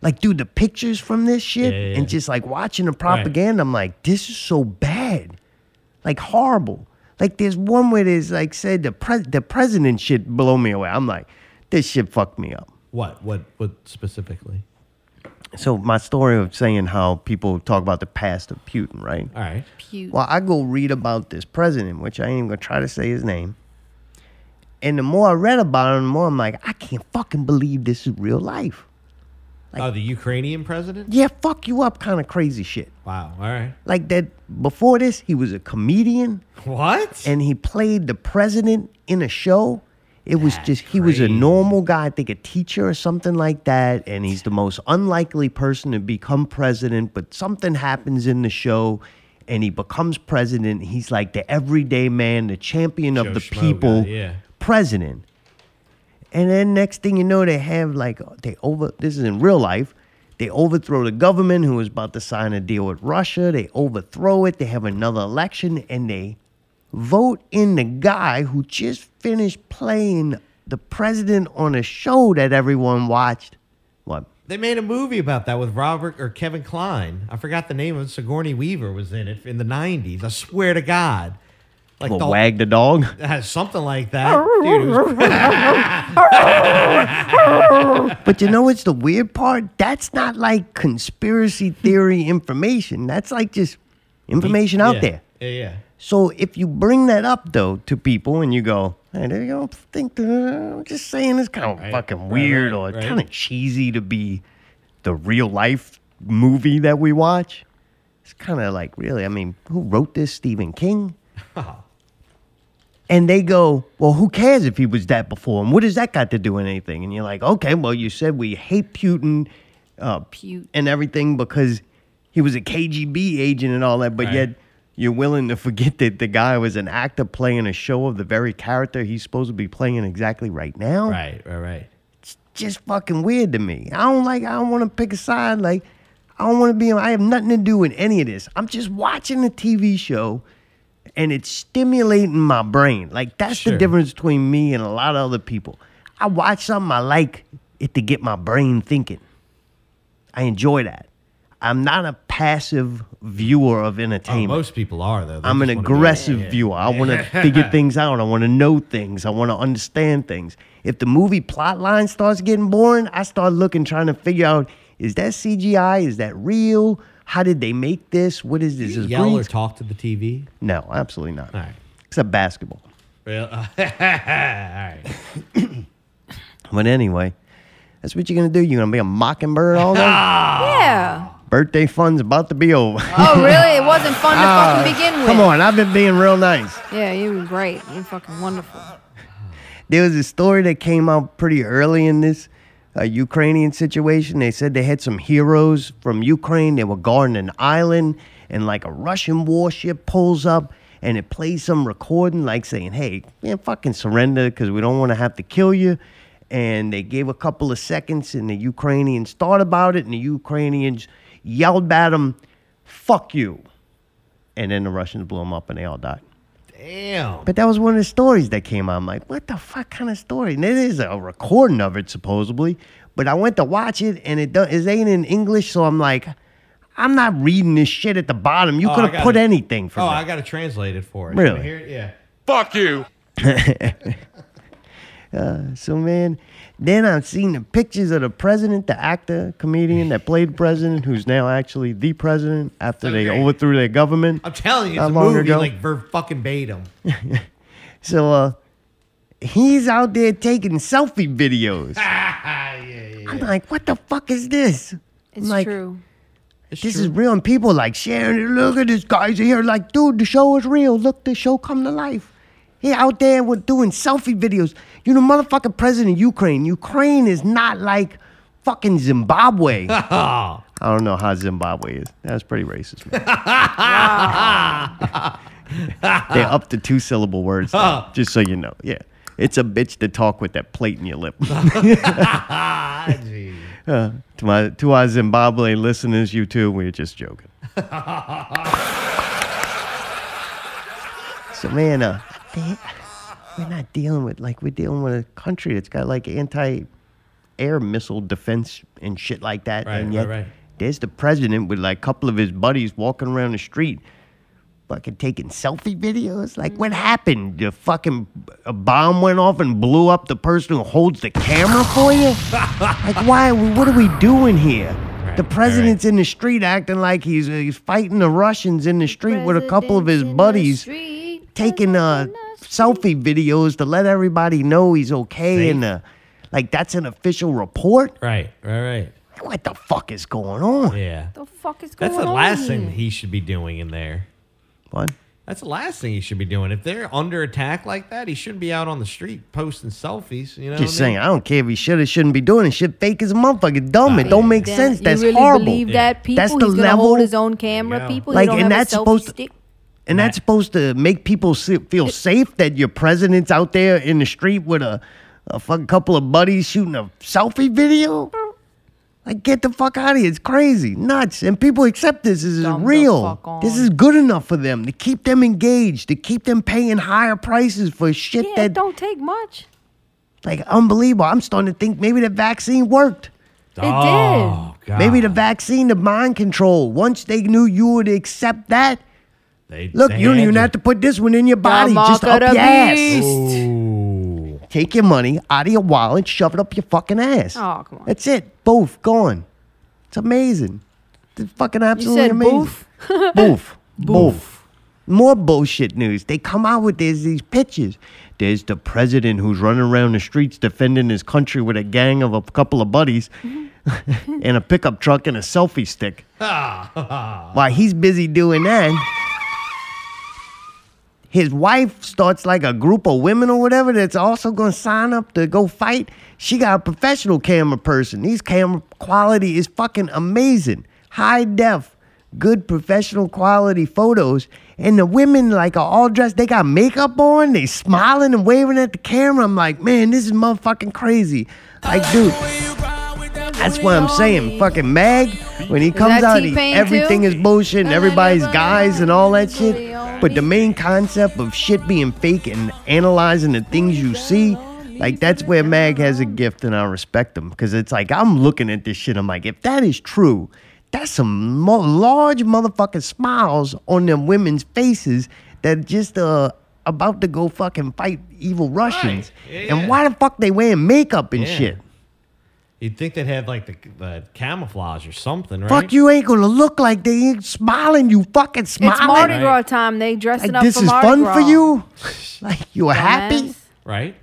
S4: Like, dude, the pictures from this shit,
S2: Yeah, yeah, yeah.
S4: and just like watching the propaganda, I'm like, this is so bad, like horrible. Like, there's one where there's like said the pres the president shit blow me away. I'm like, this shit fucked me up.
S2: What? What? What specifically?
S4: So my story of saying how people talk about the past of Putin, right?
S2: All right.
S3: Pew.
S4: Well, I go read about this president, which I ain't even gonna try to say his name. And the more I read about him, the more I'm like, I can't fucking believe this is real life.
S2: oh, the Ukrainian president?
S4: Yeah, fuck you up kind of crazy shit.
S2: Wow. All right.
S4: Like that before this, he was a comedian
S2: What?
S4: and he played the president in a show. It was just he was a
S2: crazy.
S4: normal guy, I think a teacher or something like that, and he's the most unlikely person to become president, but something happens in the show and he becomes president. He's like the everyday man, the champion
S2: Joe
S4: of the
S2: Schmo
S4: people,
S2: guy, yeah.
S4: president. And then next thing you know, they have like they over. This is in real life. They overthrow the government who was about to sign a deal with Russia. They overthrow it. They have another election, and they vote in the guy who just finished playing the president on a show that everyone watched. What?
S2: They made a movie about that with Robert or Kevin Klein. I forgot the name of it. Sigourney Weaver was in it in the 90s. I swear to God. Like
S4: Well, wag the dog.
S2: Uh, something like that. Dude, it was-
S4: But you know what's the weird part? That's not like conspiracy theory information. That's like just information out
S2: Yeah.
S4: there.
S2: Yeah, yeah.
S4: So if you bring that up though to people and you go, hey, they don't think that I'm just saying it's kind of fucking weird or
S2: right.
S4: kind of cheesy to be the real life movie that we watch. It's kind of like really, I mean, who wrote this? Stephen King. And they go, well, who cares if he was that before him? What does that got to do with anything? And you're like, okay, well, you said we hate Putin, uh,
S3: Putin.
S4: and everything because he was a KGB agent and all that, but yet you're willing to forget that the guy was an actor playing a show of the very character he's supposed to be playing exactly right now.
S2: Right, right, right.
S4: Just fucking weird to me. I don't like. I don't want to pick a side. Like, I don't want to be. I have nothing to do with any of this. I'm just watching a TV show. And it's stimulating my brain. Like that's
S2: Sure.
S4: the difference between me and a lot of other people. I watch something I like it to get my brain thinking. I enjoy that. I'm not a passive viewer of
S2: Oh,
S4: entertainment.
S2: most people are, though. They
S4: I'm an
S2: just wanna be-
S4: aggressive viewer. I want to figure things out. I want to know things. I want to understand things. If the movie plot line starts getting boring, I start looking, trying to figure out is that CGI? Is that real? How did they make this? What is this? Is
S2: Yell
S4: green
S2: or talk to the TV.
S4: sc- No, absolutely not.
S2: All right.
S4: Except basketball.
S2: Well, all right.
S4: But anyway, that's what you're going to do. You're going to be a mockingbird all day.
S2: Ah!
S3: Yeah.
S4: Birthday fun's about to be over.
S3: Oh, really? It wasn't fun to fucking begin with.
S4: Ah, Come on, I've been being real nice.
S3: Yeah, you were great. You're fucking wonderful.
S4: There was a story that came out pretty early in this uh, Ukrainian situation. They said they had some heroes from Ukraine. They were guarding an island, and like a Russian warship pulls up and it plays some recording, like saying, "Hey, man, fucking surrender because we don't want to have to kill you." And they gave a couple of seconds, and the Ukrainians thought about it, and the Ukrainians yelled at them, "Fuck you!" And then the Russians blew them up, and they all died.
S2: Damn.
S4: But that was one of the stories that came out. I'm like, what the fuck kind of story? And it is a recording of it, supposedly. But I went to watch it, and it, do- it ain't in English, so I'm like, I'm not reading this shit at the bottom. You
S2: Oh, I
S4: could have
S2: got
S4: put
S2: it.
S4: anything for
S2: Oh,
S4: me.
S2: I got to translate it for it.
S4: Really?
S2: Wanna hear it? Yeah.
S4: Uh, So man, then I've seen the pictures of the president, the actor, comedian that played president, who's now actually the president after they
S2: Okay.
S4: overthrew their government.
S2: I'm telling you,
S4: Not
S2: it's a
S4: long
S2: movie
S4: ago.
S2: like ver- fucking Batum.
S4: So uh, he's out there taking selfie videos. I'm like, what the fuck is this?
S3: It's
S4: like,
S3: true.
S4: this is real, and people like sharing it. Look at this guy's here. Like, dude, the show is real. Look, the show come to life. He out there with doing selfie videos. You the motherfucking president of Ukraine. Ukraine is not like fucking Zimbabwe. I
S2: Ah.
S4: don't know how Zimbabwe is. That's pretty racist. Man. They're
S2: Ah.
S4: up to two syllable words, though, just so you know. Yeah, it's a bitch to talk with that plate in your lip.
S2: Ah, gee.
S4: Uh, to my to our Zimbabwe listeners, you too, we're just joking. so man, uh, they, we're not dealing with like we're dealing with a country that's got like anti air missile defense and shit like that.
S2: Right,
S4: and
S2: right,
S4: yet
S2: right.
S4: there's the president with like a couple of his buddies walking around the street fucking taking selfie videos? Like, what
S2: Mm-hmm.
S4: happened? The fucking a bomb went off and blew up the person who holds the camera for you? like, why? What are we doing here? The president's in the street acting like he's uh, he's fighting the Russians in the street with a couple of his buddies taking uh selfie videos to let everybody know he's okay
S2: Safe.
S4: and uh, like that's an official report.
S2: Right, right, right.
S4: What the fuck is going on?
S2: Yeah.
S3: The fuck is going
S2: That's
S3: on?
S2: the last thing
S3: here?
S2: he should be doing in there.
S4: What?
S2: That's the last thing he should be doing. If they're under attack like that, he shouldn't be out on the street posting selfies. You know,
S4: Just
S2: what I mean?
S4: saying, I don't care if he should or shouldn't be doing it. Shit fake as a motherfucker. Dumb. It don't make
S3: Damn,
S4: sense.
S3: you
S4: That's
S3: really
S4: horrible.
S3: Believe that people?
S4: That's
S3: He's
S4: the
S3: gonna
S4: level.
S3: Hold his own camera, people. He
S4: Like,
S3: don't
S4: and
S3: have a
S4: that's
S3: selfie
S4: supposed to-
S3: stick?
S4: And that's supposed to make people se- feel safe that your president's out there in the street with a, a fucking couple of buddies shooting a selfie video? Like, get the fuck out of here. It's crazy. Nuts. And people accept this. This is
S3: Dumb the fuck
S4: real.
S3: on.
S4: This is good enough for them to keep them engaged, to keep them paying higher prices for shit
S3: Yeah, it
S4: that,
S3: don't take much.
S4: like, unbelievable. I'm starting to think maybe the vaccine worked.
S3: It
S2: Oh, God.
S4: Maybe the vaccine, the mind control. Once they knew you would accept that,
S2: They,
S4: look,
S2: they
S4: you don't
S2: had
S4: even
S2: to-
S4: have to put this one in your body.
S3: mark
S4: Just
S3: of
S4: up
S3: the
S4: your ass.
S3: beast.
S2: Ooh.
S4: Take your money out of your wallet, shove it up your fucking ass.
S3: Oh, come on.
S4: That's it. Boof, gone. It's amazing. It's fucking
S3: You
S4: absolutely
S3: said
S4: amazing.
S3: boof.
S4: Boof. Boof. More bullshit news. They come out with this, these pictures. There's the president who's running around the streets defending his country with a gang of a couple of buddies
S3: Mm-hmm.
S4: and a pickup truck and a selfie stick. While he's busy doing that, his wife starts like a group of women or whatever that's also going to sign up to go fight. She got a professional camera person. These camera quality is fucking amazing. High def, good professional quality photos. And the women like are all dressed. They got makeup on. They smiling and waving at the camera. I'm like, man, this is motherfucking crazy. Like, dude. That's what I'm saying. Fucking Mag, when he comes
S3: that
S4: out, he,
S3: T-Pain
S4: everything
S3: too?
S4: is bullshit and everybody's guys and all that shit. But the main concept of shit being fake and analyzing the things you see, like that's where Mag has a gift and I respect him. Because it's like, I'm looking at this shit, I'm like, if that is true, that's some mo- large motherfucking smiles on them women's faces that just uh about to go fucking fight evil Russians.
S2: Yeah.
S4: And why the fuck they wearing makeup and
S2: Yeah.
S4: shit?
S2: You'd think they'd have like the, the camouflage or something, right?
S4: Fuck, you ain't gonna look like they ain't smiling. You fucking smiling.
S3: It's Mardi
S2: Right.
S3: Gras time. They dressing
S4: Like
S3: up
S4: this
S3: for
S4: is
S3: Mardi
S4: fun
S3: Gras.
S4: for you. Like you are happy.
S3: Dumbass.
S2: Right?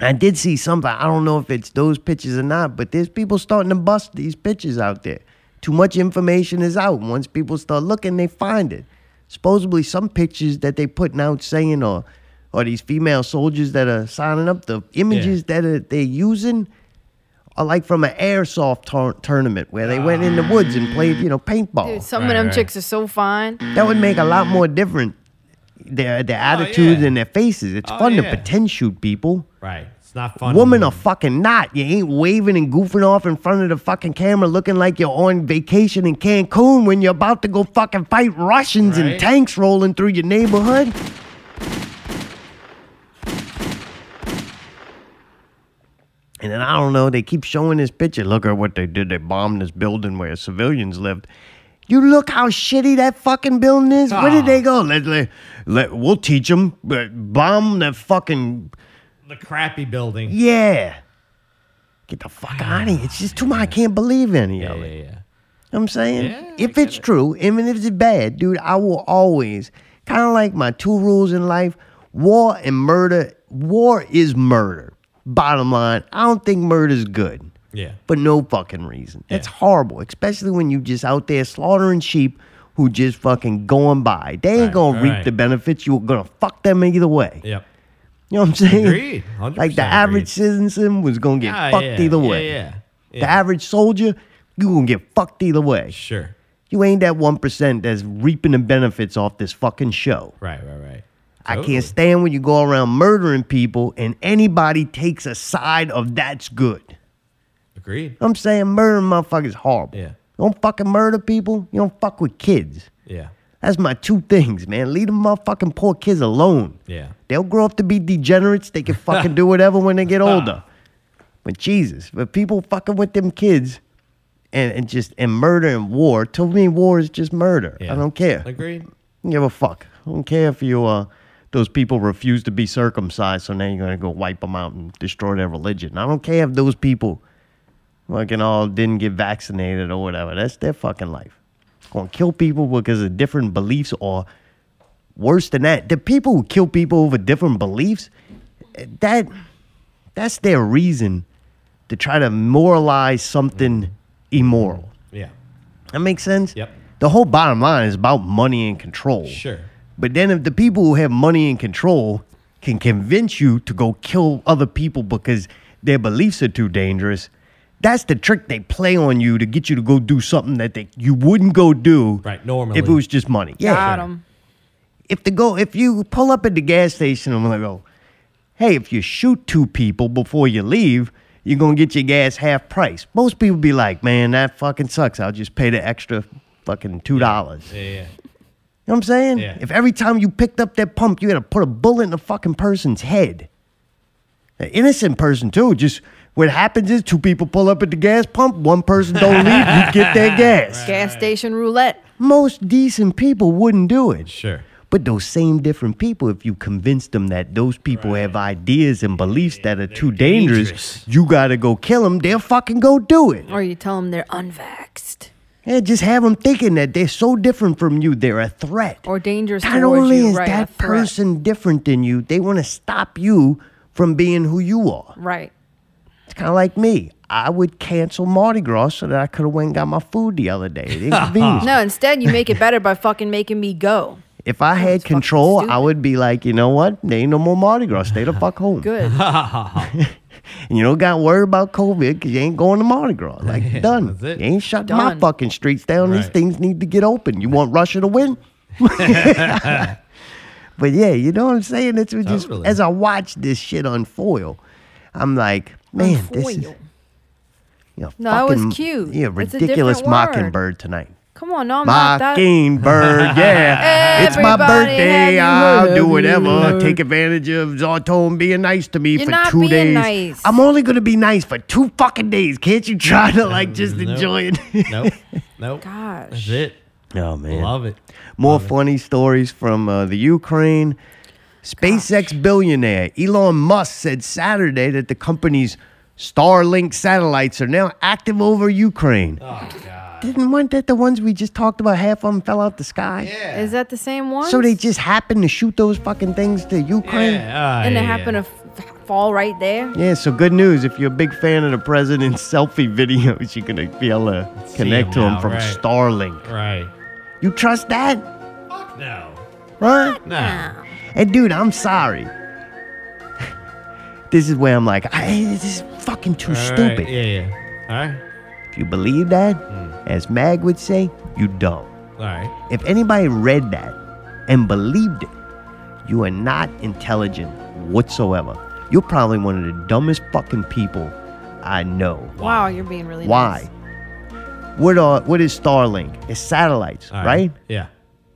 S4: I did see something. I don't know if it's those pictures or not, but there's people starting to bust these pictures out there. Too much information is out. Once people start looking, they find it. Supposedly, some pictures that they putting out saying or or these female soldiers that are signing up, the images that are, they're using are like from an airsoft tour- tournament where they went in the woods and played, you know, paintball.
S3: Dude, some
S2: Right,
S3: of them
S2: right.
S3: chicks are so fine.
S4: That would make a lot more different their their attitudes
S2: Mm. Oh, yeah.
S4: and their faces. It's
S2: Oh,
S4: fun to
S2: yeah.
S4: pretend shoot people.
S2: Right. It's not fun.
S4: Woman or fucking not. You ain't waving and goofing off in front of the fucking camera looking like you're on vacation in Cancun when you're about to go fucking fight Russians
S2: Right.
S4: and tanks rolling through your neighborhood. And then I don't know, they keep showing this picture. Look at what they did. They bombed this building where civilians lived. You look how shitty that fucking building is. Where
S2: Ah.
S4: did they go? Let, let, let, we'll teach them. Bomb that fucking
S2: The crappy building.
S4: yeah. Get the fuck out of here. It's just too much. I can't believe any
S2: Yeah,
S4: of
S2: yeah,
S4: it. You know
S2: yeah.
S4: what I'm saying?
S2: Yeah, I
S4: if
S2: get
S4: it's true, even if it's bad, dude, I will always, kind of like my two rules in life war and murder. War is murder. Bottom line, I don't think murder's good
S2: Yeah.
S4: for no fucking reason. That's horrible, especially when you just out there slaughtering sheep who just fucking going by. They ain't
S2: Right,
S4: gonna reap
S2: right.
S4: the benefits. You're gonna fuck them either way.
S2: Yep.
S4: You know what I'm saying?
S2: Agreed. 100%
S4: Like the
S2: agreed.
S4: average citizen was gonna get
S2: Ah,
S4: fucked
S2: yeah,
S4: either
S2: yeah,
S4: way.
S2: Yeah.
S4: The
S2: yeah.
S4: average soldier, you gonna get fucked either way.
S2: Sure.
S4: You ain't that one percent that's reaping the benefits off this fucking show.
S2: Right, right, right.
S4: I
S2: Totally.
S4: can't stand when you go around murdering people and anybody takes a side of that's good.
S2: Agreed.
S4: I'm saying murdering motherfuckers is horrible.
S2: Yeah.
S4: Don't fucking murder people. You don't fuck with kids.
S2: Yeah.
S4: That's my two things, man. Leave them motherfucking poor kids alone.
S2: Yeah.
S4: They'll grow up to be degenerates. They can fucking do whatever when they get older. But Jesus, but people fucking with them kids and, and just and murder and war. To me, war is just murder.
S2: yeah.
S4: I don't care. I
S2: Agreed.
S4: don't give a fuck. I don't care if you uh those people refuse to be circumcised, so now you're gonna go wipe them out and destroy their religion. I don't care if those people fucking all didn't get vaccinated or whatever. That's their fucking life. Gonna kill people because of different beliefs or worse than that, the people who kill people over different beliefs, that that's their reason to try to moralize something immoral.
S2: Yeah.
S4: That makes sense?
S2: Yep.
S4: The whole bottom line is about money and control.
S2: Sure.
S4: But then if the people who have money and control can convince you to go kill other people because their beliefs are too dangerous, that's the trick they play on you to get you to go do something that they, you wouldn't go do
S2: Right. Normally.
S4: if it was just money. Yeah.
S3: Got him.
S4: If the go if you pull up at the gas station and like, oh, hey, if you shoot two people before you leave, you're gonna get your gas half price. Most people be like, man, that fucking sucks. I'll just pay the extra fucking two dollars.
S2: yeah, yeah.
S4: You know what I'm saying?
S2: Yeah.
S4: If every time you picked up that pump, you had to put a bullet in a fucking person's head. An innocent person too. Just what happens is two people pull up at the gas pump, one person don't leave, you get their gas.
S3: Gas station roulette.
S4: Most decent people wouldn't do it.
S2: Sure.
S4: But those same different people, if you convince them that those people have ideas and beliefs that are too dangerous,
S2: dangerous.
S4: you gotta go kill them, they'll fucking go do it.
S3: Or you tell them they're unvaxxed
S4: Yeah, just have them thinking that they're so different from you, they're a threat.
S3: or dangerous
S4: Not
S3: towards
S4: only
S3: you.
S4: is
S3: right, a
S4: that
S3: threat.
S4: person different than you, they wanna stop you from being who you are.
S3: Right.
S4: It's kind of like me. I would cancel Mardi Gras so that I could have went and got my food the other day. It inconvenienced
S3: No, instead you make it better by fucking making me go.
S4: If I
S3: That's
S4: had
S3: fucking
S4: control, I
S3: stupid.
S4: would be like, you know what? There ain't no more Mardi Gras. Stay the fuck home.
S3: Good.
S4: And you don't got to worry about COVID because you ain't going to Mardi Gras. Like, done.
S2: that's it.
S4: You ain't shut my
S3: Done.
S4: fucking streets down. These
S2: Right.
S4: things need to get open. You want Russia to win? but yeah, you know what I'm saying? It's just
S2: Totally.
S4: as I watch this shit unfoil, I'm like, man, this is
S3: Foil.
S4: you know,
S3: No, that was
S4: fucking-
S3: cute.
S4: Yeah,
S3: It's a different
S4: ridiculous
S3: word.
S4: mockingbird tonight.
S3: Come on, no, I'm not that.
S4: Mockingbird, yeah. it's my
S3: Oh Everybody
S4: birthday.
S3: happy
S4: I'll do
S3: birthday.
S4: whatever. Take advantage of Zartone being nice to me
S3: You're
S4: for
S3: not
S4: two
S3: being
S4: days.
S3: nice.
S4: I'm only gonna be nice for two fucking days. Can't you try to like just
S2: Nope.
S4: enjoy it?
S2: Nope. Nope.
S3: Gosh.
S2: That's it.
S4: oh man,
S2: Love it.
S4: more funny stories from uh, the Ukraine. SpaceX billionaire Elon Musk said Saturday that the company's Starlink satellites are now active over Ukraine.
S2: Oh God.
S4: Didn't weren't that the ones we just talked about? Half of them fell out the sky.
S2: Yeah.
S3: Is that the same one?
S4: So they just happened to shoot those fucking things to Ukraine. Yeah.
S2: Yeah. uh,
S3: and
S2: yeah,
S3: it happened to f- fall right there.
S4: so good news. If you're a big fan of the president's selfie videos, you're gonna be able to
S2: See
S4: connect
S2: him
S4: to him
S2: now,
S4: from
S2: right.
S4: Starlink.
S2: yeah. Right.
S4: You trust that?
S2: Fuck no.
S4: Huh?
S2: No.
S4: And dude, I'm sorry. this is where I'm like, I, this is fucking too
S2: All right,
S4: stupid.
S2: Yeah. Yeah. All right. Hmm.
S4: If you believe that, as Mag would say, you don't.
S2: All right.
S4: If anybody read that and believed it, you are not intelligent whatsoever. You're probably one of the dumbest fucking people I know.
S3: Wow, you're being really
S4: Why? What are what is Starlink? It's satellites,
S2: All
S4: right?
S2: Yeah.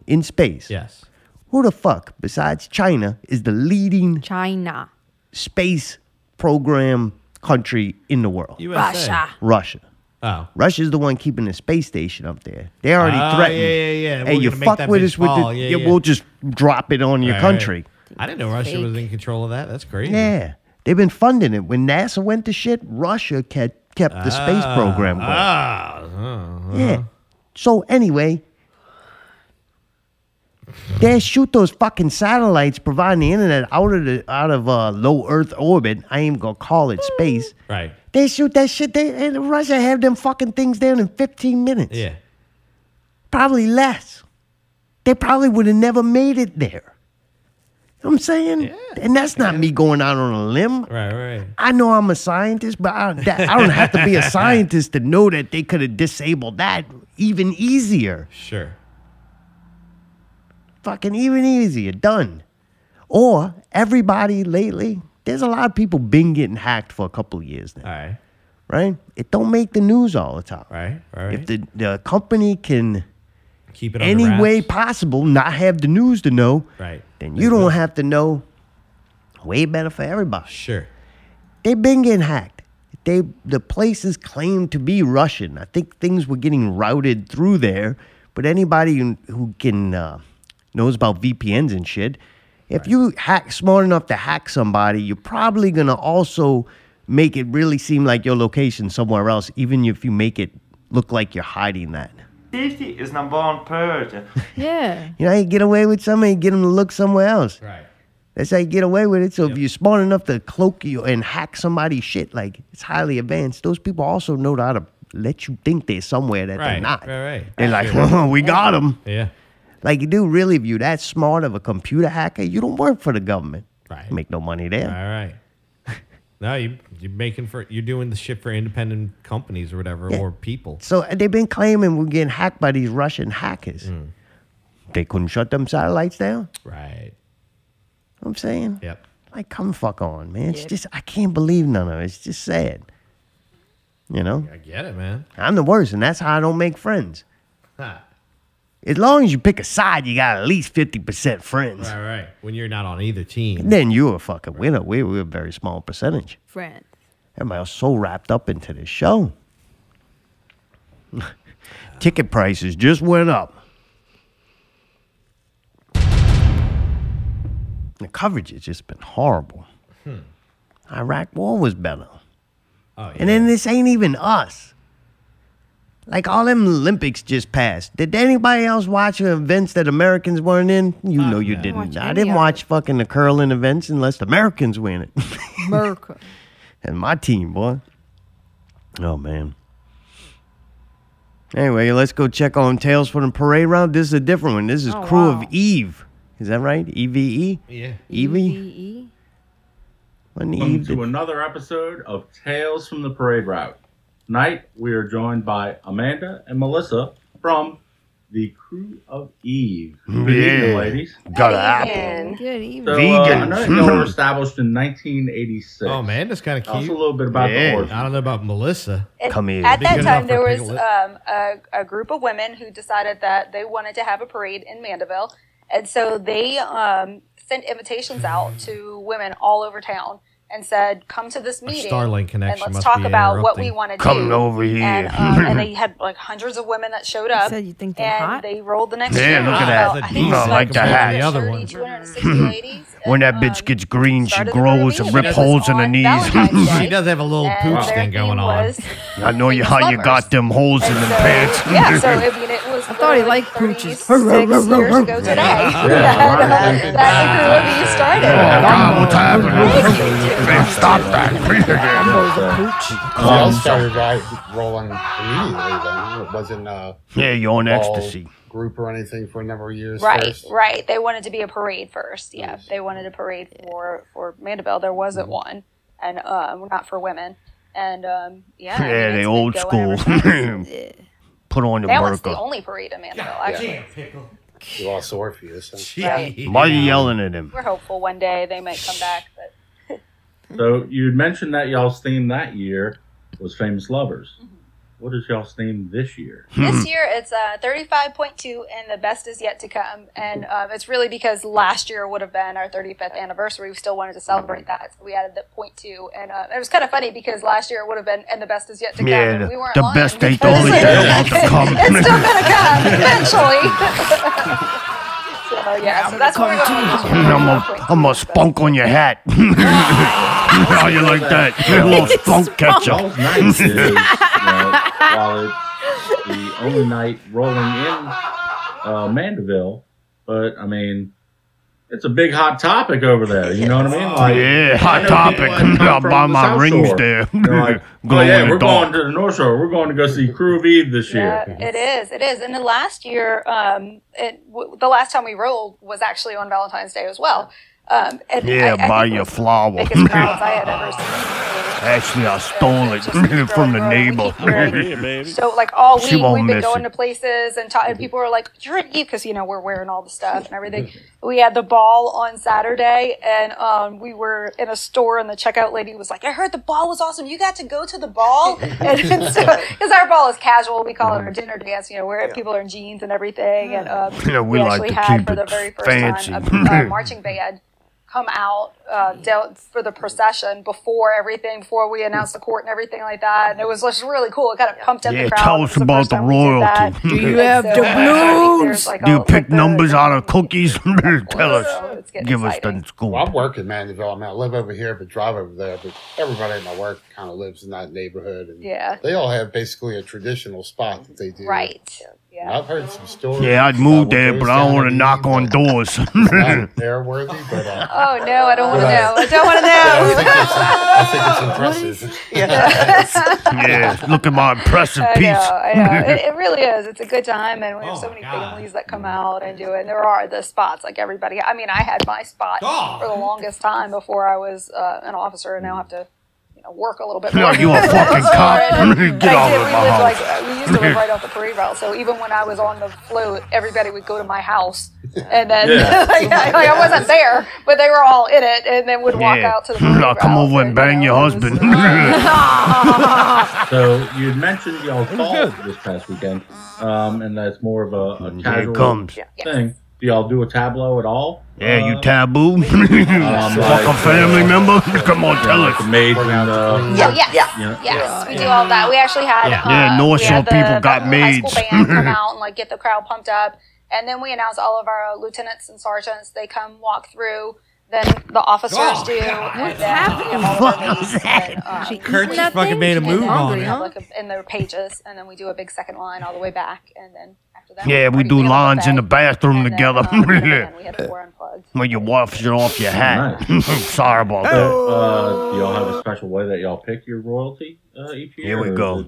S4: In space.
S2: Yes.
S4: Who the fuck besides China is the leading
S3: China,
S4: space program country in the world?
S2: USA.
S3: Russia.
S4: Russia.
S2: Oh.
S4: Russia's the one keeping the space station up there. They already
S2: Oh,
S4: threatened.
S2: yeah, yeah, yeah.
S4: Hey,
S2: We're
S4: you
S2: gonna make
S4: fuck
S2: that
S4: with
S2: bitch
S4: us with
S2: fall.
S4: the,
S2: Yeah,
S4: yeah,
S2: yeah.
S4: we'll just drop it on your
S2: All right.
S4: country.
S2: I didn't know Russia was
S3: Fake.
S2: in control of that. That's crazy.
S4: Yeah, they've been funding it. When NASA went to shit, Russia kept kept the space program going.
S2: Ah.
S4: Yeah. So anyway, they shoot those fucking satellites providing the internet out of the, out of uh, low Earth orbit. I ain't gonna call it space.
S2: Right.
S4: They shoot that shit. They and Russia have them fucking things down in 15 minutes.
S2: Yeah.
S4: Probably less. They probably would have never made it there. You know what I'm saying? and that's not me going out on a limb.
S2: Right. Right.
S4: I know I'm a scientist, but I, that, I don't have to be a scientist to know that they could have disabled that even easier.
S2: Sure.
S4: Fucking even easier. Done. Or everybody lately, there's a lot of people been getting hacked for a couple of years
S2: All
S4: now,
S2: right.
S4: right? It don't make the news all the time.
S2: Right. All right.
S4: If the, the company can
S2: Keep it
S4: any
S2: on the
S4: way
S2: wraps.
S4: possible not have the news to know,
S2: Right.
S4: then you don't have to know. Way better for everybody.
S2: Sure.
S4: they've been getting hacked. They the places claim to be Russian. I think things were getting routed through there, but anybody who, who can uh, knows about VPNs and shit, if you hack smart enough to hack somebody, you're probably gonna also make it really seem like your location somewhere else, even if you make it look like you're hiding that.
S15: Safety is number one priority.
S3: Yeah.
S4: You know how you get away with something, you get them to look somewhere else.
S2: Right.
S4: That's how you get away with it. So if you're smart enough to cloak you and hack somebody's shit, like it's highly advanced. Those people also know how to let you think they're somewhere that they're
S2: Right.
S4: not.
S2: Right. Right.
S4: They're like,
S2: Absolutely.
S4: we got them.
S2: Yeah.
S4: Like, you do really, if you're that smart of a computer hacker, you don't work for the government.
S2: Right.
S4: Make no money there.
S2: All right. No, you you're making for you're doing the shit for independent companies or whatever
S4: Yeah.
S2: or people.
S4: So uh, they've been claiming we're getting hacked by these Russian hackers.
S2: Mm.
S4: They couldn't shut them satellites down.
S2: Right.
S4: I'm saying,
S2: Yep.
S4: like, come fuck on, man. It's just I can't believe none of it. It's just sad. You know,
S2: I get it, man.
S4: I'm the worst, and that's how I don't make friends.
S2: Huh.
S4: As long as you pick a side, you got at least fifty percent friends.
S2: Right. Right. When you're not on either team.
S4: Then you're a fucking winner. We we're a very small percentage.
S3: Friend.
S4: Everybody else so wrapped up into this show. Ticket prices just went up. The coverage has just been horrible.
S2: Hmm.
S4: Iraq war was better.
S2: Oh,
S4: And then this ain't even us. Like all them Olympics just passed. Did anybody else watch the events that Americans weren't in? You know you didn't.
S3: Watch
S4: I
S3: any
S4: didn't
S3: of
S4: watch fucking the curling events unless the Americans win it.
S3: America.
S4: and my team, boy. Oh man. Anyway, let's go check on Tales from the Parade Round. This is a different one. This is
S3: Oh,
S4: Crew
S3: wow.
S4: of Eve. Is that right? E V E?
S2: Yeah.
S4: Evie?
S3: E-E?
S4: Wasn't
S6: Welcome
S4: Eve?
S6: to
S4: the-
S6: another episode of Tales from the Parade Route. Tonight we are joined by Amanda and Melissa from the Crew of Eve. Good evening,
S4: Yeah.
S6: ladies.
S4: Got an apple.
S3: Good evening.
S6: So,
S4: Vegan.
S6: Uh, I know that y'all were established in 1986.
S2: Oh man, that's kind of
S6: Tell us a
S2: cute.
S6: little bit about
S4: Yeah.
S6: the
S2: I
S6: origin.
S2: don't know about Melissa.
S4: Come here.
S2: Be
S16: At
S2: good
S16: that
S2: enough
S16: time, there
S2: for
S16: was
S2: Piglet.
S16: um, a, a group of women who decided that they wanted to have a parade in Mandeville. And so they um, sent invitations out to women all over town and said, come to this meeting.
S2: Starlink
S16: and
S2: connection
S16: let's
S2: must
S16: talk
S2: be
S16: about what we
S2: interrupting.
S16: want to do.
S4: Coming over here.
S16: And, um, and they had like hundreds of women that showed up.
S3: said you think they're
S16: and
S3: hot?
S16: they rolled the next
S4: Yeah,
S16: year.
S4: look
S16: So
S4: at that.
S16: I think it
S4: Mm,
S16: was
S4: I like the hat.
S2: The other
S16: 230,
S2: one.
S16: 260 ladies.
S4: When that
S16: And,
S4: bitch
S16: um,
S4: gets green, she
S16: started the
S4: grows and
S16: parade.
S4: rips
S16: It was
S4: holes in her
S16: on
S4: knees.
S16: Valentine's Day.
S2: She does have a little
S16: And
S2: pooch
S16: their
S2: thing going
S16: theme
S2: on.
S16: was
S4: I know you how you got them holes in
S16: and
S4: the
S16: so,
S4: pants.
S16: Yeah, so I mean, it was.
S3: I thought he
S16: literally
S3: liked pooches.
S16: 36 years ago today. that, uh, that
S12: God, what's happening?
S16: the crew of you started.
S12: Man, stop that.
S8: Y'all started right rolling immediately. Then it wasn't a
S4: yeah, you're on ecstasy.
S8: group or anything for a number of years.
S16: Right,
S8: first.
S16: right. They wanted to be a parade first. Yeah, they wanted a parade for for Mandeville. There wasn't one, and um, not for women. And um, yeah, I mean,
S4: Yeah,
S16: it's
S4: they
S16: been
S4: old
S16: going
S4: school.
S16: ever since.
S4: Put on the
S16: Now it's the
S4: burqa.
S16: only parade in Mandeville. Actually,
S8: You lost Orpheus. huh?
S16: Right.
S4: Why are you yelling at him?
S16: we're hopeful one day they might come back. But
S6: So you had mentioned that y'all's theme that year was famous lovers. What is y'all's theme this year?
S16: Mm-hmm.
S4: Hmm.
S16: This
S4: Mm-hmm.
S16: year it's uh, 35.2, and the best is yet to come. And um, it's really because last year would have been our 35th anniversary. We still wanted to celebrate that, so we added the point two. And uh, it was kind of funny because last year it would have been, and the best is yet to come.
S4: Yeah,
S16: and
S4: the-
S16: we weren't
S4: the
S16: lying
S4: best ain't the
S16: because
S4: only
S16: it's-
S4: thing about to come.
S16: it's still gonna come eventually. so yeah, so that's where we're going. this year.
S4: I'm a,
S16: 35.2.
S4: I'm a spunk on your hat. How you like that? You little spunk catcher.
S16: Oh,
S6: Y'all's night is, you know, while it's the only night rolling in uh, Mandeville, but I mean, it's a big hot topic over there. You know what I mean? Like,
S4: Oh, Yeah,
S6: I
S4: hot
S6: know
S4: topic.
S6: people that come
S4: I'll
S6: from
S4: buy
S6: the
S4: my
S6: South
S4: rings
S6: Shore.
S4: there.
S6: They're like,
S4: Glow
S6: oh
S4: in
S6: yeah,
S4: the
S6: we're going
S4: dark.
S6: to the North Shore. We're going to go see Crew of Eve this year.
S16: Yeah, it is. It is. And the last year, um, it, w- the last time we rolled was actually on Valentine's Day as well. Um, and
S4: Yeah,
S16: I, I
S4: buy
S16: think it
S4: your
S16: was the
S4: flower.
S16: Biggest crowds I had ever seen.
S4: Actually, I stole it
S16: Just keep
S4: from the
S16: growing, growing.
S4: neighbor.
S16: We keep growing. So like all
S4: She
S16: week
S4: won't
S16: we've been
S4: miss
S16: going to
S4: it.
S16: places and, ta- and people are like, "You're an E," because you know we're wearing all the stuff and everything. We had the ball on Saturday, and um, we were in a store, and the checkout lady was like, "I heard the ball was awesome. You got to go to the ball," and, and so because our ball is casual, we call it our dinner dance. You know, where people are in jeans and everything, and um,
S4: Yeah, we like
S16: actually
S4: to
S16: had
S4: keep
S16: for the
S4: it
S16: very first
S4: fancy.
S16: time a, a marching band. come out uh, dealt for the procession before everything, before we announced the court and everything like that. And it was just really cool. It kind of pumped up
S5: Yeah,
S16: the crowd.
S5: tell us about the royalty.
S16: Do you have doubloons?
S5: Do you pick numbers out of cookies? tell us. Give us the scoop.
S8: Well, I'm working Mandeville. I mean, I live over here, but drive over there. But everybody at my work kind of lives in that neighborhood, and
S16: Yeah.
S8: they all have basically a traditional spot that they do.
S16: Right.
S8: And I've heard some stories.
S5: Yeah, I'd move there, but I don't want to knock on doors.
S8: Not air worthy, but uh,
S16: Oh no, I don't want to
S8: Right.
S16: know. I don't want to
S8: I
S16: know.
S8: think it's, I think it's impressive.
S5: yeah, look at my impressive
S16: I
S5: piece.
S16: know, I know. It, it really is. It's a good time, and we have so many families that come out and do it. And there are the spots, like everybody. I mean, I had my spot for the longest time before I was uh, an officer, and now I have to, you know, work a little bit.
S5: No,
S16: more.
S5: you a fucking
S16: So,
S5: cop.
S16: and I-
S5: Get
S16: I
S5: out
S16: did.
S5: of
S16: We
S5: my
S16: lived,
S5: house.
S16: like, uh, we used to live right off the parade route, so even when I was on the float, everybody would go to my house, and then
S5: Yeah.
S16: like, I- like, I wasn't there, but they were all in it, and then would walk
S5: Yeah.
S16: out to the.
S5: I'll come over and bang your husband.
S6: So you had mentioned y'all golf this past weekend, um, and that's more of a, a casual
S5: comes.
S6: thing. Do y'all do a tableau at all?
S5: yeah, you
S8: Um,
S5: taboo? Fuck a
S6: like,
S5: family member? Come on, tell us.
S6: Made Um, and, uh,
S16: Yeah, yes,
S6: Yeah.
S16: yes. We do all that. We actually had
S5: Yeah.
S16: uh,
S5: Yeah, North
S16: we
S5: Shore
S16: had the
S5: people got
S16: high school
S5: maids.
S16: band come out and like get the crowd pumped up, and then we announce all of our lieutenants and sergeants. They come walk through. Then the officers
S2: Oh,
S16: do. and then we have all of our maids and, uh,
S2: Kurt just fucking made a move on
S16: we
S2: it.
S16: have, like, a- in their pages, and then we do a big second line all the way back, and then after that,
S5: Yeah, we do lines in the bathroom
S16: uh,
S5: together. when you wash it off your hat. Sorry about that.
S6: So, uh, do y'all have a special way that y'all pick your royalty uh, each year?
S5: Here we
S6: or is
S5: go.
S6: it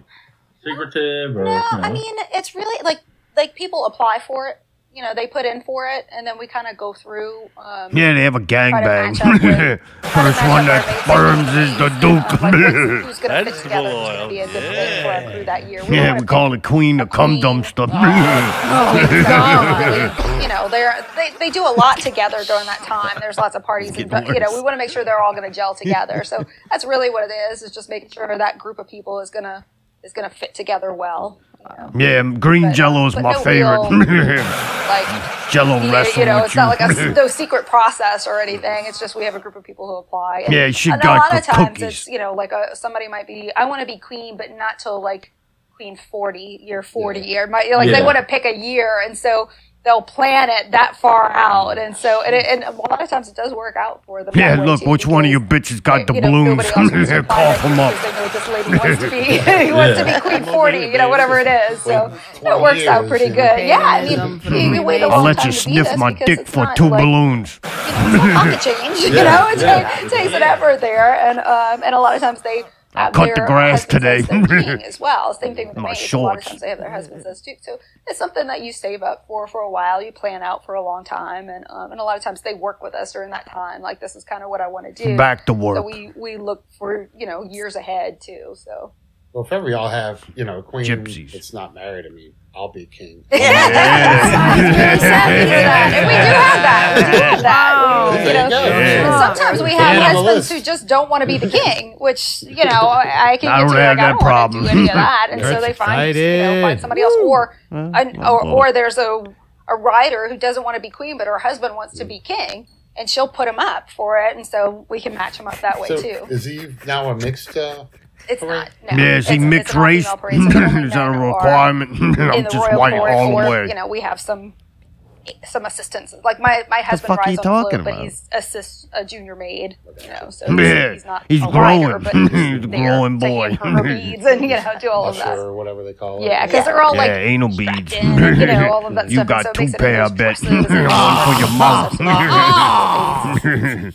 S6: Secretive or
S16: No,
S6: you know?
S16: I mean it's really like like people apply for it. You know, they put in for it, and then we kind of go through. Um,
S5: Yeah, they have a gangbang. First one that burns is the
S16: Who's
S5: Duke.
S16: going to fit together? Who's going to be a good fit for our crew that year? We
S5: Yeah,
S16: wanna
S5: we call it Queen of Cum Dumpster.
S16: uh, you know, they're, they they do a lot together during that time. There's lots of parties, and,
S5: Getting
S16: you know,
S5: worse.
S16: we want to make sure they're all going to gel together. So that's really what it is: is just making sure that group of people is gonna is gonna fit together well.
S5: Yeah, green jello is
S16: but
S5: my
S16: no
S5: favorite.
S16: Like
S5: jello
S16: you,
S5: wrestling
S16: you know,
S5: with
S16: it's not like
S5: you.
S16: a no secret process or anything. It's just we have a group of people who apply. And,
S5: Yeah, she
S16: and
S5: got
S16: a lot of
S5: the
S16: times
S5: cookies.
S16: it's you know like a, somebody might be I want to be queen, but not till like queen forty year forty year. My, like
S12: Yeah.
S16: they want to pick a year, and so they'll plan it that far out, and so and, it, and a lot of times it does work out for them.
S5: Yeah,
S16: that way,
S5: look,
S16: too,
S5: which one of you bitches got the
S16: you know,
S5: balloons?
S16: nobody else wants to
S5: Cough them up.
S16: because they know this lady wants to be he wants to be queen forty, you know, whatever it is. So it works out pretty good. Yeah, I mean, you, you wait a
S5: I'll
S16: long
S5: let
S16: time
S5: you
S16: to do
S5: sniff
S16: this
S5: my
S16: because
S5: dick
S16: it's
S5: for
S16: not
S5: two
S16: like-
S5: balloons.
S16: pocket change. You
S5: Yeah,
S16: know, it
S5: yeah.
S16: ta- takes an effort there, and um, and a lot of times they have
S5: Cut the
S16: their
S5: grass
S16: husbands
S5: today.
S16: as well. Same thing with the
S5: My
S16: maids. A lot of
S5: shorts.
S16: times they have their husbands as too. So it's something that you save up for for a while. You plan out for a long time, and um, and a lot of times they work with us during that time. Like this is kind of what I want to do.
S8: Back to
S16: So
S8: work.
S16: we we look for you know years ahead too. So.
S8: Well, if ever y'all have, you know, a queen that's not married, I mean, I'll be king.
S16: And we do have that. We do have that.
S8: There
S16: You know,
S8: you go. Yeah.
S16: Sometimes we have
S5: Yeah.
S16: husbands who just don't want to be the king, which you know I I can
S5: I
S16: get
S5: don't
S16: to like,
S5: have
S16: I
S5: that
S16: don't
S5: problem.
S16: want to do any of that, and so
S5: That's
S16: they find, you know,
S5: excited.
S16: find somebody else, or an,
S5: my
S16: or,
S5: God.
S16: or there's a a writer who doesn't want to be queen, but her husband wants to be king, and she'll put him up for it, and so we can match him up that way
S8: So
S16: too.
S8: is he now a mixed? Uh,
S16: It's not. No,
S5: Yeah, is
S16: It's-
S5: he
S16: it's
S5: mixed
S16: an all-female
S5: race?
S16: parade, so there are only
S5: Is that a
S16: men or-
S5: requirement?
S16: in
S5: I'm
S16: the
S5: just
S16: royal
S5: white
S16: court,
S5: all
S16: or,
S5: the way.
S16: You know, we have some some assistants. Like my my husband
S5: fuck
S16: rides
S5: you
S16: on the
S5: talking
S16: float, but
S5: about?
S16: he's a, sis, a junior maid. You know, so
S5: Yeah,
S16: he's, he's not.
S5: he's
S16: a
S5: growing.
S16: rider, but he's
S5: he's a growing boy.
S16: her beads and you know do all of that.
S8: or whatever they call it.
S16: Yeah, because they're all
S5: yeah,
S16: like
S5: anal beads.
S16: you know, all of that
S5: You
S16: stuff, and
S5: got
S16: so it
S5: two
S16: makes it
S5: pair, I bet. One for your mom.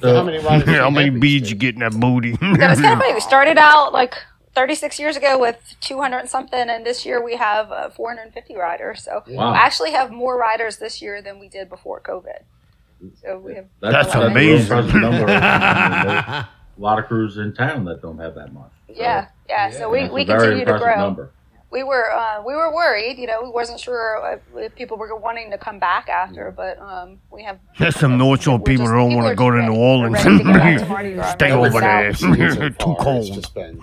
S8: How many riders
S5: How many beads you get in that booty?
S16: that was kind of funny. We started out like 36 years ago with 200 and something, and this year we have uh, 450 riders. So
S5: Wow.
S16: we actually have more riders this year than we did before COVID. So we have
S5: That's
S6: a real
S5: amazing.
S6: impressive number. I mean, there's a lot of crews in town that don't have that much.
S16: yeah, yeah. So we,
S6: That's
S16: we
S6: a very
S16: continue to
S6: impressive
S16: grow.
S6: Number.
S16: we were uh, we were worried. You know, we wasn't sure if, if people were wanting to come back after, but um, we have
S5: There's some North Shore people that don't want to go to New Orleans. Stay over there. Too
S8: It's
S5: cold.
S8: just been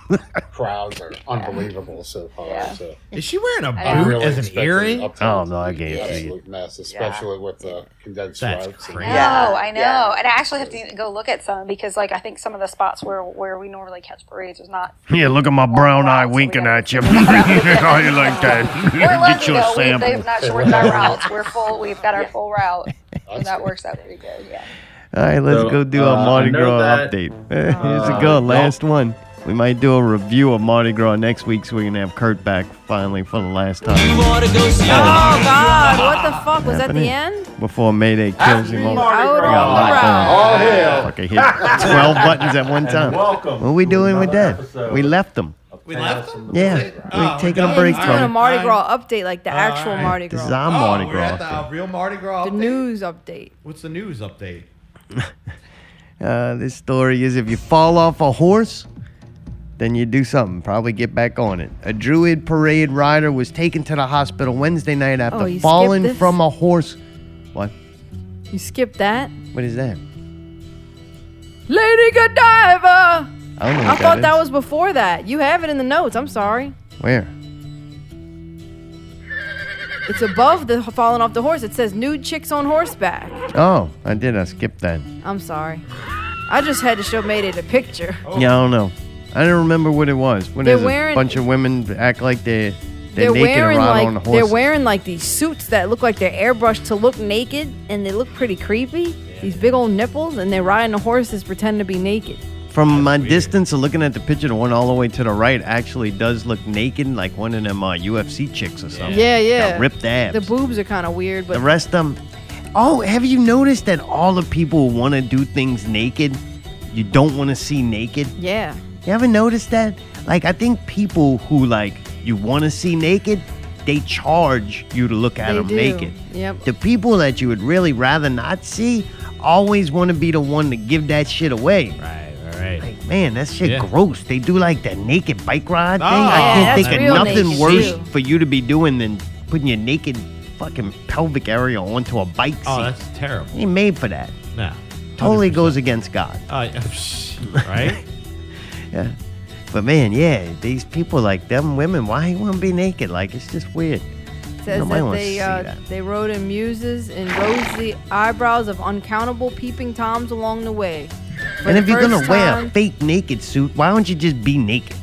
S8: crowds are unbelievable so far. So
S2: Is she wearing a
S8: I
S2: boot
S8: really
S2: as an
S8: expected
S2: earring?
S8: up to
S5: Oh, no, I can't
S8: be an
S5: see it.
S8: absolute mess, especially with the condensed
S2: That's
S8: routes. and-
S16: No, Oh, I know, and I actually have to go look at some because, like, I think some of the spots where where we normally catch parades is not.
S5: Yeah, look
S16: Oh,
S5: at my brown eye winking at you. How you like that?
S16: We're
S5: Get
S16: lucky
S5: your
S16: though; we,
S5: sample.
S16: they've not shortened our routes. We're full. We've got our full route, and that works out pretty good. Yeah.
S4: All right, let's
S6: So,
S4: go do
S6: uh,
S4: a
S6: I
S4: Mardi
S6: know
S4: Gras
S6: that-
S4: update. Here's a
S6: uh,
S4: go,
S6: no.
S4: last one. We might do a review of Mardi Gras next week so we can have Kurt back finally for the last time.
S3: Oh God! What the fuck was that? The
S4: Happening.
S3: end?
S4: Before Mayday kills him all.
S3: Mardi Gras.
S6: All hail.
S4: Fucker hit 12 buttons at one
S6: And
S4: time.
S6: welcome
S4: What we
S6: to
S4: doing with
S6: another
S4: that?
S6: episode
S4: We left them.
S2: We left them?
S4: Yeah,
S2: Oh,
S4: we're taking
S2: okay.
S4: a break
S3: He's doing a
S4: from it.
S3: Mardi Gras update, like the actual
S2: Alright.
S3: Mardi
S4: This
S3: Gras.
S4: is our Mardi
S2: Oh, we're at
S4: Gras.
S2: the real Mardi Gras.
S3: The
S2: update.
S3: news update.
S2: What's the news update?
S4: Uh, this story is if you fall off a horse, then you do something. Probably get back on it. A Druid parade rider was taken to the hospital Wednesday night after
S3: Oh, you skipped
S4: falling
S3: this?
S4: from a horse. What?
S3: You skipped that,
S4: What is that?
S3: Lady
S4: I
S3: Godiva.
S4: don't know.
S3: I
S4: What
S3: thought that
S4: is.
S3: was before that. You have it in the notes. I'm sorry.
S4: Where?
S3: It's above the falling off the horse. It says nude chicks on horseback.
S4: Oh, I did. I skipped that.
S3: I'm sorry. I just had to show made it a picture.
S4: Oh. Yeah, I don't know. I don't remember what it was. When
S3: They're
S4: there's a
S3: wearing-
S4: bunch of women act like they they're,
S3: They're
S4: naked and
S3: wearing
S4: ride
S3: like
S4: on a horse.
S3: they're wearing like these suits that look like they're airbrushed to look naked, and they look pretty creepy. These big old nipples, and they're riding the horses pretending to be naked.
S4: From my distance of looking at the picture, the one all the way to the right actually does look naked, like one of them uh, UFC chicks or something.
S3: Yeah, yeah.
S4: Got ripped abs.
S3: The boobs are kind of weird, but
S4: The rest of them. Oh, have you noticed that all the people who want to do things naked, you don't want to see naked?
S3: yeah,
S4: You ever noticed that? Like, I think people who like you want to see naked, they charge you to look at
S3: they
S4: them
S3: do.
S4: naked.
S3: Yep.
S4: The people that you would really rather not see always want to be the one to give that shit away.
S2: Right, all right.
S4: Man, that shit
S2: Yeah.
S4: gross. They do like that naked bike ride thing.
S2: Oh,
S4: I can't
S2: Yeah,
S4: think
S2: that's
S4: of
S2: real
S4: nothing
S3: naked,
S4: worse
S3: too.
S4: for you to be doing than putting your naked fucking pelvic area onto a bike seat.
S2: Oh, that's terrible.
S4: He made for that.
S2: No.
S4: Totally goes against God.
S2: Uh, psh, right?
S4: Yeah. But man, yeah, these people like them women, why you want to be naked? Like it's just weird.
S3: It
S4: Nobody
S3: says that
S4: wants to
S3: they
S4: see
S3: uh,
S4: that.
S3: they rode in muses and rose the eyebrows of uncountable peeping toms along the way. For
S4: and
S3: the
S4: if you're gonna
S3: first
S4: wear a
S3: time-
S4: fake naked suit, why don't you just be naked?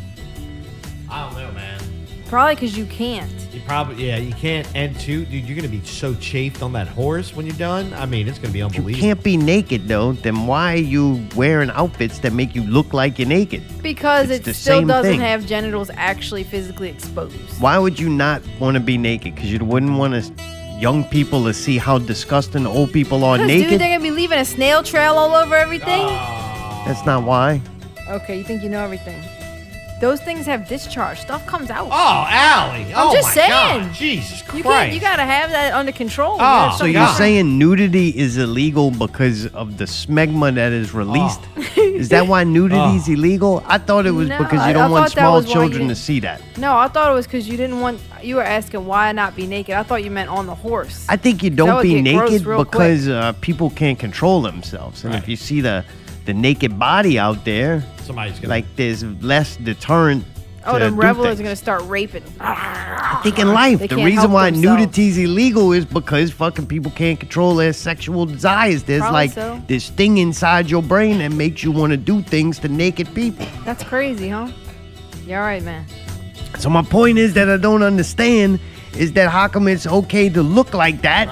S2: I don't know, man.
S3: probably because you can't.
S2: You probably, yeah, you can't. And two, dude, you're going to be so chafed on that horse when you're done. I mean, it's going to be
S4: You
S2: unbelievable.
S4: can't be naked though, then why are you wearing outfits that make you look like you're naked?
S3: Because
S4: It's
S3: it
S4: the
S3: still
S4: same
S3: doesn't
S4: thing.
S3: have genitals actually physically exposed.
S4: Why would you not want to be naked? Because you wouldn't want to, young people to see how disgusting old people are
S3: Because, dude,
S4: naked.
S3: they're gonna be leaving a snail trail all over everything.
S2: Ah.
S4: That's not why.
S3: Okay, you think you know everything. Those things have discharge. Stuff comes out.
S2: Oh, Allie.
S3: I'm
S2: oh my
S3: just saying.
S2: God. Jesus Christ.
S3: you can't. You gotta have that under control. You
S2: Oh,
S3: gotta
S2: so
S4: So
S3: stop-
S4: you're
S2: God.
S4: saying nudity is illegal because of the smegma that is
S2: Oh.
S4: released? Is that why nudity is illegal? I thought it was
S3: No,
S4: because
S3: I-
S4: you don't
S3: I
S4: want
S3: thought that
S4: small
S3: was why you
S4: children to
S3: didn't-
S4: see that.
S3: No, I thought it was because you didn't want. You were asking why not be naked. I thought you meant on the horse.
S4: I think you
S3: That
S4: don't
S3: would
S4: be
S3: get gross
S4: naked
S3: real quick.
S4: because uh, people can't control themselves, and if you see the the naked body out there,
S2: Somebody's going to.
S4: like there's less deterrent.
S3: oh,
S4: to
S3: them
S4: do
S3: revelers are
S4: things.
S3: gonna start raping.
S4: I think in life,
S3: They
S4: the
S3: can't
S4: reason
S3: help
S4: why
S3: themselves.
S4: nudity is illegal is because fucking people can't control their sexual desires. There's
S3: Probably
S4: like
S3: so.
S4: this thing inside your brain that makes you want to do things to naked people.
S3: That's crazy, huh? You're all right, man.
S4: So my point is that I don't understand is that how come it's okay to look like that,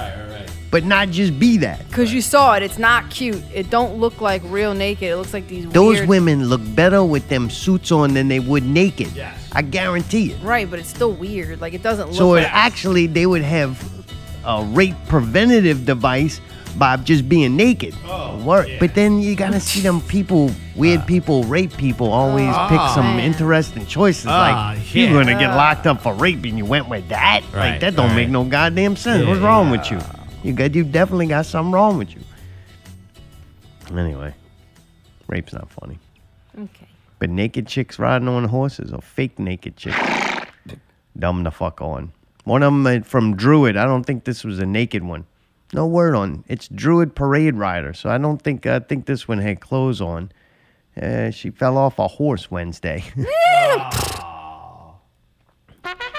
S4: but not just be that.
S3: Cause you saw it. It's not cute. It don't look like real naked. It looks like these.
S4: Those
S3: weird-
S4: women look better with them suits on than they would naked.
S2: Yes.
S4: I guarantee it.
S3: Right, but it's still weird. Like it doesn't look.
S4: So it
S3: like,
S4: actually they would have a rape preventative device by just being naked.
S2: Oh,
S4: Work. But then you gotta see them people, weird
S2: Ah.
S4: people, rape people always pick some
S3: man.
S4: interesting choices.
S2: Ah,
S4: like
S2: yeah.
S4: you're gonna get locked up for rape and you went with that.
S2: Right,
S4: like that don't
S2: right.
S4: make no goddamn sense.
S2: Yeah,
S4: What's wrong with you? You got you definitely got something wrong with you. Anyway, rape's not funny.
S3: okay.
S4: But naked chicks riding on horses or fake naked chicks. Dumb the fuck on. One of them from Druid. I don't think this was a naked one. No word on. It's Druid Parade Rider. So I don't think I think this one had clothes on. Uh, she fell off a horse Wednesday.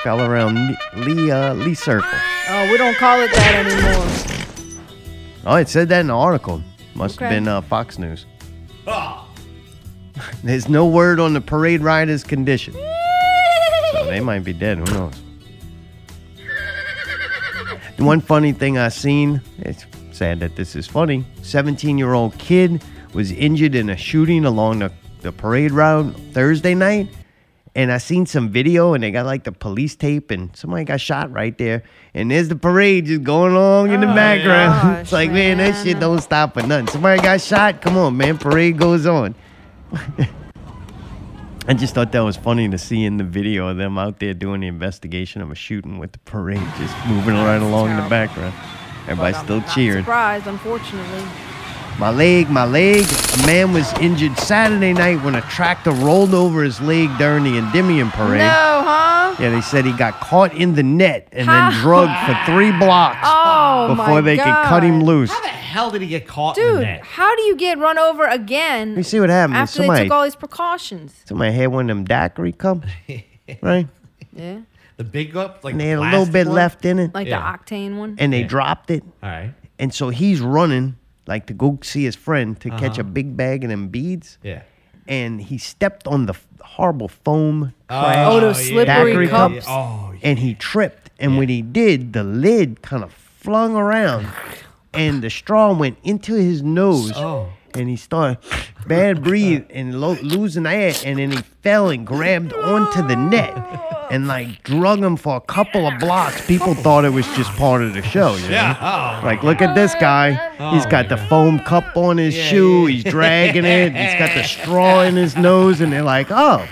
S4: fell around Lee, Lee, uh, Lee Circle.
S3: Oh, we don't call it that anymore.
S4: Oh, it said that in the article. Must have
S3: Okay.
S4: been uh, Fox News. There's no word on the parade rider's condition. so they might be dead. Who knows? The one funny thing I seen, it's sad that this is funny. 17 year old kid was injured in a shooting along the, the parade route Thursday night. And I seen some video and they got like the police tape and somebody got shot right there. And there's the parade just going along in the background. it's like, man, that shit don't stop for nothing. Somebody got shot. Come on, man. Parade goes on. I just thought that was funny to see in the video of them out there doing the investigation of a shooting with the parade just moving
S3: Oh,
S4: right along in the background. Everybody still cheering.
S3: Surprised, unfortunately.
S4: My leg, my leg. A man was injured Saturday night when a tractor rolled over his leg during the Endymion parade.
S3: No, huh?
S4: Yeah, they said he got caught in the net and then
S3: Ha.
S4: drugged for three blocks
S3: Oh my
S4: before they could cut him
S3: God.
S4: loose.
S2: hell did he get caught in the
S3: Dude,
S2: net?
S3: how do you get run over again?
S4: You see what happened?
S3: after
S4: Somebody-
S3: they took all these precautions.
S4: Somebody had one of them daiquiri cups, right?
S3: Yeah,
S2: The big up, like
S4: And they had a little bit left in it.
S3: like
S4: Yeah.
S3: the octane one.
S4: and they dropped it.
S2: All right.
S4: And so he's running like to go see his friend to catch
S2: Uh-huh.
S4: a big bag of them beads.
S2: Yeah.
S4: And he stepped on the f- horrible foam.
S2: Oh,
S4: crash
S2: Oh, those yeah.
S4: daiquiri
S2: slippery cups. Yeah. Oh,
S4: And he tripped. And when he did, the lid kind of flung around. And the straw went into his nose.
S2: Oh.
S4: And he started bad breathe and lo- losing air. And then he fell and grabbed onto the net and like drug him for a couple of blocks. People thought it was just part of the show. You know?
S2: Yeah. Oh.
S4: Like, look at this guy. he's got the foam cup on his shoe. He's dragging it. He's got the straw in his nose. And they're like, oh,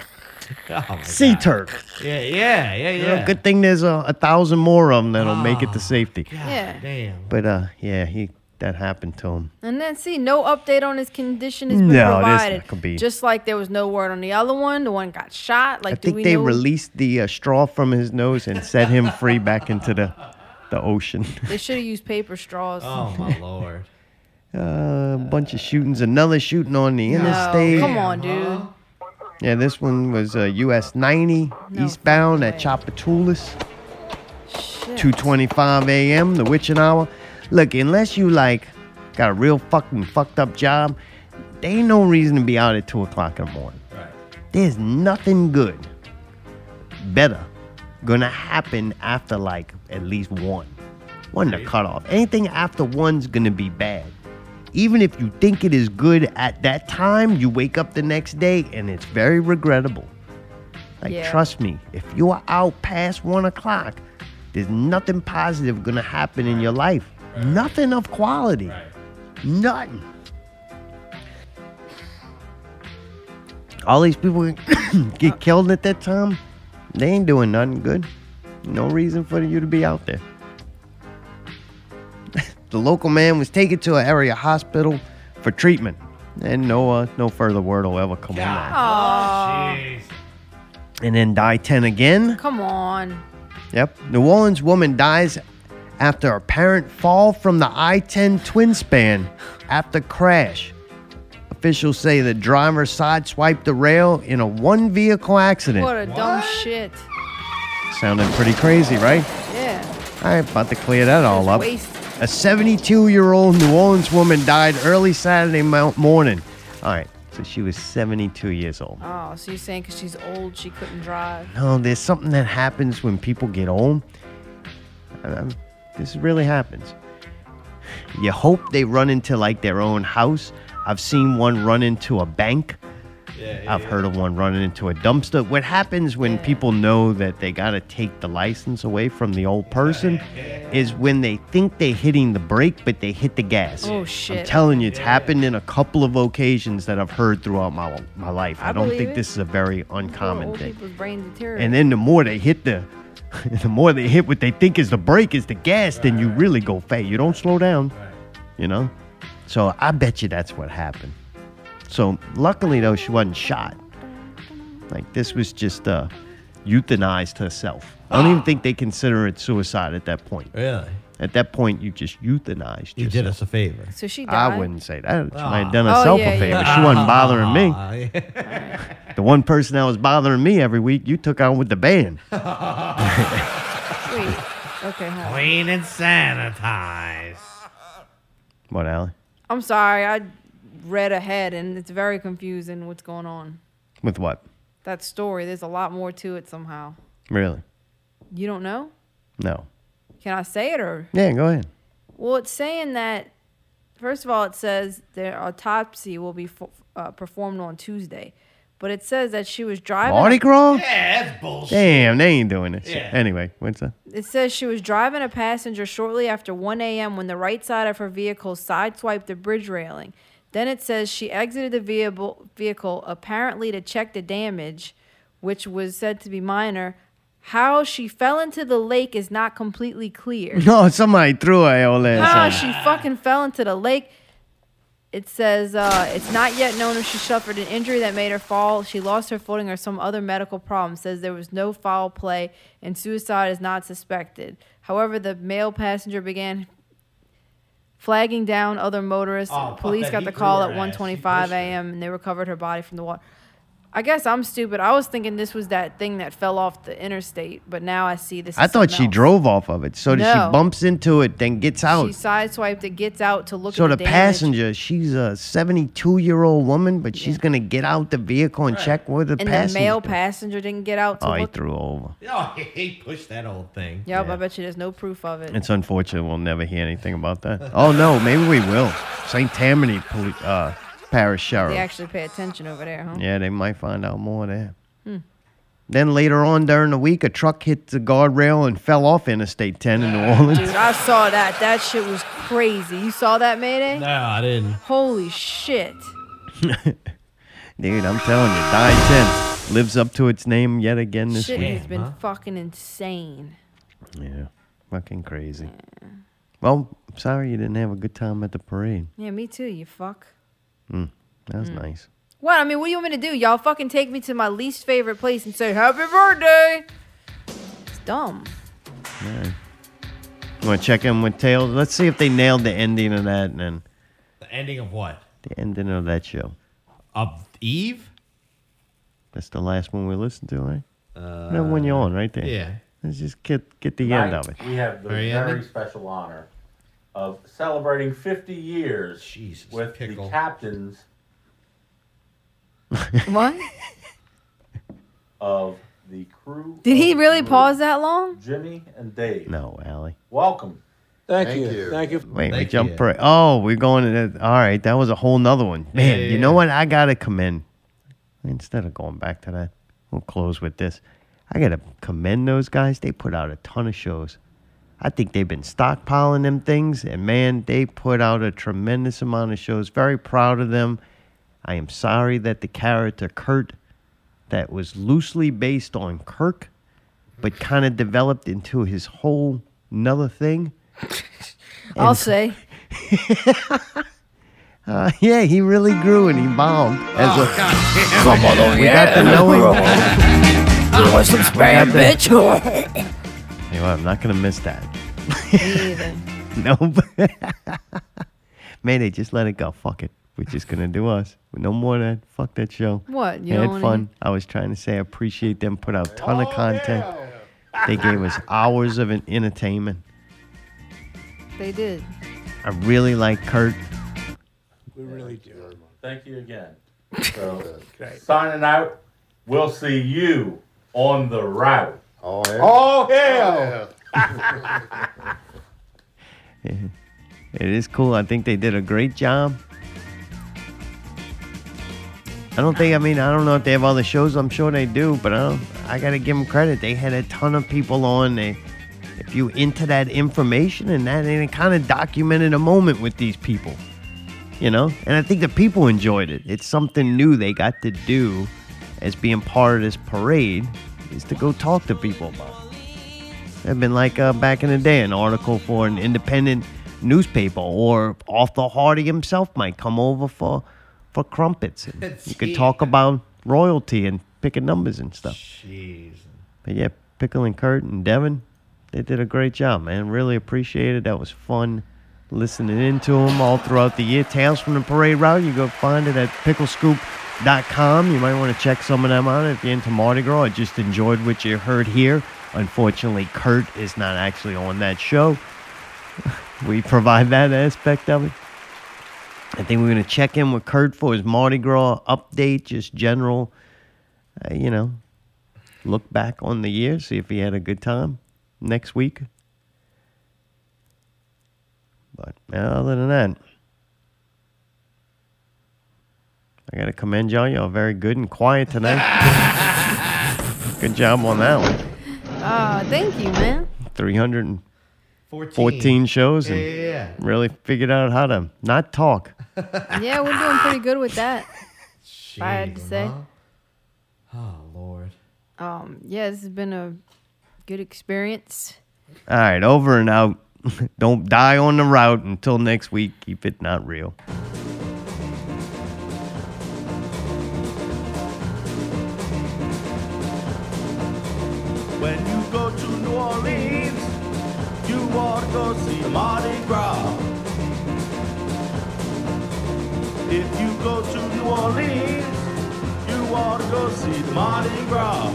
S4: sea turtle.
S2: Yeah, yeah, yeah,
S4: You
S2: yeah. Oh.
S4: know, good thing there's a, a thousand more of them that'll make it to safety.
S3: yeah.
S2: Damn.
S4: But uh, yeah, he that happened to him.
S3: And then see, no update on his condition has been
S4: No, this
S3: provided.
S4: could be-
S3: Just like there was no word on the other one. The one got shot.
S4: I
S3: Like, do
S4: think
S3: we
S4: they
S3: know?
S4: released the uh, straw from his nose and set him free back into the the ocean.
S3: They should have used paper straws.
S2: Oh my lord.
S4: Uh, A bunch of shootings, another shooting on the interstate.
S3: come on, dude.
S4: Yeah, this one was uh, US 90 eastbound at Chapatoulas. 2:25 a.m. The witching hour. Look, unless you like got a real fucking fucked up job, there ain't no reason to be out at two o'clock in the morning. There's nothing good, better, gonna happen after like at least one, one to cut off. Anything after one's gonna be bad. Even if you think it is good at that time, you wake up the next day and it's very regrettable. Like,
S1: Yeah.
S4: trust me, if you are out past one o'clock, there's nothing positive gonna happen in your life. Nothing of quality. Nothing. All these people get killed at that time, they ain't doing nothing good. No reason for you to be out there. the local man was taken to an area hospital for treatment, and no, uh, no further word will ever come on that.
S3: Aw.
S4: And then die 10 again.
S3: Come on.
S4: Yep. New Orleans woman dies after apparent fall from the I 10 twin span after crash. Officials say the driver sideswiped the rail in a one vehicle accident.
S3: What a dumb shit.
S4: Sounded pretty crazy, right?
S3: Yeah.
S4: All right, about to clear that all up.
S3: waste.
S4: A 72 year old New Orleans woman died early Saturday mo- morning. All right, so she was 72 years old.
S3: Oh, so you're saying because she's old, she couldn't drive?
S4: No, there's something that happens when people get old. And, um, this really happens. You hope they run into like their own house. I've seen one run into a bank. I've heard of one running into a dumpster. What happens when people know that they got to take the license away from the old person is when they think they're hitting the brake, but they hit the gas.
S3: Oh,
S4: I'm
S3: shit.
S4: telling you, it's happened in a couple of occasions that I've heard throughout my, my life. I,
S3: I
S4: don't
S3: believe
S4: think
S3: it.
S4: this is a very uncommon
S3: Old
S4: thing.
S3: people's brain deteriorate.
S4: And then the more they hit the, the more they hit what they think is the brake is the gas, then you really go fast. You don't slow down, you know. So I bet you that's what happened. So luckily though, she wasn't shot. Like this was just uh, euthanized herself. I don't even think they consider it suicide at that point.
S2: Really?
S4: At that point, you just euthanized
S2: You
S4: yourself.
S2: did us a favor.
S3: So she
S4: I
S3: died?
S4: wouldn't say that. She might
S2: Ah.
S4: have done
S2: Oh,
S4: herself
S2: yeah,
S4: a favor.
S2: yeah.
S4: She wasn't bothering
S2: Ah,
S4: me. The one person that was bothering me every week, you took out with the band.
S3: Wait. Okay. hold on.
S2: Clean and sanitize.
S4: What, Allie?
S3: I'm sorry. I read ahead and it's very confusing what's going on.
S4: With what?
S3: That story, there's a lot more to it somehow.
S4: Really?
S3: You don't know?
S4: No.
S3: Can I say it or?
S4: Yeah, go ahead.
S3: Well, it's saying that, first of all, it says their autopsy will be fo- uh, performed on Tuesday. But it says that she was driving.
S4: Mardi Gras?
S2: Yeah, that's bullshit.
S4: Damn, they ain't doing this.
S3: Oh, Yeah.
S4: Anyway, what's that?
S3: It says she was driving a passenger shortly after 1 a.m. when the right side of her vehicle sideswiped the bridge railing. Then it says she exited the vehicle, vehicle apparently to check the damage, which was said to be minor. How she fell into the lake is not completely clear.
S4: No, somebody threw a old
S3: How
S4: ass.
S3: Ah, she
S4: out.
S3: fucking fell into the lake. It says uh, it's not yet known if she suffered an injury that made her fall, she lost her footing, or some other medical problem. Says there was no foul play and suicide is not suspected. However, the male passenger began flagging down other motorists.
S1: Oh, fuck
S3: Police
S1: that.
S3: got
S1: He
S3: the
S1: threw
S3: call
S1: her
S3: at
S1: ass.
S3: 1:25 a.m. and they recovered her body from the water. I guess I'm stupid. I was thinking this was that thing that fell off the interstate, but now I see this.
S4: I
S3: is
S4: thought
S3: something
S4: she
S3: else.
S4: drove off of it. So that
S3: No.
S4: she bumps into it, then gets out.
S3: She sideswiped it, gets out to look
S4: so
S3: at
S4: the
S3: the, damage.
S4: passenger, she's a 72 year old woman, but she's going to get out the vehicle and check where the
S3: and
S4: passenger.
S3: the male passenger didn't get out to
S4: oh, he
S3: look.
S4: threw over.
S2: Oh, he pushed that old thing.
S3: Yep, I bet you there's no proof of it.
S4: It's unfortunate we'll never hear anything about that. Oh, no, maybe we will. St. Tammany poli- uh, Parish Sheriff.
S3: they actually pay attention over there, huh?
S4: Yeah, they might find out more there.
S3: Hmm.
S4: Then later on during the week, a truck hit the guardrail and fell off Interstate 10 in New Orleans.
S3: Dude, I saw that. That shit was crazy. You saw that, Mayday?
S4: No, I didn't.
S3: Holy shit.
S4: Dude, I'm telling you, Die 10 lives up to its name yet again this
S3: shit
S4: week.
S3: has been fucking insane.
S4: Yeah, fucking crazy. Well, I'm sorry you didn't have a good time at the parade.
S3: Yeah, me too, you fuck.
S4: Mm, that was nice.
S3: What? I mean, what do you want me to do? Y'all fucking take me to my least favorite place and say, Happy birthday! It's dumb.
S4: All right. Want to check in with Tails? Let's see if they nailed the ending of that and then
S2: The ending of what?
S4: the ending of that show.
S2: Of Eve?
S4: That's the last one we listened to, right? that one you're on right there.
S2: yeah.
S4: Let's just get get the end of it.
S6: We have the
S2: Very
S6: very,
S2: ending?
S6: special honor of celebrating 50 years with the captains
S3: what?
S6: of the crew.
S3: Did he really
S6: Blue.
S3: pause that long?
S6: Jimmy and Dave.
S4: No, Allie.
S6: Welcome.
S17: Thank Thank you. you. Thank you.
S4: Wait, we jumped. Pra- oh, we're going to. The- all right, that was a whole nother one. Man,
S17: yeah,
S4: you know what? I gotta commend. Instead of going back to that, we'll close with this. I gotta commend those guys. They put out a ton of shows. I think they've been stockpiling them things, and man, they put out a tremendous amount of shows. Very proud of them. I am sorry that the character Kurt, that was loosely based on Kirk, but kind of developed into his whole nother thing.
S3: I'll
S4: And-
S3: say.
S4: uh, yeah, he really grew and evolved
S16: Oh,
S4: as a. oh,
S12: Come on,
S4: we
S12: Oh, yeah.
S4: got to know
S12: You want some spam, bitch?
S4: You know, I'm not gonna miss that.
S3: Me either.
S4: Nope. Mayday, just let it go. Fuck it. We're just gonna do us. No more of that. Fuck that show.
S3: What? You
S4: You
S3: don't
S4: had
S3: wanna-
S4: fun. I was trying to say I appreciate them. Put out a ton of content. They gave us hours of an entertainment.
S3: They did.
S4: I really like Kurt.
S6: We really do. Thank you again. So, signing out. We'll see you on the route. Oh,
S17: Oh,
S6: hell.
S17: hell.
S4: It is cool. I think they did a great job. I don't think. I mean, I don't know if they have other shows. I'm sure they do, but I don't. I gotta give them credit. They had a ton of people on. They, if you into that information and that, and it kind of documented a moment with these people, you know. And I think the people enjoyed it. It's something new they got to do, as being part of this parade, is to go talk to people about. it. I've been like uh, back in the day, an article for an independent newspaper, or Arthur Hardy himself might come over for for crumpets. And you could talk about royalty and picking numbers and stuff.
S2: Jeez.
S1: But yeah, Pickle and Kurt and Devin, they did a great job, man. Really appreciate it. That was fun listening into them all throughout the year. Tales from the Parade Route, you go find it at picklescoop.com. You might want to check some of them out if you're into Mardi Gras or just enjoyed what you heard here. Unfortunately, Kurt is not actually on that show. we provide that aspect of it. I think we're going to check in with Kurt for his Mardi Gras update, just general, uh, you know, look back on the year, see if he had a good time next week. But other than that, I got to commend y'all. Y'all very good and quiet tonight. good job on that one.
S3: Uh, thank you, man.
S1: 314
S18: 14.
S1: shows and
S18: Yeah, yeah, yeah.
S1: really figured out how to not talk.
S3: Yeah, we're doing pretty good with that. if I had to
S18: Shame,
S3: say.
S18: Oh Lord.
S3: Um, yeah, this has been a good experience.
S1: All right, over and out. Don't die on the route until next week. Keep it not real.
S15: When you go to New Orleans, you ought to go see the Mardi Gras. If you go to New Orleans, you ought to go see the Mardi Gras.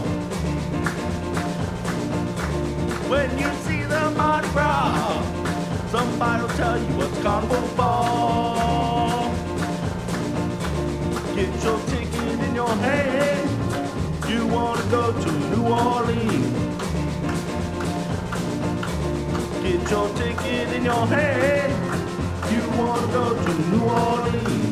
S15: When you see the Mardi Gras, somebody will tell you what's carnival for. Get your ticket in your hand. You wanna go to New Orleans? Get your ticket in your hand. You wanna go to New Orleans?